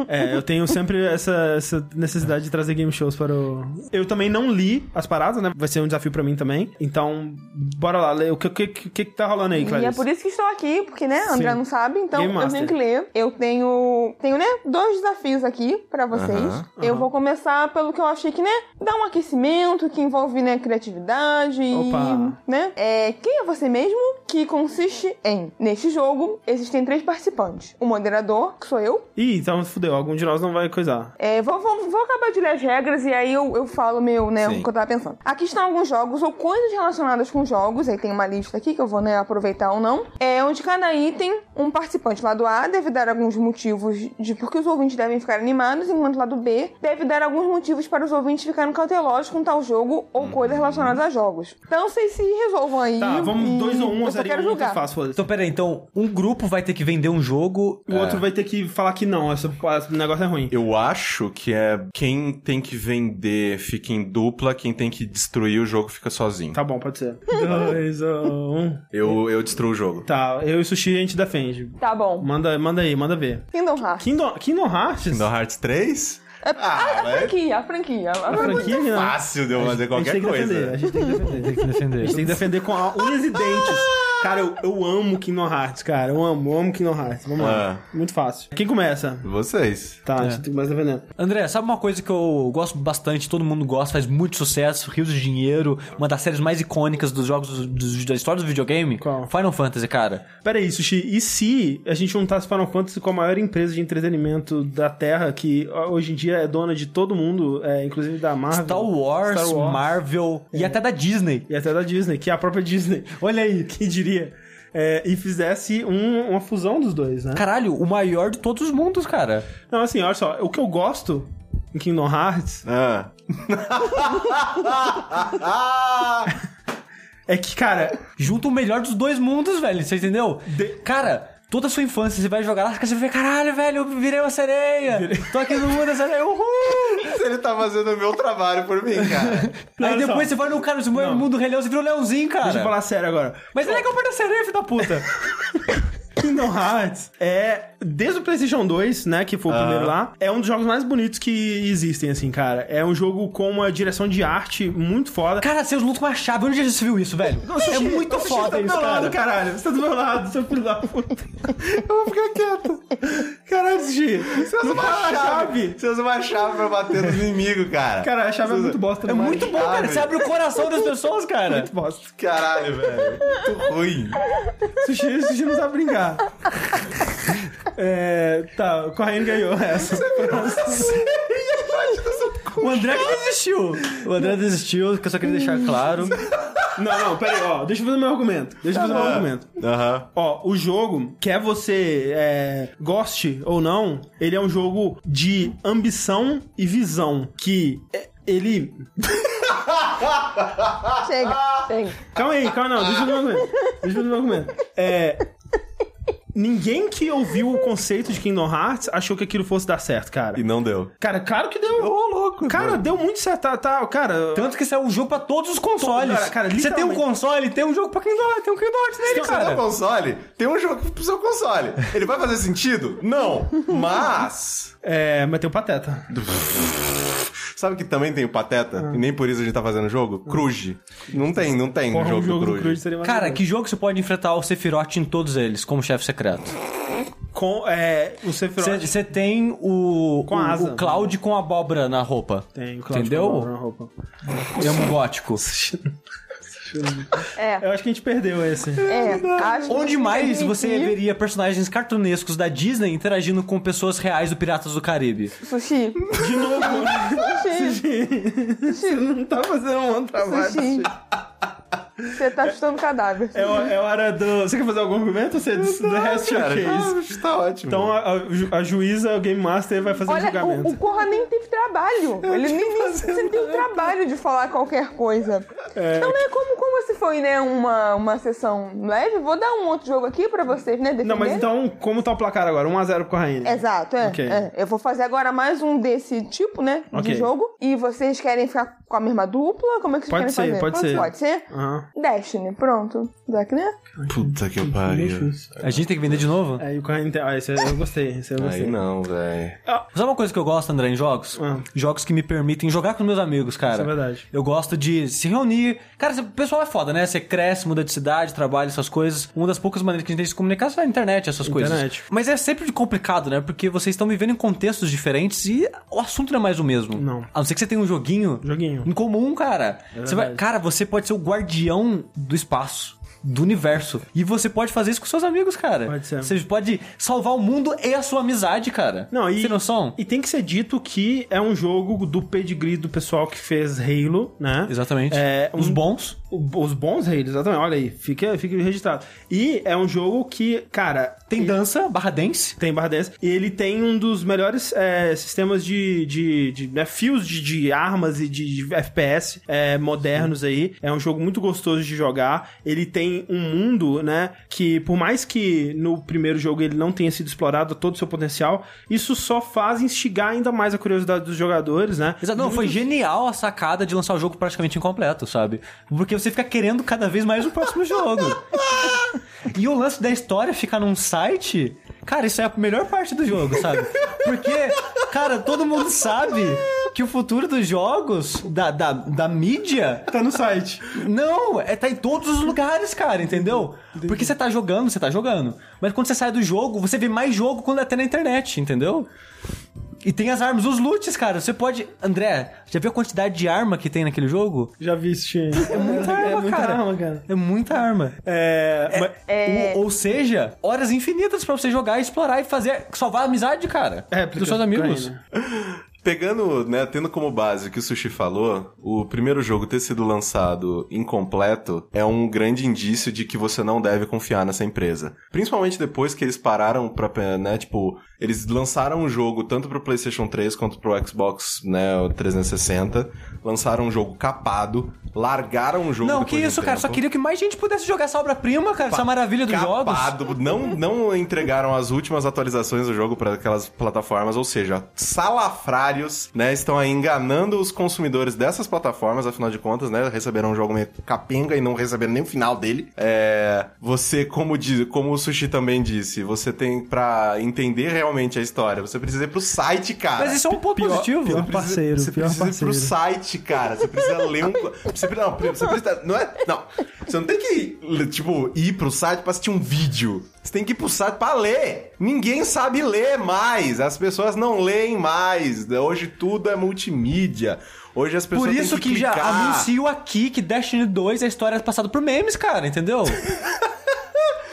S1: É, eu tenho sempre essa, essa necessidade de trazer game shows para o. Eu também não li as paradas, né? Vai ser um desafio pra mim também. Então, bora lá, lê. O que, o que, o que que tá rolando aí,
S4: E
S1: Clarice?
S4: é por isso que estou aqui, porque, né, André
S1: Sim.
S4: não sabe, então
S1: Game
S4: eu
S1: Master.
S4: tenho que ler. Eu tenho, tenho né, dois desafios aqui pra vocês.
S3: Aham,
S4: Eu
S1: aham.
S4: vou começar pelo que eu achei que, né, dá um aquecimento, que envolve, né, criatividade
S1: Opa.
S4: e, né, é, quem é você mesmo, que consiste em, neste jogo, existem três participantes. O moderador, que sou eu.
S1: Ih, então fudeu. Algum de nós não vai coisar.
S4: É, vou, vou, vou acabar de ler as regras e aí eu, eu falo meu, né,
S3: Sim.
S4: o que eu tava pensando. Aqui estão alguns jogos ou coisas relacionadas com jogos, aí tem uma lista aqui que eu vou, né, aproveitar ou não. É onde cada item, um participante lá do A deve dar alguns motivos de por que os ouvintes devem ficar animados, enquanto lá do B deve dar alguns motivos para os ouvintes ficarem cautelosos com tal jogo ou coisa relacionada a jogos. Então vocês se resolvam aí.
S1: Tá, vamos
S4: e
S1: dois ou um,
S4: eu só
S1: seria
S4: quero
S1: muito
S4: julgar.
S1: fácil. foda-se.
S2: Então, peraí, então, um grupo vai ter que vender um jogo.
S1: O outro vai ter que falar que não, esse esse negócio é ruim.
S3: Eu acho que é quem tem que vender fica em dupla, quem tem que destruir o jogo fica sozinho.
S1: Tá bom, pode ser. dois ou um.
S3: Eu, eu destruo o jogo.
S1: Tá, eu e o Sushi a gente defende.
S4: Tá bom.
S1: Manda, manda aí, manda ver.
S4: Kingdom Hearts.
S1: Kingdom, Kingdom Hearts?
S3: Kingdom Hearts 3?
S4: É-
S3: Ah,
S4: a, a
S3: mas- é
S4: franquia, a franquia. A
S1: A
S4: franquia.
S1: franquia, né?
S3: Fácil de eu fazer
S1: A gente
S3: qualquer
S1: tem que defender, a
S3: coisa.
S1: gente tem que defender.
S2: Tem que
S1: A
S2: defender.
S1: gente tem que defender com a- unhas e dentes. Cara, eu, eu amo Kingdom Hearts, cara. Eu amo, eu amo Kingdom Hearts. Vamos lá.
S3: Ah.
S1: Muito fácil. Quem começa?
S3: Vocês.
S1: Tá, a
S2: É.
S1: gente começa defendendo.
S2: André, sabe uma coisa que eu gosto bastante, todo mundo gosta, faz muito sucesso, rios de dinheiro, uma das séries mais icônicas dos jogos dos- dos- da história do videogame?
S1: Qual?
S2: Final Fantasy, cara.
S1: Pera aí, Sushi. E se a gente juntasse Final Fantasy com a maior empresa de entretenimento da Terra, que ó, hoje em dia é dona de todo mundo, é, inclusive da Marvel.
S2: Star Wars,
S1: Star Wars. É.
S2: Marvel e até da Disney.
S1: E até da Disney, que é a própria Disney. Olha aí, quem diria? É, e fizesse um- uma fusão dos dois, né?
S2: Caralho, o maior de todos os mundos, cara.
S1: Não, assim, olha só. O que eu gosto em Kingdom Hearts
S3: Ah.
S1: é que, cara,
S2: Junta o melhor dos dois mundos, velho, você entendeu? Cara, toda a sua infância você vai jogar lá, você vai ver, caralho, velho, eu virei uma sereia. Tô aqui no mundo da sereia, uhul!
S3: Ele tá fazendo o meu trabalho por mim, cara.
S2: Aí
S1: Olha só.
S2: depois você vai no cara, você vai no mundo do Rei Leão, você vira o leãozinho, cara.
S1: deixa eu falar sério agora.
S2: Mas é legal perder a sereia, filho da puta.
S1: Kingdom Hearts é, desde o PlayStation 2, né, que foi o primeiro lá, é um dos jogos mais bonitos que existem, assim, cara. É um jogo com uma direção de arte muito foda.
S2: Cara, seus lutam com a chave. Onde você viu isso, velho? é muito
S1: Você
S2: foda
S1: tá do
S2: isso,
S1: meu lado,
S2: cara.
S1: caralho. Você tá do meu lado, seu filho da puta.
S3: Eu vou ficar quieto.
S1: Caralho, Sushi. Você
S3: Você usa
S1: não
S3: uma
S1: fala a
S3: chave.
S1: chave.
S3: Você usa uma chave pra bater nos inimigos, cara.
S1: Cara, a chave é muito bosta
S2: É
S1: demais.
S2: muito bom, cara. Você abre o coração das pessoas, cara.
S1: bosta.
S3: Caralho, velho. Muito ruim.
S1: Sushi, sushi não sabe brincar. É, tá, o Corrêa ganhou essa.
S2: O André que desistiu. O André desistiu, que eu só queria deixar
S1: Hum.
S2: claro.
S1: Não, não, peraí, ó. Deixa eu fazer meu argumento. Deixa eu fazer
S3: Tá
S1: meu é um argumento.
S3: Ah. Aham.
S1: Ó, o jogo, quer você é, goste ou não, ele é um jogo de ambição e visão. Que é- ele.
S4: Chega,
S1: Ah!
S4: chega.
S1: Calma aí, calma, não, deixa eu fazer meu argumento. Deixa eu fazer meu argumento. É. Ninguém que ouviu o conceito de Kingdom Hearts achou que aquilo fosse dar certo, cara.
S3: E não deu.
S1: Cara, claro que deu. Ô, louco. Cara, deu muito certo. Tá, tá, cara.
S2: Tanto que isso é um jogo pra todos os consoles.
S1: Cara, cara,
S2: você tem um
S1: literalmente.
S2: console, tem um jogo pra quem dói, tem um Kingdom Hearts
S1: Então,
S2: nele,
S3: Se você
S1: é.
S3: tem um
S2: cara.
S3: console, tem um jogo pro seu console. Ele vai fazer sentido? Não. Mas.
S1: É, mas tem o Pateta.
S3: Sabe que também tem o
S1: Ah.
S3: Pateta? E nem por isso a gente tá fazendo jogo? Cruze. Não tem, não tem
S1: Porra,
S3: jogo,
S1: um jogo do Cruz
S3: Cruze.
S1: seria
S2: Cara,
S1: maravilhoso.
S2: que jogo você pode enfrentar o Sephiroth em todos eles, como chefe secreto?
S1: Com, é, o Sephiroth
S2: Você tem o,
S1: Com
S2: o,
S1: asa.
S2: o Cloud com abóbora na roupa.
S1: tem o Cláudio com a
S2: Entendeu?
S1: na roupa.
S2: Emo gótico.
S4: É,
S1: Eu acho que a gente perdeu esse.
S4: é. Acho que
S2: Onde
S4: tem
S2: mais
S4: que
S2: você
S4: admitir-
S2: veria personagens cartunescos da Disney interagindo com pessoas reais do Piratas do Caribe?
S4: Sushi.
S1: De novo,
S4: Sushi.
S1: você não tá fazendo um bom trabalho.
S4: Sushi. Você tá chutando cadáver.
S1: É, ho- é hora do. Você quer fazer algum argumento? Você diz The Rest
S3: Ah, Cara,
S1: Showcase.
S3: isso tá ótimo.
S1: é Então a, a ju- a juíza, o Game Master, vai fazer o
S4: Olha,
S1: julgamento.
S4: o, o Corra nem teve trabalho. Ele nem, nem você tem o trabalho de falar qualquer coisa. Não é como, como se foi, né, uma, uma sessão leve. Vou dar um outro jogo aqui pra vocês, né, defender.
S1: Não, mas então, como tá o placar agora? 1x0 pro Rainha.
S4: Exato, é,
S1: Ok.
S4: é. Eu vou fazer agora mais um desse tipo, né,
S1: Ok.
S4: de jogo. E vocês querem ficar com a mesma dupla? Como é que vocês
S1: Pode
S4: querem
S1: ser,
S4: fazer?
S1: pode ser.
S4: Pode ser?
S1: Aham.
S4: Destiny, pronto. Zack, né?
S3: Puta que pariu.
S2: A gente tem que vender de novo?
S1: Aí o Corraine tem. Ah, esse eu gostei, esse eu
S3: Aí
S1: gostei.
S3: não, velho.
S2: Sabe uma coisa que eu gosto, André, em jogos?
S1: Ah.
S2: Jogos que me permitem jogar com meus amigos, cara.
S1: Isso é verdade.
S2: Eu gosto de se reunir. Cara, cê- o pessoal é foda, né? Você cresce, muda de cidade, trabalha, essas coisas. Uma das poucas maneiras que a gente tem de se comunicar é na internet, essas
S1: Internet.
S2: coisas. Mas é sempre complicado, né? Porque vocês estão vivendo em contextos diferentes e o assunto não é mais o mesmo.
S1: Não.
S2: A não ser que você tenha um joguinho.
S1: Joguinho.
S2: Em comum, cara. Você vai-
S1: É verdade.
S2: cara, você pode ser o guardião do espaço. Do universo. E você pode fazer isso com seus amigos, cara.
S1: Pode ser.
S2: Você pode salvar o mundo e a sua amizade, cara.
S1: Não, e,
S2: Sem noção?
S1: e tem que ser dito que é um jogo do pedigree do pessoal que fez Halo, né?
S2: Exatamente.
S1: É,
S2: Os
S1: um-
S2: bons.
S1: O- Os bons Halo, exatamente. Olha aí, fica, fica registrado. E é um jogo que, cara,
S2: Tem dança, barra dance.
S1: Tem barra dance. E ele tem um dos melhores é, sistemas de, de, de né, fios de, de armas e de, de FPS é, modernos aí. É um jogo muito gostoso de jogar. Ele tem um mundo, né? Que por mais que no primeiro jogo ele não tenha sido explorado a todo o seu potencial, isso só faz instigar ainda mais a curiosidade dos jogadores, né?
S2: Exato. Não, foi genial a sacada de lançar o jogo praticamente incompleto, sabe? Porque você fica querendo cada vez mais o próximo jogo. E o lance da história ficar num site, cara, isso é a melhor parte do jogo, sabe? Porque, cara, todo mundo sabe que o futuro dos jogos, da, da, da mídia,
S1: Tá no site.
S2: Não, é, tá em todos os lugares, cara, entendeu? Porque você tá jogando, você tá jogando. Mas quando você sai do jogo, você vê mais jogo quando é até na internet, entendeu? E tem as armas, os loots, cara. Você pode. André, já viu a quantidade de arma que tem naquele jogo?
S1: Já vi isso, Shane. É
S2: muita arma, cara. É muita arma.
S1: É, mas-
S4: É.
S2: Ou, ou seja, horas infinitas pra você jogar, explorar e fazer. salvar a amizade, cara.
S1: Réplica,
S2: é, dos seus amigos.
S1: Ucrânia.
S3: Pegando, né, tendo como base o que o Sushi falou, o primeiro jogo ter sido lançado incompleto é um grande indício de que você não deve confiar nessa empresa. Principalmente depois que eles pararam pra, né, tipo, eles lançaram um jogo tanto pro PlayStation 3 quanto pro Xbox, né, o 360, lançaram um jogo capado, largaram o jogo
S2: Não, que
S3: depois de um
S2: isso, cara. Só
S3: tempo.
S2: queria que mais gente pudesse jogar essa obra-prima, cara. Essa maravilha dos jogos.
S3: Capado, Não, não entregaram as últimas atualizações do jogo para aquelas plataformas, ou seja, salafrários, né, estão aí enganando os consumidores dessas plataformas, afinal de contas, né, receberam um jogo meio capenga e não receberam nem o final dele. É, você, como, diz, como o Sushi também disse, você tem para entender realmente a história, você precisa ir pro site, cara.
S2: Mas isso é um ponto positivo.
S1: pior
S3: Você precisa-
S1: parceiro,
S3: você
S1: pior
S3: precisa
S1: parceiro.
S3: ir pro site, cara. Você precisa ler um. Você, pre- não, você precisa. Não é. Não. Você não tem que, tipo, ir pro site pra assistir um vídeo. Você tem que ir pro site pra ler. Ninguém sabe ler mais. As pessoas não leem mais. Hoje tudo é multimídia. Hoje as pessoas
S2: Por
S3: têm
S2: isso que,
S3: que,
S2: já
S3: clicar.
S2: anuncio aqui que Destiny 2 é a história passada por memes, cara, entendeu?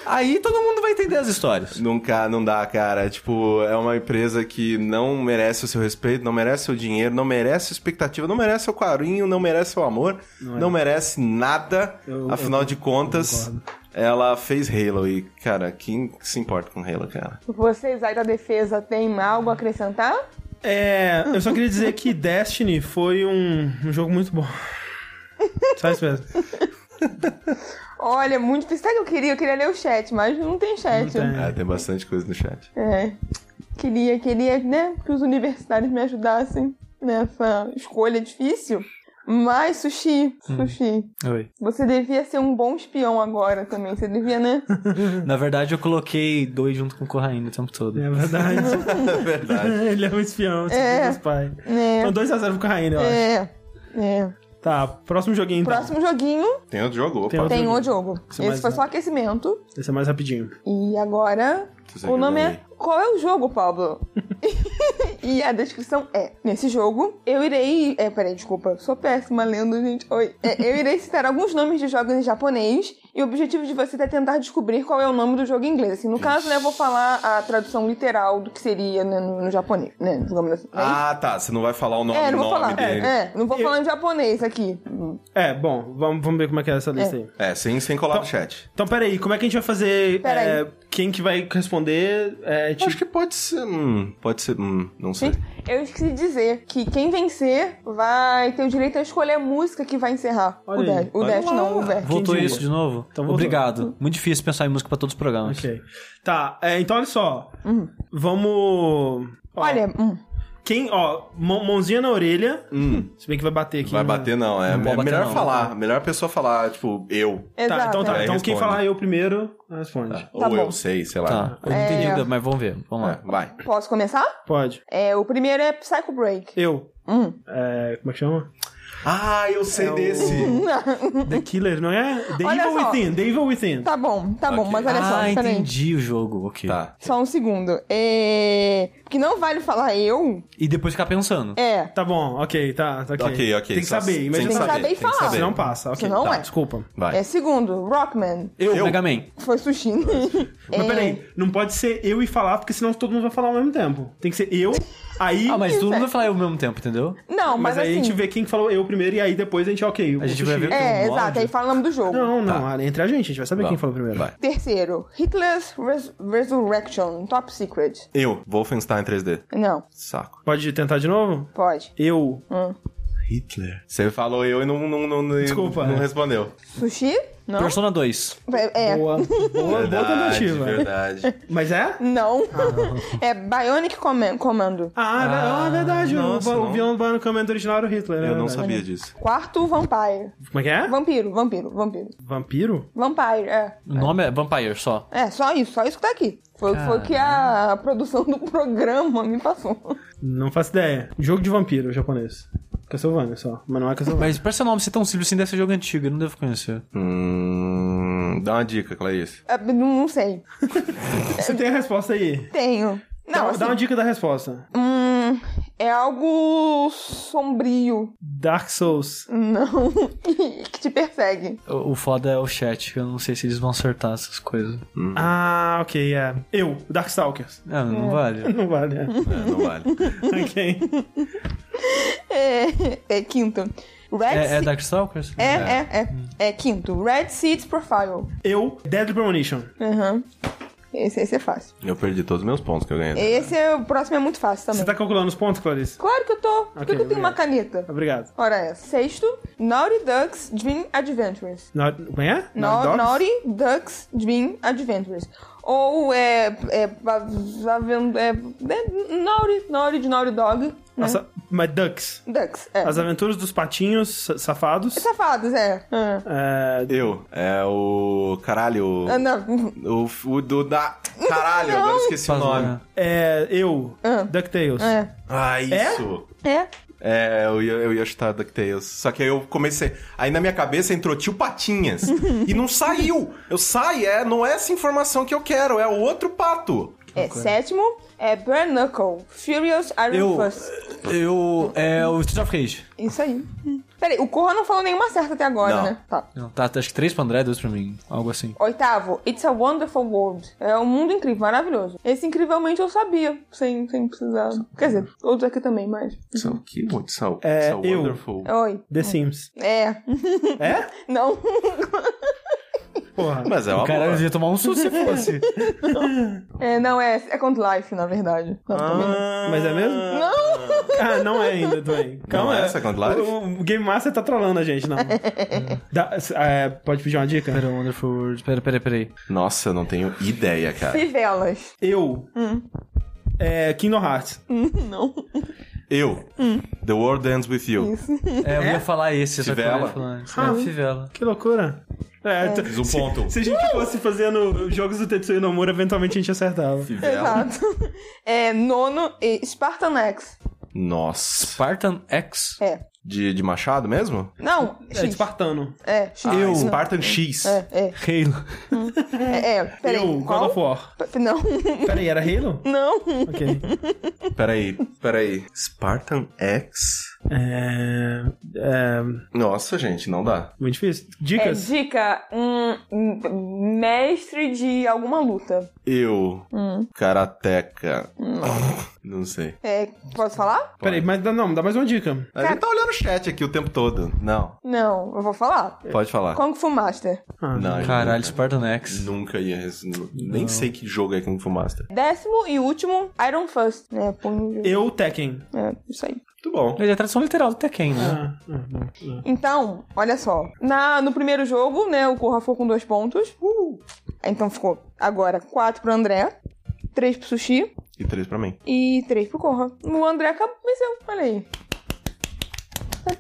S2: Aí todo mundo vai entender as histórias.
S3: Nunca, não dá, cara. Tipo, é uma empresa que não merece o seu respeito, não merece o seu dinheiro, não merece a expectativa, não merece o carinho, não merece o amor, não, é. merece nada.
S1: Eu-
S3: Afinal de contas, ela fez Halo e, cara, quem se importa com Halo, cara?
S4: Vocês aí da defesa têm algo a acrescentar?
S1: É, eu só queria dizer que Destiny foi um, um jogo muito bom. Só isso mesmo.
S4: Olha, muito difícil. Sabe o que eu queria? Eu queria ler o chat, mas não tem chat.
S1: Não
S3: É, tem bastante coisa no chat.
S4: É. Queria, queria, né, que os universitários me ajudassem nessa escolha difícil. Mas, Sushi, Sushi,
S1: Hum.
S2: Oi.
S4: você devia ser um bom espião agora também. Você devia, né?
S2: Na verdade, eu coloquei dois junto com o Corraine o tempo todo.
S1: É verdade.
S3: É verdade.
S1: Ele é um espião,
S4: É.
S1: é. dos pais.
S4: É,
S1: Então 2x0 pro Rainha, eu acho.
S4: é, é.
S1: Tá, próximo joguinho então.
S4: Próximo joguinho
S3: Tem outro jogo, opa.
S1: Tem outro-
S4: tem o jogo.
S1: Isso é mais
S4: Esse foi
S1: rápido.
S4: só aquecimento.
S1: Esse é mais rapidinho.
S4: E agora
S3: Você
S4: O nome
S3: ganha
S4: é Qual é o jogo, Pablo? e a descrição é: Nesse jogo, eu irei. É, peraí, desculpa, sou péssima lendo, gente. Oi. É, eu irei citar alguns nomes de jogos em japonês e o objetivo de você é tentar descobrir qual é o nome do jogo em inglês. Assim, no caso, né, eu vou falar a tradução literal do que seria né, no, no japonês, né? Digamos assim. né?
S3: Ah, tá. Você não vai falar o nome,
S4: é, não vou
S3: nome
S4: falar.
S3: dele.
S4: É, não vou
S1: Eu-
S4: falar em japonês aqui.
S1: É, bom, vamos, vamos ver como é que é essa lista aí.
S3: É, sem, sem colar no chat.
S1: Então, peraí, como é que a gente vai fazer?
S4: Peraí.
S1: é, quem que vai responder? É, a gente-
S3: Acho que pode ser. Hum, pode ser. Hum, não sei.
S4: Gente, eu esqueci de dizer que quem vencer vai ter o direito a escolher a música que vai encerrar
S1: Olha
S4: o
S1: aí.
S4: Death. O
S3: Olha
S4: Death,
S3: lá.
S4: não, o Vert.
S2: Voltou
S1: diria?
S2: isso de novo?
S1: Então voltou.
S2: Obrigado. Muito difícil pensar em música pra todos os programas.
S1: Ok. Tá, é, então olha só. Vamos. ó,
S4: Uhum.
S1: Tá,
S4: Olha, hum.
S1: Quem, ó, mão- mãozinha na orelha.
S3: Hum,
S1: Se bem que vai bater aqui.
S3: vai
S1: né?
S3: bater, não. É,
S2: Não vou
S3: é
S2: bater,
S3: melhor
S2: não.
S3: falar. Melhor a pessoa falar, tipo, eu.
S1: Tá,
S4: Exato.
S1: então tá.
S3: é.
S1: então
S3: Aí
S1: quem
S3: responde.
S1: falar eu primeiro, responde.
S3: ou
S4: bom.
S3: eu sei, sei lá.
S2: Tá, eu não entendi, ainda, mas vamos ver. Vamos
S3: É,
S2: lá.
S3: vai.
S4: Posso começar?
S1: Pode.
S4: É, o primeiro é Psycho Break.
S1: Eu.
S4: Hum.
S1: É, como é que chama?
S3: Ah, eu sei desse.
S1: The Killer, não é? The
S4: Olha
S1: Evil
S4: só.
S1: Within. The Evil Within.
S4: Tá bom, tá bom,
S3: Ok.
S4: mas olha
S2: ah,
S4: só, peraí.
S2: entendi o jogo, ok.
S3: Tá.
S4: Só um segundo. É. Que não vale falar eu.
S2: E depois ficar pensando.
S4: É.
S1: Tá bom, ok, tá. tá, Ok,
S3: Ok, ok.
S1: Tem que
S3: Só-
S1: saber, mas
S4: tem que saber.
S3: tem que
S4: falar.
S1: Você
S3: saber. tá
S1: não passa, ok.
S4: Senão
S1: tá,
S4: é.
S1: Desculpa.
S3: Vai.
S4: É segundo, Rockman.
S2: Eu,
S3: Eu?
S2: Mega Man.
S4: Foi sushi. É.
S1: Mas peraí, não pode ser eu e falar, porque senão todo mundo vai falar ao mesmo tempo. Tem que ser eu, aí.
S2: Ah, mas todo mundo vai falar eu ao mesmo tempo, entendeu?
S4: Não,
S1: mas
S4: mas,
S1: aí a
S4: assim.
S1: gente vê quem falou eu primeiro e aí depois a gente, ok. o
S2: A gente
S1: sushi.
S2: vai ver-
S4: É,
S2: Tem um
S4: exato.
S2: áudio?
S4: Aí fala o nome do jogo.
S1: Não, não, entre a gente, a gente vai saber quem falou primeiro.
S3: Vai.
S4: Terceiro, Hitler's Res- Resurrection, Top Secret.
S3: Eu. Wolfenstein 3D.
S4: Não,
S3: Saco.
S1: Pode tentar de novo?
S4: pode.
S1: Eu.
S3: Hitler. Você falou eu e não, não, não, não,
S1: Desculpa.
S3: não respondeu.
S4: Sushi? Não.
S2: Persona 2.
S4: É. é,
S1: Boa, boa, boa
S3: Verdade,
S1: tentativa.
S3: verdade.
S1: Mas é?
S4: Não. é Bionic Command- Commando.
S1: Ah, é verdade.
S3: nossa,
S1: o,
S3: não.
S1: o vilão do Bionic Command original era o Hitler, né?
S3: Eu não
S1: Verdade.
S3: sabia disso.
S4: Quarto, Vampire.
S1: Como é que é?
S4: Vampiro, vampiro, vampiro.
S1: Vampiro?
S4: Vampire, é.
S2: O nome é Vampire só.
S4: É, só isso, só isso que tá aqui. Foi, foi o que a produção do programa me passou.
S1: Não faço ideia. Jogo de vampiro japonês. Castlevania só, mas não é Castlevania.
S2: Mas parece ser nome ser tão simples assim deve ser jogo antigo, eu não devo conhecer.
S3: Hum, dá uma dica, Clarice.
S4: É, não, não sei.
S1: Você tem a resposta aí.
S4: Tenho. Não,
S1: dá,
S4: assim,
S1: dá uma dica da resposta.
S4: hum, é algo sombrio.
S1: Dark Souls.
S4: Não. que, que te persegue.
S2: O, o foda é o chat, que eu não sei se eles vão acertar essas coisas.
S3: Hum.
S1: Ah, ok, é. Eu, Darkstalkers.
S2: Ah, não vale.
S1: Não vale, é.
S3: É, não vale.
S1: ok.
S4: É, é quinto. Red
S2: É, é
S4: Se-
S2: Darkstalkers?
S4: é, é,
S1: Hum.
S4: é. É quinto. Red Seeds Profile.
S1: Eu, Deadly Premonition.
S4: Aham. Esse, esse é fácil.
S3: Eu perdi todos os meus pontos que eu ganhei.
S4: Esse é, o próximo é muito fácil também.
S1: Você tá calculando os pontos, Clarice?
S4: Claro que eu tô. Por que
S1: Ok,
S4: que eu tenho uma
S1: obrigado.
S4: caneta?
S1: Obrigado.
S4: Ora essa. Sexto, Naughty Ducks Dream Adventures.
S1: Na- Como é? Naughty
S4: Na-
S1: Dogs?
S4: Naughty Ducks Dream Adventures. Ou é. é, ba- za- ven- é, é Naughty, Naughty de Naughty Dog. Né?
S1: Nossa, mas Ducks.
S4: Ducks, é.
S1: As Aventuras dos Patinhos sa- Safados.
S4: Safados, é. Ah.
S1: É,
S3: Eu. É o. Caralho.
S4: Ah, não.
S3: O, o do da. Caralho, agora esqueci o
S2: Faz um-
S3: nome.
S2: uma-
S1: é, eu,
S4: Ah.
S1: DuckTales.
S4: É.
S3: Ah, isso.
S4: É.
S3: É, eu, ia, eu ia chutar DuckTales. Só que aí eu comecei. Aí na minha cabeça entrou tio Patinhas. e não saiu. Eu saio, é, não é essa informação que eu quero, é o outro pato.
S4: É, sétimo é Bare Knuckle, Furious Iron
S2: Eu.
S4: Fist.
S2: Eu. É o Street of Rage.
S4: Isso aí. Peraí, o Corra não falou nenhuma certa até agora,
S3: Não.
S4: né? Tá.
S2: Não, tá, tá, acho que três pra André, dois pra mim. Algo assim.
S4: Oitavo, It's a Wonderful World. É um mundo incrível, maravilhoso. Esse incrivelmente eu sabia, sem, sem precisar. Quer dizer, outros aqui também, mas.
S3: São que muito são.
S1: É,
S3: são
S1: eu.
S3: wonderful.
S4: Oi.
S1: The Sims.
S4: É.
S1: É?
S4: Não.
S1: Porra.
S3: Mas é uma
S2: Caralho, eu
S3: boa.
S2: ia tomar um susto se fosse.
S4: É, não, é Second Life, na verdade. Não, também não.
S1: Mas é mesmo?
S4: Não!
S1: Ah, não é ainda, Dwayne. Calma.
S3: Ah. é Second Life?
S1: O, o Game Master tá trolando a gente, não. Dá- é, pode pedir uma dica?
S2: Pera, Wonderful World. Pera, pera, pera aí.
S3: Nossa, eu não tenho
S1: Ah.
S3: ideia, cara.
S4: Fivelas.
S1: Eu. É, Kingdom Hearts.
S4: Não.
S3: Eu.
S1: Hum.
S3: The World Ends With You.
S4: Isso.
S2: É, eu ia falar esse, só que eu não ia
S3: Fivela.
S2: falar.
S1: Ah,
S2: É, fivela.
S1: Que loucura. É, t-
S3: Fiz um ponto.
S1: se a gente fosse fazendo jogos do Tetsuya Nomura, eventualmente a gente acertava.
S4: Exato. É, nono e Spartan X.
S3: Nossa.
S2: Spartan X.
S4: É.
S3: De, de Machado mesmo?
S4: Não,
S1: É,
S4: X.
S1: espartano.
S4: É, X.
S3: Ah,
S4: Não.
S3: Spartan X.
S4: É, é.
S2: Halo.
S4: É, é. Peraí.
S1: Eu, God
S4: qual?
S1: of War.
S4: P- Não,
S1: Peraí, era Halo?
S4: não.
S1: Ok.
S3: Peraí, peraí. Spartan X?
S1: É... é...
S3: Nossa, gente, não dá.
S1: Muito difícil.
S4: É,
S1: Dicas?
S4: dica, um um mestre de alguma luta.
S3: Eu. Karateca. Não sei.
S4: É, posso falar?
S1: Peraí, mas dá- não, dá mais uma dica.
S3: A gente tá olhando o chat aqui o tempo todo. Não,
S4: Não, eu vou falar.
S3: pode falar.
S4: Kung Fu Master.
S1: Ah,
S3: Não, eu
S2: Caralho,
S3: nunca-
S2: Spartan X.
S3: Nunca ia. res- Nem sei que jogo é Kung Fu Master.
S4: Décimo e último, Iron Fist. É, punho de-
S1: Eu, Tekken.
S4: É, isso aí.
S3: Muito bom.
S2: Mas é a tradução literal do Tekken, né?
S1: Ah, ah, não, não.
S4: Então, olha só. Na, no primeiro jogo, né, o Corra foi com dois pontos.
S1: Uh!
S4: Então ficou agora quatro pro André, três pro Sushi
S3: E três pra mim.
S4: e três pro Corra. O André acabou, venceu, olha aí. Tá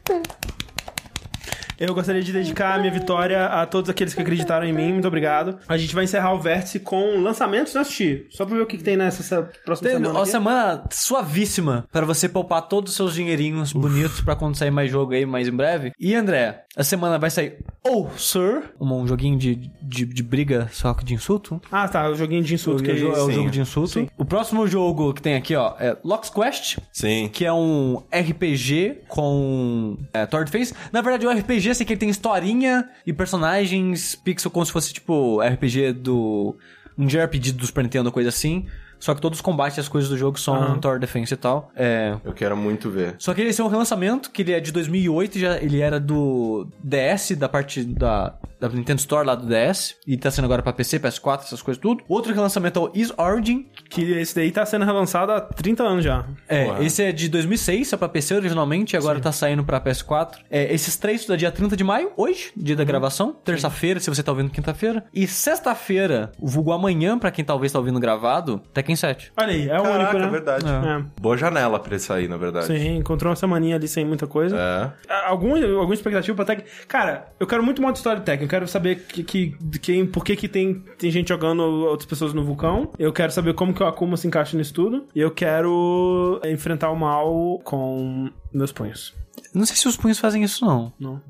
S1: Eu gostaria de dedicar a minha vitória a todos aqueles que acreditaram em mim. Muito obrigado. A gente vai encerrar o vértice com lançamentos, né, Sushi? Só pra ver o que, que tem nessa se- próxima
S2: Tem
S1: semana. é?
S2: uma
S1: aqui.
S2: semana suavíssima pra você poupar todos os seus dinheirinhos bonitos pra quando sair mais jogo aí mais em breve. E André, a semana vai sair Oh Sir, um, um joguinho de, de, de briga só que de insulto.
S1: Ah, tá. O joguinho de insulto que
S2: Porque é o
S3: sim.
S2: jogo de insulto. O próximo jogo que tem aqui, ó, é Locks Quest,
S3: Sim.
S2: que é um RPG com é, Third Face. Na verdade, o RPG, assim, que ele tem historinha e personagens pixel como se fosse, tipo, RPG do... Um JRPG do Super Nintendo, coisa assim. Só que todos os combates e as coisas do jogo são
S1: Aham.
S2: Third Defense e tal. É...
S3: Eu quero muito ver.
S2: Só que esse é um relançamento, que ele é de 2008, já, ele era do DS, da parte da, da Nintendo Store lá do DS, e tá sendo agora pra PC, PS4, essas coisas tudo. Outro relançamento é o Is Origin,
S1: Que esse daí tá sendo relançado há 30 anos já.
S2: É,
S3: Porra.
S2: esse é de 2006, só pra PC originalmente, e agora tá saindo pra PS4. É, esses três da dia 30 de maio, hoje, dia da gravação. Terça-feira, se você tá ouvindo quinta-feira. E sexta-feira, o vulgo amanhã, pra quem talvez tá ouvindo gravado, Tekken 7.
S1: Olha aí, é o
S3: Caraca,
S1: único, né?
S3: é verdade.
S1: É.
S3: Boa janela pra ele sair, na verdade.
S1: Sim, encontrou uma semaninha ali sem muita coisa.
S3: É.
S1: Ah, Algum, alguma expectativa pra Tekken? Cara, eu quero muito modo história de Tekken. Eu quero saber que, que- de quem, por que, que tem, tem gente jogando outras pessoas no vulcão. Eu quero saber como que o Akuma se encaixa nisso tudo. E eu quero enfrentar o mal com meus punhos.
S2: Não sei se os punhos fazem isso, não.
S1: Não.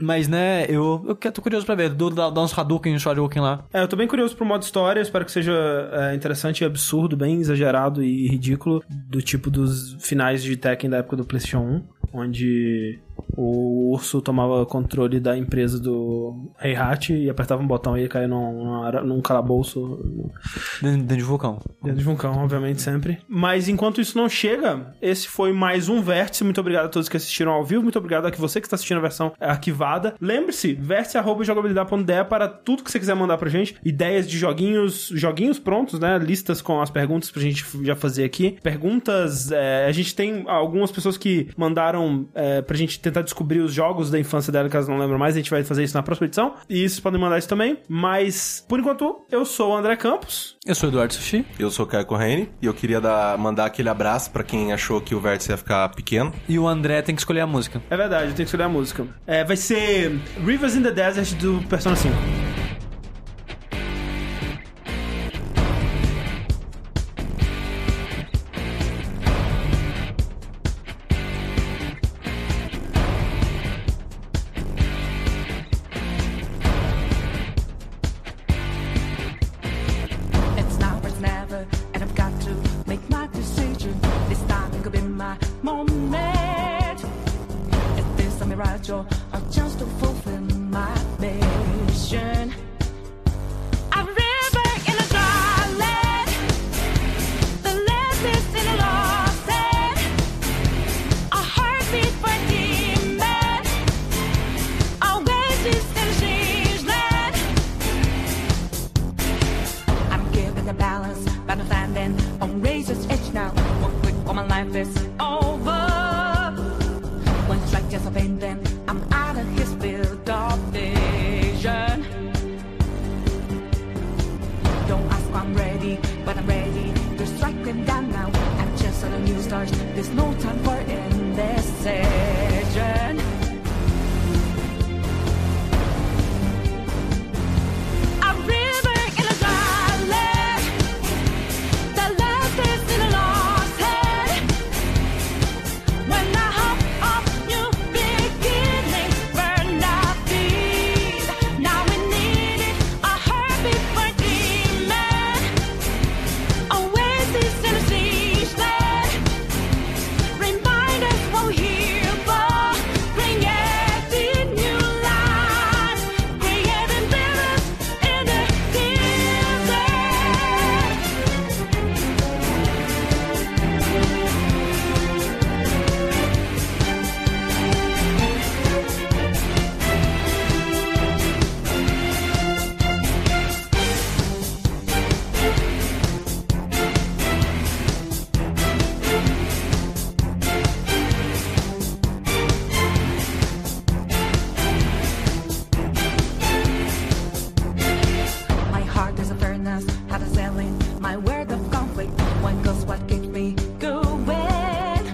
S2: Mas, né, eu, eu que- tô curioso pra ver. Dou- Dá dá uns Hadouken e uns Shoryuken lá.
S1: É, eu tô bem curioso pro modo história. eu Espero que seja é, interessante e absurdo, bem exagerado e ridículo. Do tipo dos finais de Tekken da época do PlayStation 1. Onde o urso tomava controle da empresa do Rei Hat e apertava um botão e ele caía num, numa ara- num calabouço
S2: Dentro, dentro de vulcão.
S1: Dentro de vulcão, obviamente, sempre. Mas enquanto isso não chega, esse foi mais um Vértice. Muito obrigado a todos que assistiram ao vivo. Muito obrigado a que você que está assistindo a versão arquivada. Lembre-se, vértice.jogabilidade.de para tudo que você quiser mandar pra gente. Ideias de joguinhos, joguinhos prontos, né? Listas com as perguntas pra gente já fazer aqui. Perguntas, é, a gente tem algumas pessoas que mandaram é, pra gente tentar descobrir os jogos da infância dela, que elas não lembram mais. A gente vai fazer isso na próxima edição. E vocês podem mandar isso também. Mas, por enquanto, eu sou o André Campos.
S2: Eu sou o Eduardo Sushi.
S3: Eu sou o Caio Corrêne e eu queria dar- mandar aquele abraço pra quem achou que o vértice ia ficar pequeno.
S2: E o André tem que escolher a música.
S1: É verdade, eu tenho que escolher a música. É, vai ser Rivers in the Desert do Persona 5.
S5: It's now or never, and I've got to make my decision. This time could be my moment. Is this a mirage or a chance to fulfill my mission? I ran back in a dry land. The land is in a lost land. A heartbeat for a demon. Always is in a strange land. I'm giving the balance, but I'm landing on razor's edge now. One quick for my life is over. One strike just a pain, then I'm out of his field of vision. Don't ask why I'm ready, but I'm ready to strike them down now. I'm just on a new shooting stars. There's no time for indecision. I'm living in a dreamland. The last is in a lost hand. When I hop up new beginnings, burn out these. Now we need it. A heartbeat for dreaming. Oasis in a seashell. Remind us what we're for. Bring it new life. Creating visions in the desert. My heart is a furnace, had a selling, my word of conflict. One goes what keeps me going.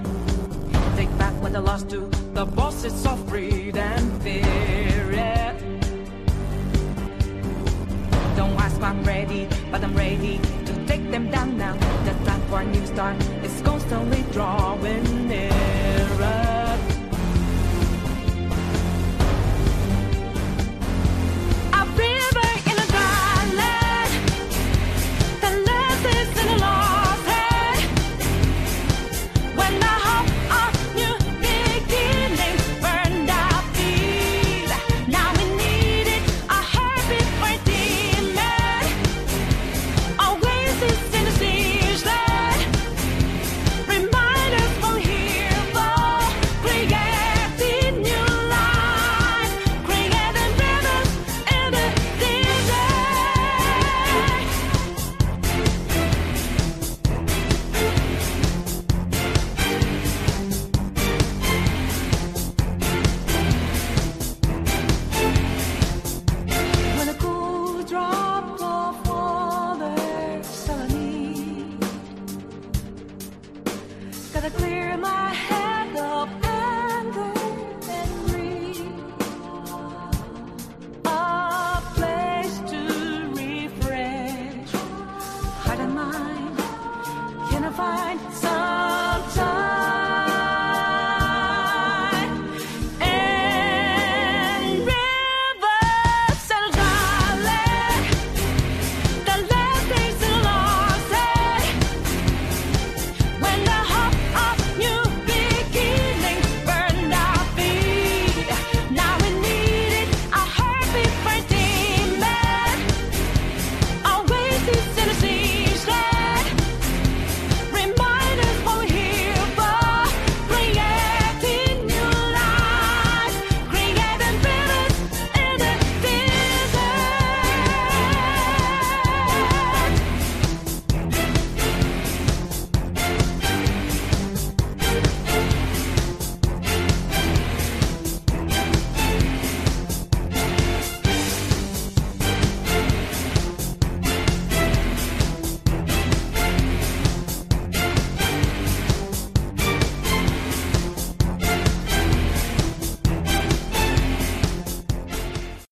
S5: Take back what I lost to the bosses of freedom, fear it. Don't ask why I'm ready, but I'm ready to take them down now. The time for a new start is constantly drawing nearer. I'm living in a dreamland. The last is in a lost hand. When I hop on new beginnings, burned out these. Now we need it. A heartbeat for demon. Always is in a season. Remind us from here, for creating new life, creating rivers in the desert. When a cool drop of water suddenly gotta clear my